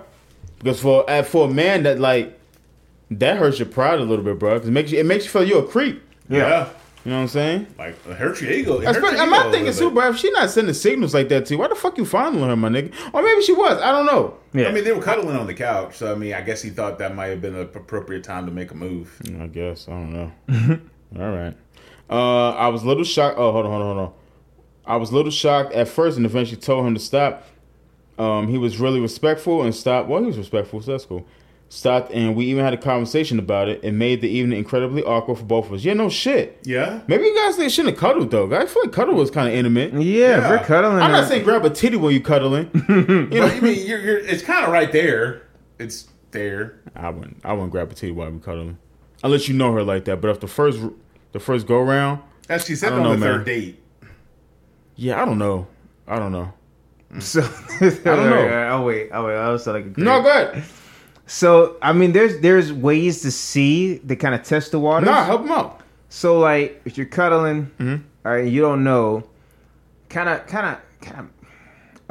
C: Because for uh, for a man that like that hurts your pride a little bit, bruh. 'Cause it makes you it makes you feel you're a creep.
B: Yeah.
C: You know what I'm saying?
B: Like, it hurts your ego. It hurts
C: Especially,
B: your
C: I'm
B: ego
C: not
B: a
C: thinking
B: little
C: too,
B: bit.
C: bruh. If she not sending signals like that to you, why the fuck you fondling her, my nigga? Or maybe she was. I don't know.
A: Yeah.
B: I mean, they were cuddling on the couch, so I mean, I guess he thought that might have been an appropriate time to make a move.
C: I guess I don't know. All right. Uh, I was a little shocked. Oh, hold on, hold on, hold on. I was a little shocked at first, and eventually told him to stop. Um, he was really respectful and stopped. Well, he was respectful, so that's cool. Stopped, and we even had a conversation about it. It made the evening incredibly awkward for both of us. Yeah, no shit.
B: Yeah.
C: Maybe you guys they shouldn't have cuddled though. guys. I feel like cuddle was kind of intimate.
A: Yeah,
B: Yeah.
A: if we're cuddling.
C: I'm not
A: uh,
C: saying grab a titty when you cuddling.
B: You know, you mean, you're, you're, it's kind of right there. It's there.
C: I wouldn't. I wouldn't grab a titty while we cuddling, unless you know her like that. But if the first, the first go round,
B: As she
C: I
B: said on
C: don't
B: the
C: know, man.
B: third date.
C: yeah, I don't know. I don't know.
A: So
C: don't know.
A: Oh wait, oh wait, I was like, a creep.
C: No, go ahead.
A: So I mean, there's there's ways to see to kind of test the waters.
C: Nah, help him out.
A: So like, if you're cuddling,
C: Mm-hmm.
A: all right, you don't know, kind of, kind of, kind of.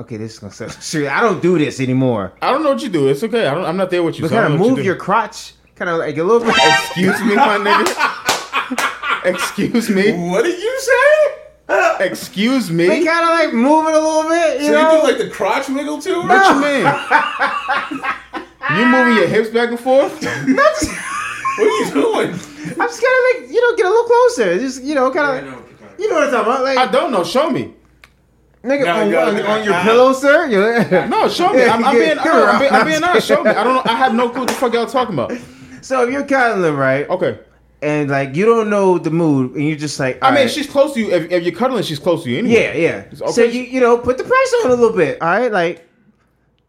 A: Okay, this is gonna sound. Serious. I don't do this anymore.
C: I don't know what you do. It's okay. I don't. I'm not there with you.
A: But
C: so I
A: kind
C: don't
A: of
C: know what
A: move
C: you do.
A: your crotch, kind of like a little bit.
C: Excuse me, my nigga. Excuse me.
B: What did you say?
C: Excuse
A: They
C: me.
A: kind of like move it a little bit, you
B: So you
A: know.
B: do like the crotch wiggle too?
C: What you mean?
A: ah.
C: You moving your hips back and forth?
B: What are you doing?
A: I'm just kind of like you know get a little closer, just you know
D: I
A: kind
D: know
A: of.
D: what you're talking
A: You know what I'm talking about? Like,
C: I don't know. Show me.
A: nigga,
B: Now I
A: on,
B: got
A: on-
B: it.
A: on your
B: Ah.
A: pillow, sir. You-
C: No, show me. I'm, I'm being. I'm being, I'm being honest. Show me. I don't know. I have no clue what the fuck y'all talking about.
A: so if you're cuddling, right,
C: Okay.
A: and like you don't know the mood, and you're just like,
C: I mean,
A: alright.
C: she's close to you. If, if you're cuddling, she's close to you anyway.
A: Yeah, yeah.
C: It's okay.
A: So you you know put the pressure on a little bit. All right, like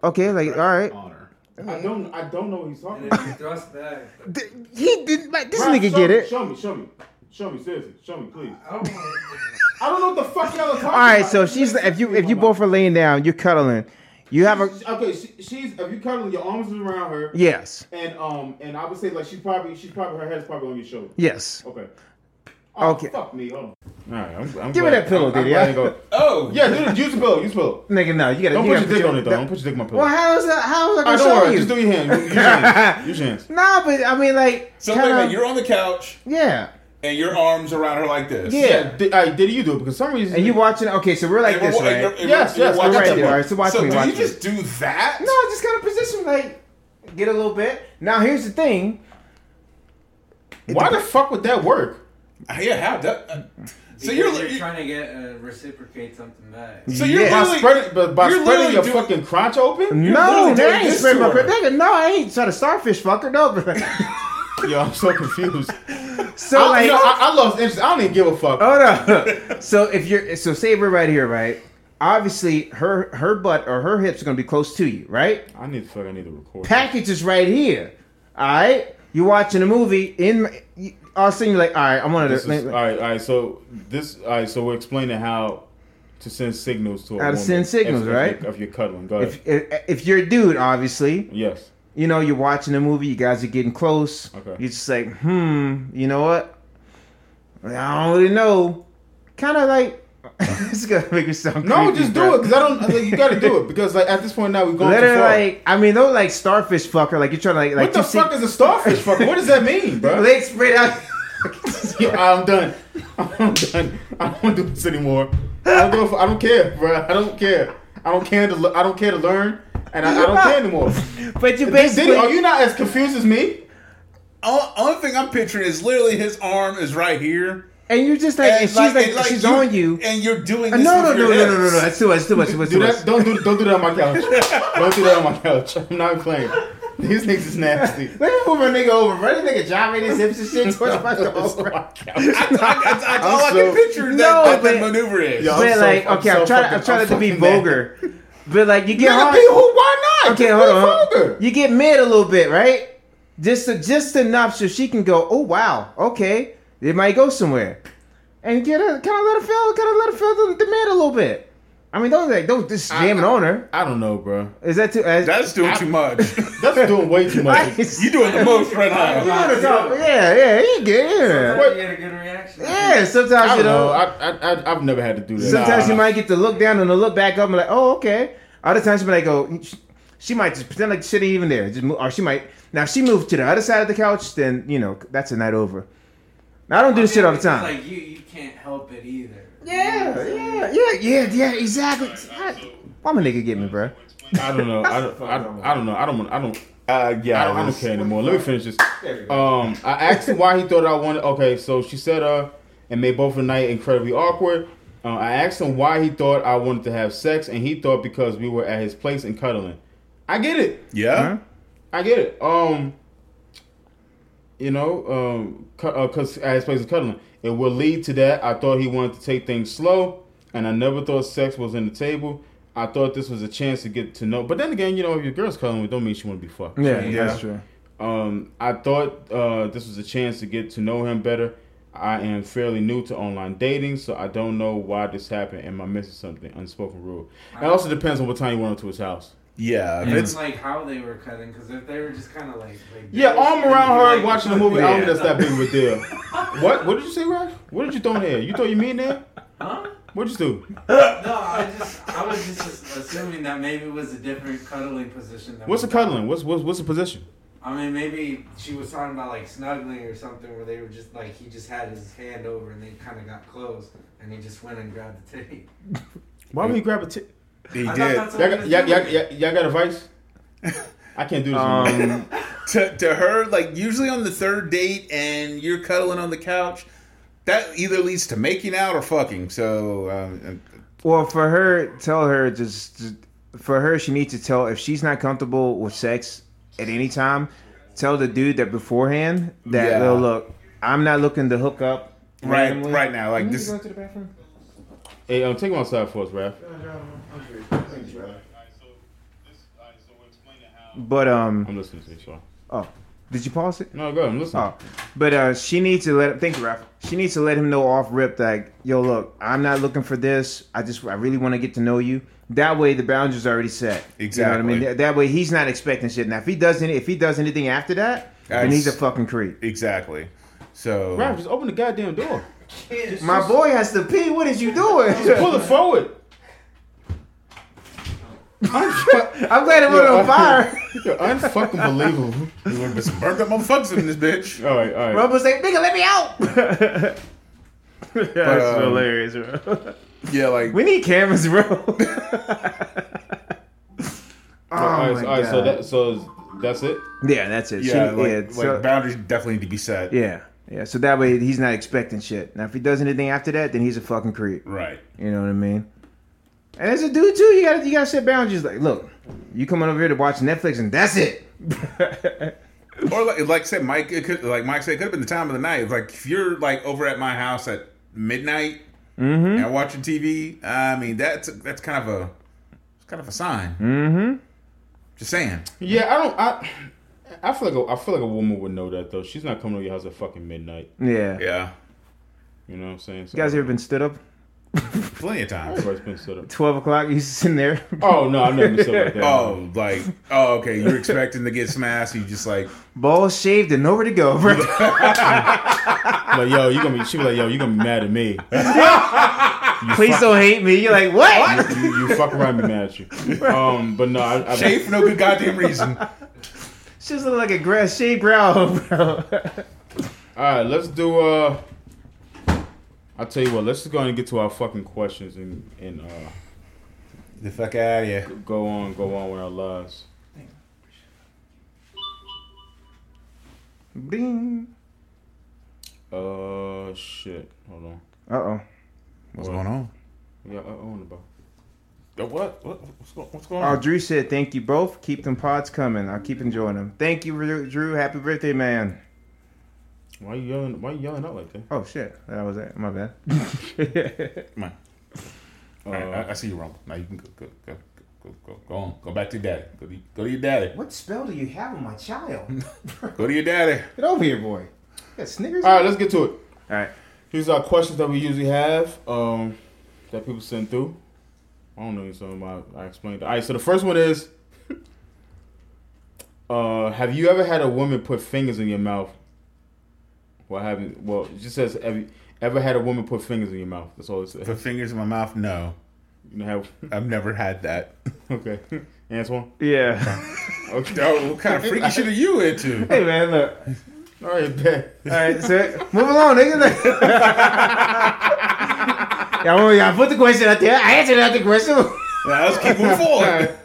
A: okay, like all right.
B: Honor.
C: I don't. I don't know what he's talking
D: about. And if you thrust back,
A: Th- He didn't like this
C: Right,
A: nigga
C: show
A: get
C: me,
A: it.
C: Show me, show me, show me, seriously, show me, please.
D: I don't want
C: I don't know what the fuck y'all are talking
A: All right,
C: about.
A: so she's if you if you
C: Come
A: both
C: on.
A: are laying down, you're cuddling. You have a
C: okay, she, she's if you cuddling, your arms is around her,
A: yes,
C: and um, and I would say like she's probably she's probably her head's probably on your shoulder.
A: yes.
C: Okay. Oh,
A: Okay.
C: Fuck me. Hold on. All right, I'm, I'm
A: Give me
C: glad-
A: that pillow,
C: I'm- I'm
A: Diddy.
C: glad
A: I-
C: you go-
B: Oh, yeah.
C: Yeah, dude, use the pillow. Use the pillow.
A: Nigga, no, you gotta.
C: Don't
A: you
C: put
A: gotta
C: your dick on it though.
A: that-
C: Don't put your dick on my pillow.
A: Well, how's that? How's I
C: All
A: gonna
C: right, don't
A: show
C: worry.
A: you?
C: Just do your hand. Use your hands. Use your hands.
A: Nah, but I mean, like,
B: So wait a
A: kinda,
B: minute, you're on the couch
A: yeah,
B: and your arms around her like this.
A: Yeah.
C: Did, all right, Diddy, you do it because some reason.
A: and you watching. Okay, so we're
B: And
A: like
B: we're-
A: this,
B: and you're-
A: right?
B: and
C: Yes,
B: you're
C: yes,
B: watching
C: I'm right
B: someone.
C: here. All
A: right, so watch me,
B: do
A: watch
B: you
A: me.
B: just do that?
A: No, just kind of position, like, get a little bit. Now, here's the thing.
C: Why the fuck would that work?
B: Yeah, how? That, uh, so
D: Because
B: you're,
D: you're,
B: li-
D: trying to get uh, reciprocate something back.
B: so you're
A: Yeah.
C: By
B: literally-
C: spreading, by- by
B: you're
C: spreading
B: literally
C: your
B: doing-
C: fucking crotch
A: No,
C: open?
B: literally doing
A: that ain't
B: this
A: spread
B: to
A: my
B: her.
A: nigga. No, I ain't trying to starfish fucker. No,
C: Yo, I'm so confused.
A: so
C: I,
A: like,
C: yo, I, I lost interest. I don't even give a fuck.
A: oh no. so if you're, so say we're right here, right? Obviously, her her butt or her hips are gonna be close to you, right?
C: I need to fuck. I need to record.
A: Package is right here. All right, you're watching a movie in. you- All of a sudden, you're like, all right, I'm one of
C: This
A: the.
C: is, uh, all right, all right. So this, all right. So we're explaining how to send signals to a
A: How to
C: woman
A: send signals,
C: if, if
A: right?
C: you're- If you're cuddling, go ahead.
A: if, if if you're a dude, obviously,
C: yes.
A: you know you're watching a movie. You guys are getting close.
C: Okay.
A: You're just like, hmm. You know what? I don't really know. Kind of like, it's gonna make me sound.
C: No,
A: creepy,
C: just do
A: bro.
C: it because I don't. Like, you got to do it because like at this point now we've gone
A: Let
C: too
A: her
C: far.
A: like. I mean, they're like starfish fucker. Like you're trying to like. like
C: what the
A: two
C: fuck
A: se-
C: is a starfish fucker? What does that mean, bro?
A: Legs spread out.
C: Yo, I'm done. I'm done. I don't want to do this anymore. I don't, give a fu- I don't care, bro. I don't care. I don't care to. le- I don't care to learn, and I, I don't care anymore.
A: but you
C: Big Diddy,
A: basically.
C: are you not as confused as me?
B: O- Only thing I'm picturing is literally his arm is right here,
A: and you're just like. And she's like.
B: and
A: she's on you.
B: and you're doing
A: Uh,
B: this.
A: no, no,
B: with
A: no, no,
B: your
A: no, no,
B: hips.
A: no. That's too much. Too much. Too much.
C: Do
A: Too much.
C: that. Don't do. Don't do that on my couch. Don't do that on my couch. I'm not playing. These niggas is nasty.
A: Let me move my nigga over. Bro, this nigga jobbing his hips and shit. Torch my dog, bro.
B: I, I, I, that's
C: I'm
B: all I
C: so-
B: can picture that,
A: No,
B: that, that
A: but-
B: maneuver is.
C: Yo,
A: But
C: I'm so-
A: like,
C: I'm
A: okay,
C: so
A: I'm trying. I'm
C: fucking-
A: trying not
C: I'm
A: to be
C: fucking mad.
A: vulgar. But like, you get
C: Nigga,
A: hard-
C: be who? Why not?
A: Okay,
C: Just
A: hold
C: be
A: on.
C: vulgar.
A: You get mid a little bit, right? Just to, just enough so she can go, oh wow, okay, it might go somewhere, and get her kind of let her feel, kind of let her feel the, the mid a little bit. I mean, don't like don't just jam it on her.
C: I don't know, bro.
A: Is that too? Uh,
B: That's doing too much.
C: That's doing way too much.
B: you doing the most right
A: You
B: now.
A: know what I'm talking- Yeah, yeah, you get yeah.
D: you get a good reaction.
A: yeah. Sometimes
C: I
A: you
C: don't
A: know.
C: know. I, I, I, I've never had to do that.
A: Sometimes
B: Nah.
A: you might get to look down and to look back up and like, oh, okay. Other times you might go, she- "Oh, she might just pretend like shit ain't even there. Just move, or she might, now if she moved to the other side of the couch, then, you know, that's a night over. Now, I don't do this shit all the
D: It's
A: time.
D: like you, you can't help it either.
A: Yeah, yeah, yeah, yeah, yeah, exactly. Why my nigga get me, bro?
C: I don't know. I don't, I, don't- I don't know. I don't. want- I don't.
B: Uh,
C: I
B: yeah,
C: don't, I don't
B: this-
C: care anymore. Let me finish this.
F: There we go.
C: Um, I asked him why he thought I wanted. Okay, so she said, uh, and made both of the night incredibly awkward. Uh, I asked him why he thought I wanted to have sex, and he thought because we were at his place and cuddling. I get it.
B: Yeah.
A: Huh?
C: I get it. Um, you know, um, because at his place of cuddling, it will lead to that. I thought he wanted to take things slow, and I never thought sex was in the table. I thought this was a chance to get to know. But then again, you know, if your girl's cuddling, it don't mean she want to be fucked.
A: Yeah,
B: Yeah.
A: that's true.
C: Um, I thought uh, this was a chance to get to know him better. I am fairly new to online dating, so I don't know why this happened. Am I missing something? Unspoken rule. It also depends on what time you went up to his house.
B: Yeah. if
D: And
B: It's,
D: it's like how they were cutting, because if they were just kind of like, like
C: Yeah,
D: this,
C: arm
D: and
C: around
D: you,
C: her
D: like,
C: watching the movie. I don't think that's
D: Yeah.
C: that big of a deal. What? What did you say, Raj? What did you throw in there? You throw your meat in there?
D: Huh?
C: What'd you do?
D: No, I just I was just assuming that maybe it was a different cuddling position. That
C: What's the
D: was-
C: cuddling? What's what's what's the position?
D: I mean, maybe she was talking about like snuggling or something, where they were just like he just had his hand over and they kind of got close, and he just went and grabbed the titty.
C: Why would he grab a tit?
B: he
D: I thought
B: did.
D: that's
C: Y'all
D: what
C: got,
D: he
C: y'all,
D: was
C: y'all,
D: doing.
C: y'all, y'all got advice? I can't do this. anymore.
A: Um,
B: to, to her, like usually on the third date, and you're cuddling on the couch. That either leads to making out or fucking. So um,
A: Well, for her, tell her just, just- for her, she needs to tell if she's not comfortable with sex at any time, tell the dude that beforehand that
B: Yeah.
A: "Well, look, I'm not looking to hook up.
B: right,
A: randomly." Mm-hmm.
B: right now, like this.
F: to the bathroom?
C: hey, um, take him outside for us, Raph.
A: But um,
C: I'm listening to you, sorry.
A: oh, did you pause it?
C: No, go ahead. I'm listening.
A: Oh, but uh, she needs to let. Thank you, Ralph. She needs to let him know off rip like, yo, look, I'm not looking for this. I just, I really want to get to know you. That way, the boundaries are already set. You know what I mean?
B: Exactly.
A: That, that way, he's not expecting shit. Now, if he doesn't, if he does anything after that, then
B: That's-
A: he's a fucking creep.
B: Exactly. So
C: Raph, just open the goddamn door.
A: My boy has to pee. What is you doing?
C: Pull it forward.
A: I'm glad it went on fire.
C: You're unfucking believable.
B: we would have some burnt up motherfuckers in this bitch.
C: All right, all right.
A: Rob was like, nigga, let me out. That's
B: um,
A: hilarious, bro.
B: Yeah, like
A: we need cameras, bro. oh
C: all
A: my
C: right, all right. So
A: God.
C: that so is, that's it.
A: Yeah, that's it.
B: yeah,
A: She-
B: like,
A: yeah,
B: like
A: so-
B: boundaries definitely need to be set.
A: yeah, yeah. So that way he's not expecting shit. Now if he does anything after that, then he's a fucking creep.
B: Right.
A: You know what I mean? And as a dude too, you gotta you gotta set boundaries. Like, look, you coming over here to watch Netflix and that's it.
B: Or like, like I said, Mike, it could, like Mike said, it could have been the time of the night. Like if you're like over at my house at midnight
A: Mm-hmm.
B: and watching TV, I mean that's that's kind of a it's kind of a sign. Mm-hmm. Just saying.
C: Yeah, I don't. I I feel like a, I feel like a woman would know that though. She's not coming to your house at fucking midnight.
A: yeah. You
B: Yeah,
C: You know what I'm saying? So
A: guys ever been stood up?
B: plenty of times.
C: Everybody's been set up.
A: Twelve o'clock, you sitting there.
C: Oh no, I've never been set up like that.
B: Oh, like oh, okay. You're expecting to get smashed. You just like
A: Balls shaved and nowhere to go, bro.
C: like yo, you gonna be? She be like, yo, you gonna be mad at me?
A: Please don't hate me. You're like, what?
C: You, you, you fuck around, be mad at you. Um, but no, I, I,
B: Shave for no good goddamn reason.
A: She's looking like a grass shade brown, bro.
C: All right, let's do. uh I'll tell you what. Let's just go ahead and get to our fucking questions and and uh,
B: the fuck out of here.
C: go on, go on with our lives.
A: Bing.
C: Uh, shit. Hold on.
A: Uh oh.
B: What's going on?
C: Yeah, I own about.
B: What? what? What's, going, what's going
A: Oh, Drew said, thank you both. Keep them pods coming. I'll keep enjoying them. Thank you, Drew. Drew. Happy birthday, man.
C: Why you yelling? Why you yelling out like that?
A: Oh, shit. That was it. My bad.
B: Come on. All right, I, I see you, Rumble. Now you can go, go, go, go, go, go on. Go back to your daddy. Go to, go to your daddy.
F: What spell do you have on my child?
B: Go to your daddy.
A: Get over here, boy. You got Snickers?
C: All right, let's get to it.
A: All right.
C: Here's our questions that we usually have um, that people send through. I don't know something about. I explained. All right, so the first one is: uh, Have you ever had a woman put fingers in your mouth? Well, I haven't. Well, it just says have you ever had a woman put fingers in your mouth? That's all it says.
B: Put fingers in my mouth? No.
C: You know, have,
B: I've never had that.
C: okay, Antoine.
A: Yeah.
C: Okay.
B: Yo, Oh, what kind of freaky shit are you into?
A: hey, man, look.
C: All right, bet.
A: All right, so move along, nigga. yeah, well, yeah, I put the question out there. I answered out the question.
B: Now, let's keep moving forward.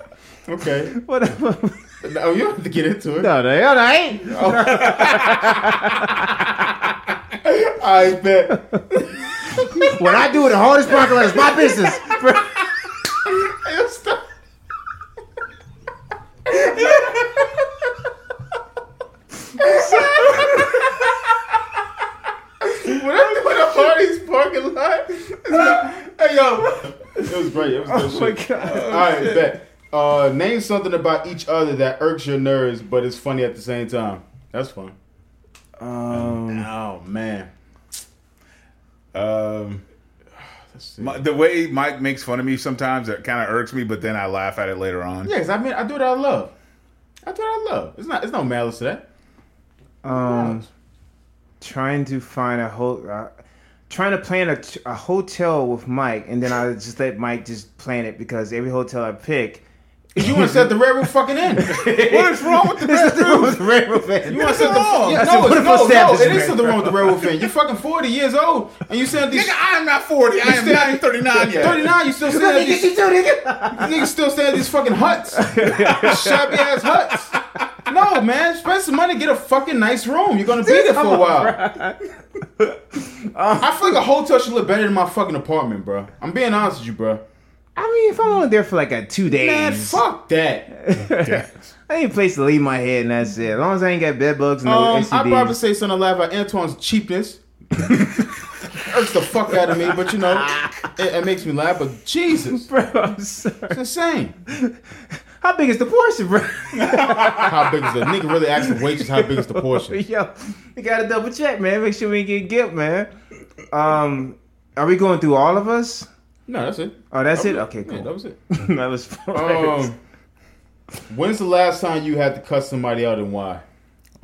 C: Okay.
A: what the fuck?
C: No, you don't have to get into it.
A: No, no, no, I ain't.
C: I bet.
A: What I do in the hardest parking lot is my business. bro.
C: When I do the party's parking lot. it's like- hey yo, it was great. It was good
A: Oh my
C: shit.
A: god.
C: All right, bet. Uh, name something about each other that irks your nerves, but it's funny at the same time. That's fun.
A: Um,
C: Oh man,
B: Um,
C: Let's see.
B: my, the way Mike makes fun of me sometimes, it kind of irks me, but then I laugh at it later on.
C: yeah, 'cause I mean, I do what I love. I do what I love. It's not. It's no malice to that.
A: um, trying to find a whole, uh, trying to plan a, a hotel with Mike, and then I just let Mike just plan it because every hotel I pick.
C: You want to set the red roof fucking in? what is wrong with the
A: This
C: red
A: is the
C: roof?
A: most rare fan.
C: You want to set the
B: wrong?
C: yeah,
A: That's
C: no,
A: a
C: it's,
A: wonderful
C: no, no,
A: establishment,
C: it is something wrong with the red roof fan. You're fucking forty years old, and you send these
B: Nigga, I am not 40. I am not even 39 yet.
C: thirty nine. You still send at these Niggas still stay at these fucking huts. Shabby ass huts. No, man. Spend some money, get a fucking nice room. You're gonna be there for a while. I feel like a hotel should look better than my fucking apartment, bro. I'm being honest with you, bro.
A: I mean, if I'm only there for like a two days,
C: Man, fuck that.
A: I need a place to lay my head, and that's it. As long as I ain't got bed bugs and no E
C: Um,
A: STDs.
C: I'd probably say something alive about Antoine's cheapness. Irks the fuck out of me, but you know, it, it makes me laugh. But Jesus, it's
A: Bro, I'm sorry.
C: insane.
A: How big is the portion, bro?
C: How big is the nigga really asked the waitress how big is the portion?
A: Yo, we gotta double check, man. Make sure we ain't get guilt, man. Um, are we going through all of us?
C: No, that's it.
A: Oh, that's it.
C: was-
A: Okay,
C: Yeah,
A: cool.
C: that was it.
A: that was four.
C: Um, when's the last time you had to cut somebody out and why?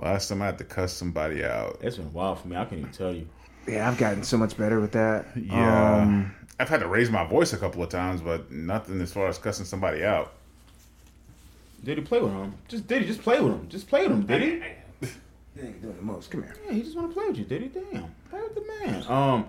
B: Last time I had to cuss somebody out.
C: It's been a while for me. I can't even tell you.
A: yeah, I've gotten so much better with that.
B: Yeah.
A: Um,
B: I've had to raise my voice a couple of times, but nothing as far as cussing somebody out.
C: Did he play with him? Just did he? Just play with him. Just play with him. Did he?
A: doing the most. Come here.
C: Yeah, he just want to play with you. Did he? Damn. Play with the man. Um,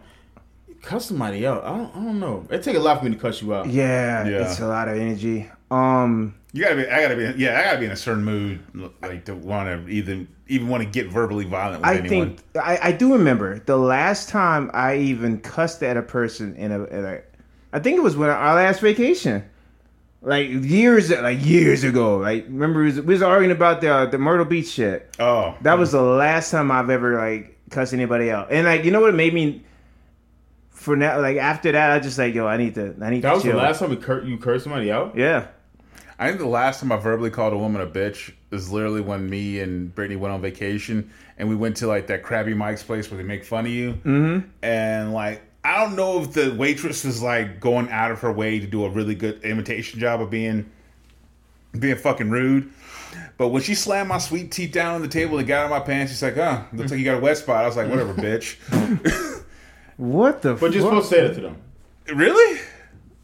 C: cut somebody out. I don't. I don't know. It take a lot for me to cuss you out.
A: Yeah,
B: Yeah.
A: it's a lot of energy. Um,
B: You gotta be. I gotta be. Yeah, I gotta be in a certain mood, like to want to even even want to get verbally violent with
A: I
B: anyone.
A: think I, I do remember the last time I even cussed at a person in a, in a I think it was when our last vacation, like years like years ago. Like remember we was, we was arguing about the the Myrtle Beach shit.
B: oh,
A: That was the last time I've ever like cussed anybody out. And like you know what it made me for now. Like after that, I just like yo, I need to I need
C: That
A: to
C: was
A: chill.
C: the last time you cur- you cursed somebody out.
A: yeah.
B: I think the last time I verbally called a woman a bitch is literally when me and Brittany went on vacation and we went to like that Krabby Mike's place where they make fun of you. Mm-hmm. And like, I don't know if the waitress was like going out of her way to do a really good imitation job of being being fucking rude. But when she slammed my sweet teeth down on the table and got out of my pants, she's like, "Huh, looks like you got a wet spot." I was like, "Whatever, bitch."
A: What the?
C: But you're
A: fuck?
C: supposed to say that to them.
B: Really?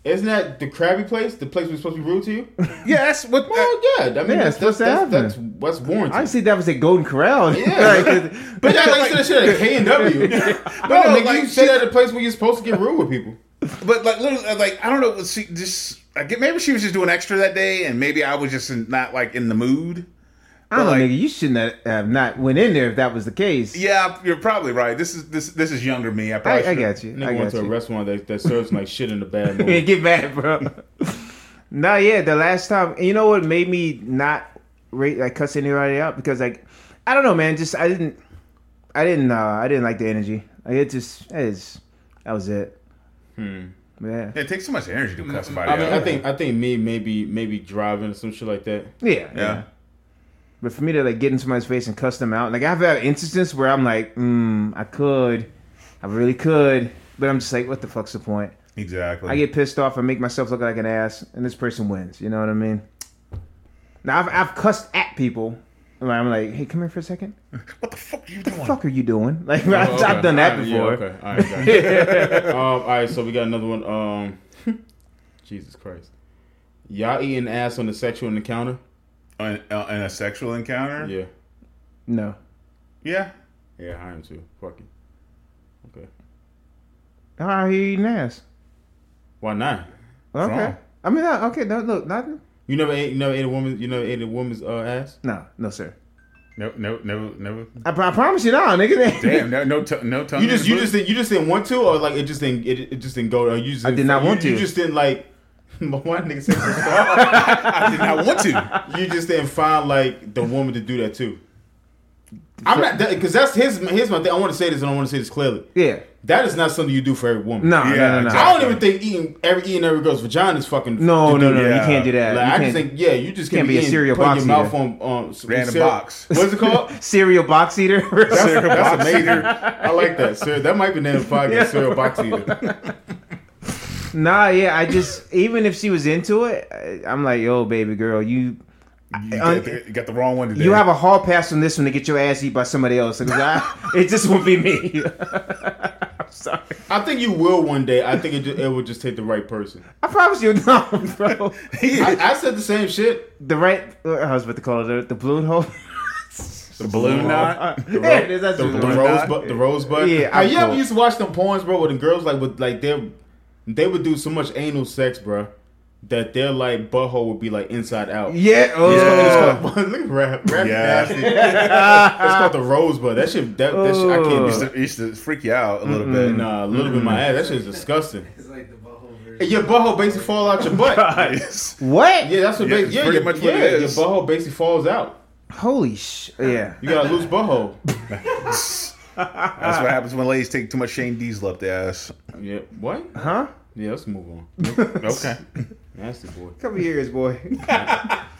C: Isn't that the crabby place? The place we're supposed to be rude to you?
B: Yeah, that's what.
C: Well, yeah. I mean, that's,
A: it's supposed
C: that's,
A: to
C: that's,
A: happen.
C: that's, that's warranted.
A: I see that was a Golden Corral.
C: Yeah.
A: Like,
C: But yeah, like, like shit at K and W. No,
B: no,
C: nigga,
B: like,
C: you sit at a place where you're supposed to get rude with people.
B: But like, literally, uh, like I don't know. was She just I get, maybe she was just doing extra that day, and maybe I was just in- not like in the mood.
A: I don't know,
B: But, like-
A: nigga. You shouldn't have, have not went in there if that was the case.
B: Yeah, you're probably right. This is this this is younger me. I probably
A: I, I
B: should've-
A: got you. I
C: Nigga went
A: got
C: to a
A: you.
C: restaurant that, that serves like shit in a bad
A: Yeah,
C: mood.
A: get mad, bro. no, yeah, the last time, you know what made me not rate like cuss anybody out because like I don't know, man. Just I didn't, I didn't, uh, I didn't like the energy. Like it just, it is, that was it. Hmm. Yeah.
B: It takes so much energy to cut somebody
C: I mean,
B: out.
C: I think I think me maybe maybe driving or some shit like that.
A: Yeah.
B: Yeah.
A: But for me to like get in somebody's face and cuss them out, like I've had instances where I'm like, mm, I could, I really could, but I'm just like, what the fuck's the point?
B: Exactly.
A: I get pissed off and make myself look like an ass, and this person wins. You know what I mean? Now I've I've cussed at people. and I'm like, hey, come here for a second.
B: what the fuck are you doing?
A: Fuck, are you doing? Like I've, I've done that before.
C: okay. All right, got it. um, all right, so we got another one. Um, Jesus Christ, y'all eating ass on the sexual encounter?
B: In, uh, in a sexual encounter?
C: Yeah,
A: No,
B: Yeah.
C: yeah, I am too. Fuck it. Okay,
A: all right, you eating ass.
C: why not?
A: Okay.
B: wrong?
A: I mean, no, okay, no, look, nothing.
C: You never ate, you never ate a woman, you never ate a woman's uh, ass.
A: No, no, sir.
B: No, no, no, no.
A: I, I promise you, no, nigga.
B: Damn, no, no, t- no tongue.
C: You
B: in
C: just,
B: the
C: you
B: boot?
C: just, didn't, you just didn't want to, or like it just didn't, it, it just didn't go. Or you just
A: I did
C: didn't-
A: not
C: you-
A: want
C: You
A: to.
C: just didn't like. Why nigga say this?
B: I did not want to.
C: you just didn't find like the woman to do that too. I'm not because that's his. Here's my thing. I want to say this, and I want to say this clearly.
A: Yeah.
C: That is not something you do for every woman.
A: No,
B: Yeah,
A: no, no, no.
B: exactly.
C: I don't even think eating every eating every girl's vagina is fucking.
A: No, no, no,
B: Yeah.
A: you can't do that.
C: Like,
A: You
C: I
A: can't-
C: just think yeah, you just
A: can't
C: can't
A: be a cereal box
C: putting your mouth on on s-
B: Random
C: cereal-
B: box.
C: What's it called?
A: cereal box eater.
C: That's, that's
B: box
C: amazing.
B: eater.
C: I like that. Sir, that might be the name of the podcast. Cereal box eater.
A: nah, yeah, I just even if she was into it, I- I'm like, yo, baby girl, you uh,
B: You got, the, you got the wrong one today.
A: you have a hall pass on this one to get your ass eat by somebody else. 'cause I, it just won't be me. I'm sorry.
C: I think you will one day. I think it just, it would just take the right person.
A: I promise you, no, bro.
C: I, I said the same shit.
A: The right, uh, I was about to call it the, the balloon hole.
B: the balloon knot.
A: there it is. That's
C: the,
A: what it
C: the
A: was.
C: rosebud, the rosebud.
A: Yeah,
C: I, you
A: I'm
C: ever
A: cool.
C: used to watch them porns, bro? Where the girls like would like they, they would do so much anal sex, bro, that their like butthole would be like inside out.
A: yeah. Oh,
B: Yeah.
C: Look at rap, rap
B: Yeah.
C: nasty. it's called the rosebud. That shit, that, that shit, I can't do.
B: It used to freak you out a little bit.
C: Nah, a little bit of my ass. That shit is disgusting.
D: It's like the butthole version.
C: And Mm-hmm. your butthole basically fall out your butt.
B: Nice.
A: What?
C: Yeah, that's what.
B: Yeah,
C: Yeah,
B: it's
C: yeah,
B: pretty
C: your,
B: much
C: yeah,
B: what it is.
C: your butthole basically falls out.
A: Holy sh! Yeah.
C: You got a loose butthole.
B: That's what happens when ladies take too much Shane Diesel up their ass.
C: yeah, what?
A: Huh?
C: Yeah, let's move on.
B: Okay.
C: Nasty boy,
A: Couple years, boy.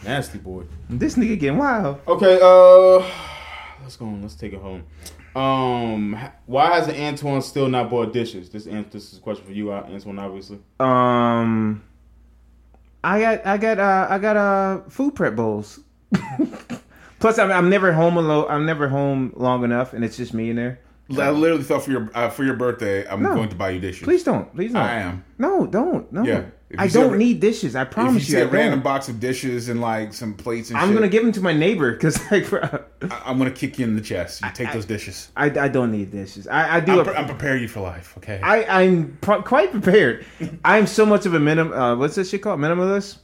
C: nasty boy.
A: this nigga getting wild.
C: Okay, uh, let's go on. Let's take it home. Um, h- why hasn't Antoine still not bought dishes? This an- this is a question for you, uh, Antoine. Obviously,
A: Um, I got I got uh I got uh food prep bowls. Plus, I'm I'm never home alone. I'm never home long enough, and it's just me in there.
B: I literally thought for your uh, for your birthday, I'm
A: No.
B: going to buy you dishes.
A: Please don't. Please don't.
B: I am.
A: No, don't. No.
B: Yeah. If
A: I
B: you see
A: don't
B: a-
A: need dishes. I
B: If you
A: promise
B: see
A: you.
B: a
A: I
B: random
A: don't.
B: box of dishes and like some plates and
A: I'm
B: shit,
A: gonna give them to my neighbor because like, bro,
B: I- I'm gonna kick you in the chest. You take those dishes.
A: I I don't need dishes. I I do.
B: I'm,
A: a-
B: pre- I'm preparing you for life. Okay.
A: I I'm pro- quite prepared. I'm so much of a minimum. Uh, what's this shit called? Minimalist.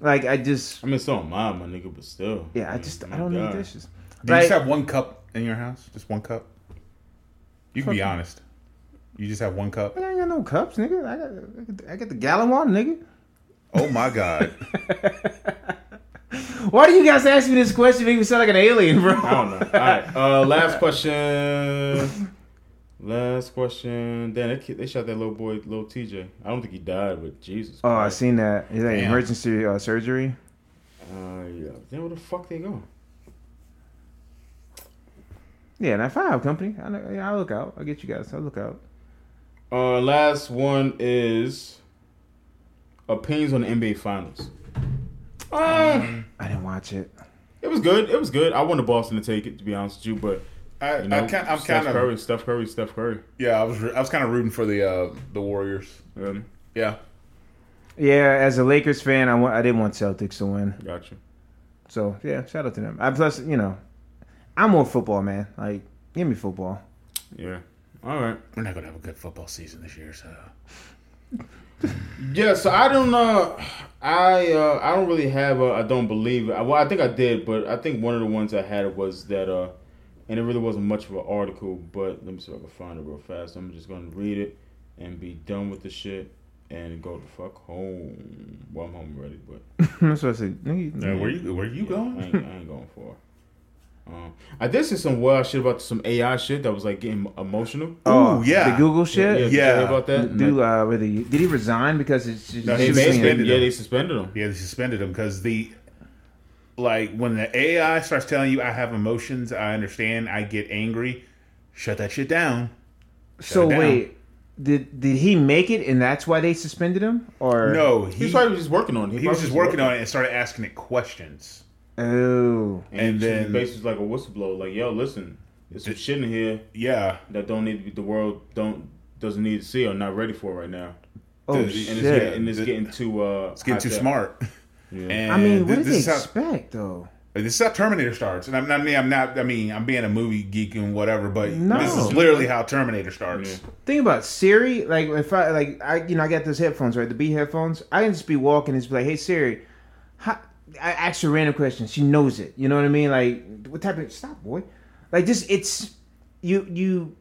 A: Like I just
C: I mean, so am I, my nigga. But still, Oh
A: yeah. I just I
B: Oh
C: My
A: don't
C: God.
A: need dishes.
B: Do you
A: Like-
B: just have one cup in your house? Just one cup? You can be honest. You just have one cup?
A: I ain't got no cups, nigga. I got I got the gallon water, nigga.
B: Oh my God.
A: Why do you guys ask me this question? Make me sound like an alien, bro.
C: I don't know. All right, uh, last question. Last question. Damn, they, ki- they shot that little boy, little TJ. I don't think he died, but Jesus.
A: Oh, I
C: Christ.
A: seen that. Is that
B: Damn.
A: emergency uh, surgery?
C: Uh, yeah. Damn, where the fuck they go?
A: Yeah, and if I have company, I know, yeah, I'll look out. I'll get you guys. I'll look out.
C: Uh, last one is opinions on the NBA Finals. Um,
A: I didn't watch it.
C: It was good. It was good. I wanted Boston to take it, to be honest with you, but
B: I,
C: You know,
B: I can, I'm
C: Steph
B: kind of
C: Curry, Steph Curry, Steph Curry.
B: yeah. I was I was kind of rooting for the uh, the Warriors.
C: Um,
B: Yeah,
A: Yeah, as a Lakers fan, I want I didn't want Celtics to win.
C: gotcha.
A: So yeah, shout out to them. I plus you know, I'm more football man. Like give me football.
C: Yeah. All right.
B: we're not gonna have a good football season this year. So
C: Yeah, so I don't know. I uh, I don't really have. I I don't believe. I, well, I think I did, but I think one of the ones I had was that. Uh, and it really wasn't much of an article, but let me see if I can find it real fast. I'm just gonna read it and be done with the shit and go the fuck home. Well, I'm home already, but
A: That's what I said.
B: Yeah, where you where you
C: yeah, I ain't,
B: going?
C: I ain't going for. it. Um, I did see some wild shit about some AI shit that was like getting emotional.
B: Ooh, yeah.
A: oh, the Google shit.
C: did you
B: Oh, Yeah.
C: hear about that?
A: Do uh, whether he- did he resign because it's just,
B: No,
C: They
B: he
A: she was
B: basically-
A: saying-
C: suspended, yeah, they suspended him.
B: Yeah, they suspended him because the like when the AI starts telling you I have emotions, I understand, I get angry, shut that shit down.
A: So
B: Shut it down.
A: wait, did did he make it and that's why they suspended him? Or
B: No,
C: He
B: he,
C: was probably just working on it.
B: he was
C: probably
B: just working on it and started asking it questions.
A: Oh,
C: And,
B: And
C: then
B: then-
C: basically like a whistleblower, like, yo, listen, there's some shit in here
B: Yeah,
C: that don't need to be, the world don't doesn't need to see or not ready for right now.
A: oh
B: Dude, and it's
C: And
A: shit!
C: it's, getting, and it's
B: The-
C: getting too uh
B: it's getting too smart. And
A: I mean, what
B: thi-
A: did
B: this
A: they
B: is how-
A: expect though?
B: Like, this is how Terminator starts, and I'm not I mean I'm not I mean I'm being a movie geek and whatever, but
A: No.
B: this is literally how Terminator starts.
C: Yeah.
A: Think about Siri. Like if I like I you know I got those headphones right, the B headphones. I can just be walking and just be like, "Hey Siri," how, I ask her random questions. She knows it. You know what I mean? Like what type of stop boy? Like just it's you you.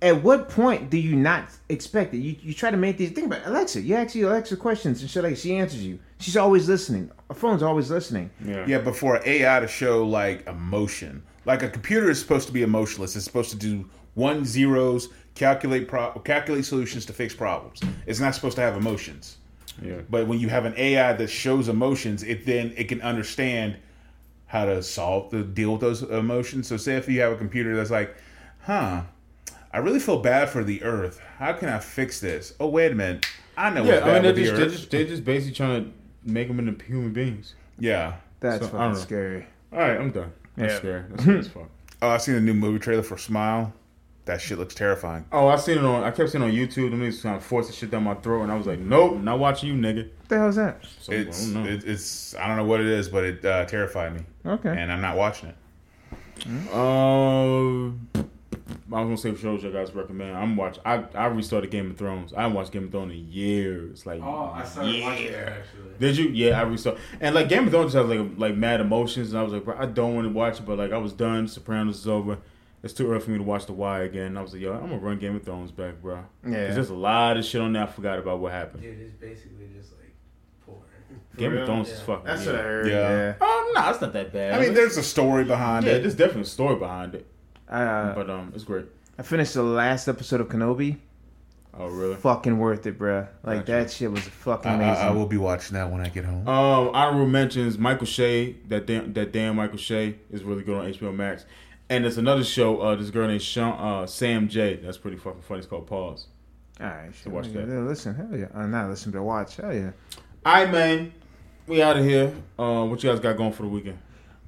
A: At what point do you not expect it? You you try to make these. Think about it. Alexa. You ask your Alexa questions and shit like she answers you. She's always listening. Her phone's always listening.
C: Yeah.
B: Yeah, but for an AI to show like emotion, like a computer is supposed to be emotionless. It's supposed to do one zeros, calculate pro- calculate solutions to fix problems. It's not supposed to have emotions.
C: Yeah.
B: But when you have an AI that shows emotions, it then it can understand how to solve the deal with those emotions. So say if you have a computer that's like, huh, I really feel bad for the Earth. How can I fix this? Oh wait a minute, I know
C: Yeah,
B: what's bad
C: I mean they're
B: with the
C: just,
B: Earth.
C: they're just they're just basically trying to make them into human beings.
B: yeah.
A: That's
C: So, I
A: fucking
C: don't know.
A: scary.
C: All right, I'm done. That's
B: Yeah.
C: scary. That's scary as fuck.
B: Oh, I seen the new movie trailer for Smile. That shit looks terrifying.
C: Oh, I seen it on. I kept seeing it on YouTube. Them niggas trying to force the shit down my throat, and I was like, "Nope, not watching you, nigga."
A: What the hell's that?
C: So,
B: It's
C: I don't know.
B: it, it's I don't know what it is, but it uh, terrified me,
A: Okay.
B: and I'm not watching it.
C: Um, I was gonna say shows you guys recommend. I'm watch. I I restarted Game of Thrones. I haven't watched Game of Thrones in years. Like,
D: Oh, I started watching it actually.
C: did you? Yeah, I restarted. And like Game of Thrones has like like mad emotions, and I was like, bro, I don't want to watch it, but like I was done. Sopranos is over. It's too early for me to watch The Wire again. And I was like, yo, I'm gonna run Game of Thrones back, bro.
A: Yeah.
C: There's just a lot of shit on there. I forgot about what happened.
D: Dude, it's basically just like porn.
C: Game of Thrones is
D: Yeah.
C: fucking.
F: That's
C: yeah.
F: what I heard.
B: Yeah.
A: Yeah.
C: Um, nah, it's not that bad.
B: I mean, there's a story behind
C: yeah,
B: it.
C: there's definitely a story behind it,
A: Uh,
C: but um, it's great.
A: I finished the last episode of Kenobi.
C: Oh, really?
A: fucking worth it, bruh. Like
C: Gotcha.
A: that shit was fucking
B: I,
A: amazing.
B: I, I will be watching that when I get home.
C: Um, honorable mentions: Michael Shea. That damn, that damn Michael Shea is really good on HBO Max. And there's another show. Uh, this girl named Sean, uh, Sam J. That's pretty fucking funny. It's called Pause.
A: All right, shit,
C: watch that.
A: Listen, hell yeah. Uh, not listen, but watch. Hell yeah.
C: All right, man. We out of here. Uh, what you guys got going for the weekend?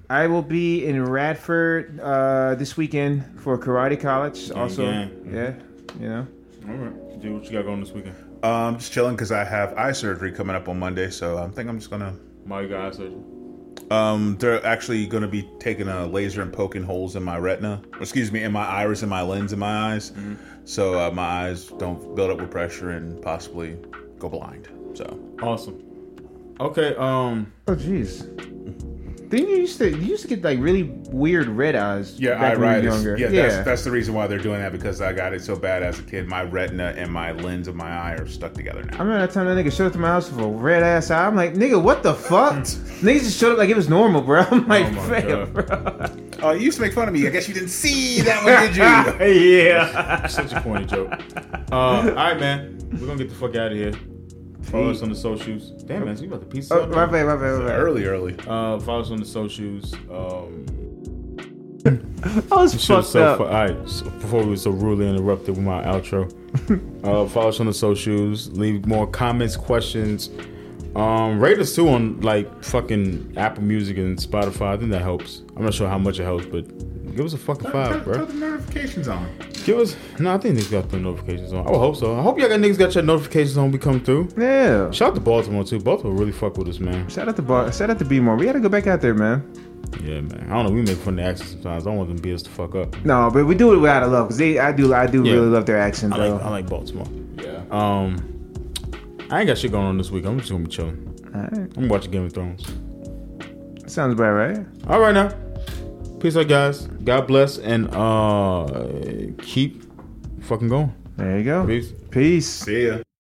A: I will be in Radford uh, this weekend for Karate College. also,
C: gang.
A: yeah, you know.
C: All right, dude. What you got going this weekend?
B: Um, just chilling because I have eye surgery coming up on Monday, so I think I'm just gonna.
C: My you got eye surgery.
B: Um, they're actually gonna be taking a laser and poking holes in my retina. Excuse me, in my iris and my lens in my eyes,
C: Mm-hmm.
B: so uh, my eyes don't build up with pressure and possibly go blind. So
C: Awesome. Okay. Um.
A: Oh, jeez. Then you used to you used to get like really weird red eyes.
B: Yeah,
A: back when you were
B: iritis.
A: younger.
B: Yeah, That's, that's the reason why they're doing that because I got it so bad as a kid. My retina and my lens of my eye are stuck together
A: I
B: now.
A: remember that time that nigga showed up to my house with a red ass eye. I'm like, nigga, what the fuck? Niggas just showed up like it was normal, bro. I'm like,
C: oh my
A: fam,
C: God.
A: bro.
B: Oh, you used to make fun of me. I guess you didn't see that one, did you?
A: yeah.
C: Such a corny joke. Uh, all right, man. We're gonna get the fuck out of here. Follow us on the socials. Damn, man, so you about to peace
A: Oh,
C: out?
A: my bad, my bad, my bad.
B: early, early.
C: Uh, follow us on the socials. Um,
A: I was
C: shit
A: fucked
C: was so
A: up.
C: fu- all right, so before we were so rudely interrupted with my outro, uh, follow us on the socials. Leave more comments, questions. Um, rate us too on like fucking Apple Music and Spotify. I think that helps. I'm not sure how much it helps, but
H: Give us a fucking
B: Turn-
H: five, bro.
B: Turn the notifications on.
C: Give us. No, I think niggas got the notifications on. I would hope so. I hope y'all got niggas got your notifications on. when We come through.
A: Yeah.
C: Shout out to Baltimore too. Baltimore really fuck with us, man.
A: Shout out to Bar. Shout out to Bmore. We got to go back out there, man.
C: Yeah, man. I don't know. We make fun of the accent sometimes. I don't want them to beat us the fuck up.
A: No, but we do it without a love because they. I do. I do
C: Yeah.
A: really love their accent
C: I
A: though.
C: like. I like Baltimore.
B: Yeah.
C: Um, I ain't got shit going on this week. I'm just gonna be chilling.
A: All right.
C: I'm watching Game of Thrones.
A: Sounds about right.
C: All right now. Peace out, guys. God bless and uh keep fucking going.
A: There you go.
C: Peace.
A: Peace.
B: See ya.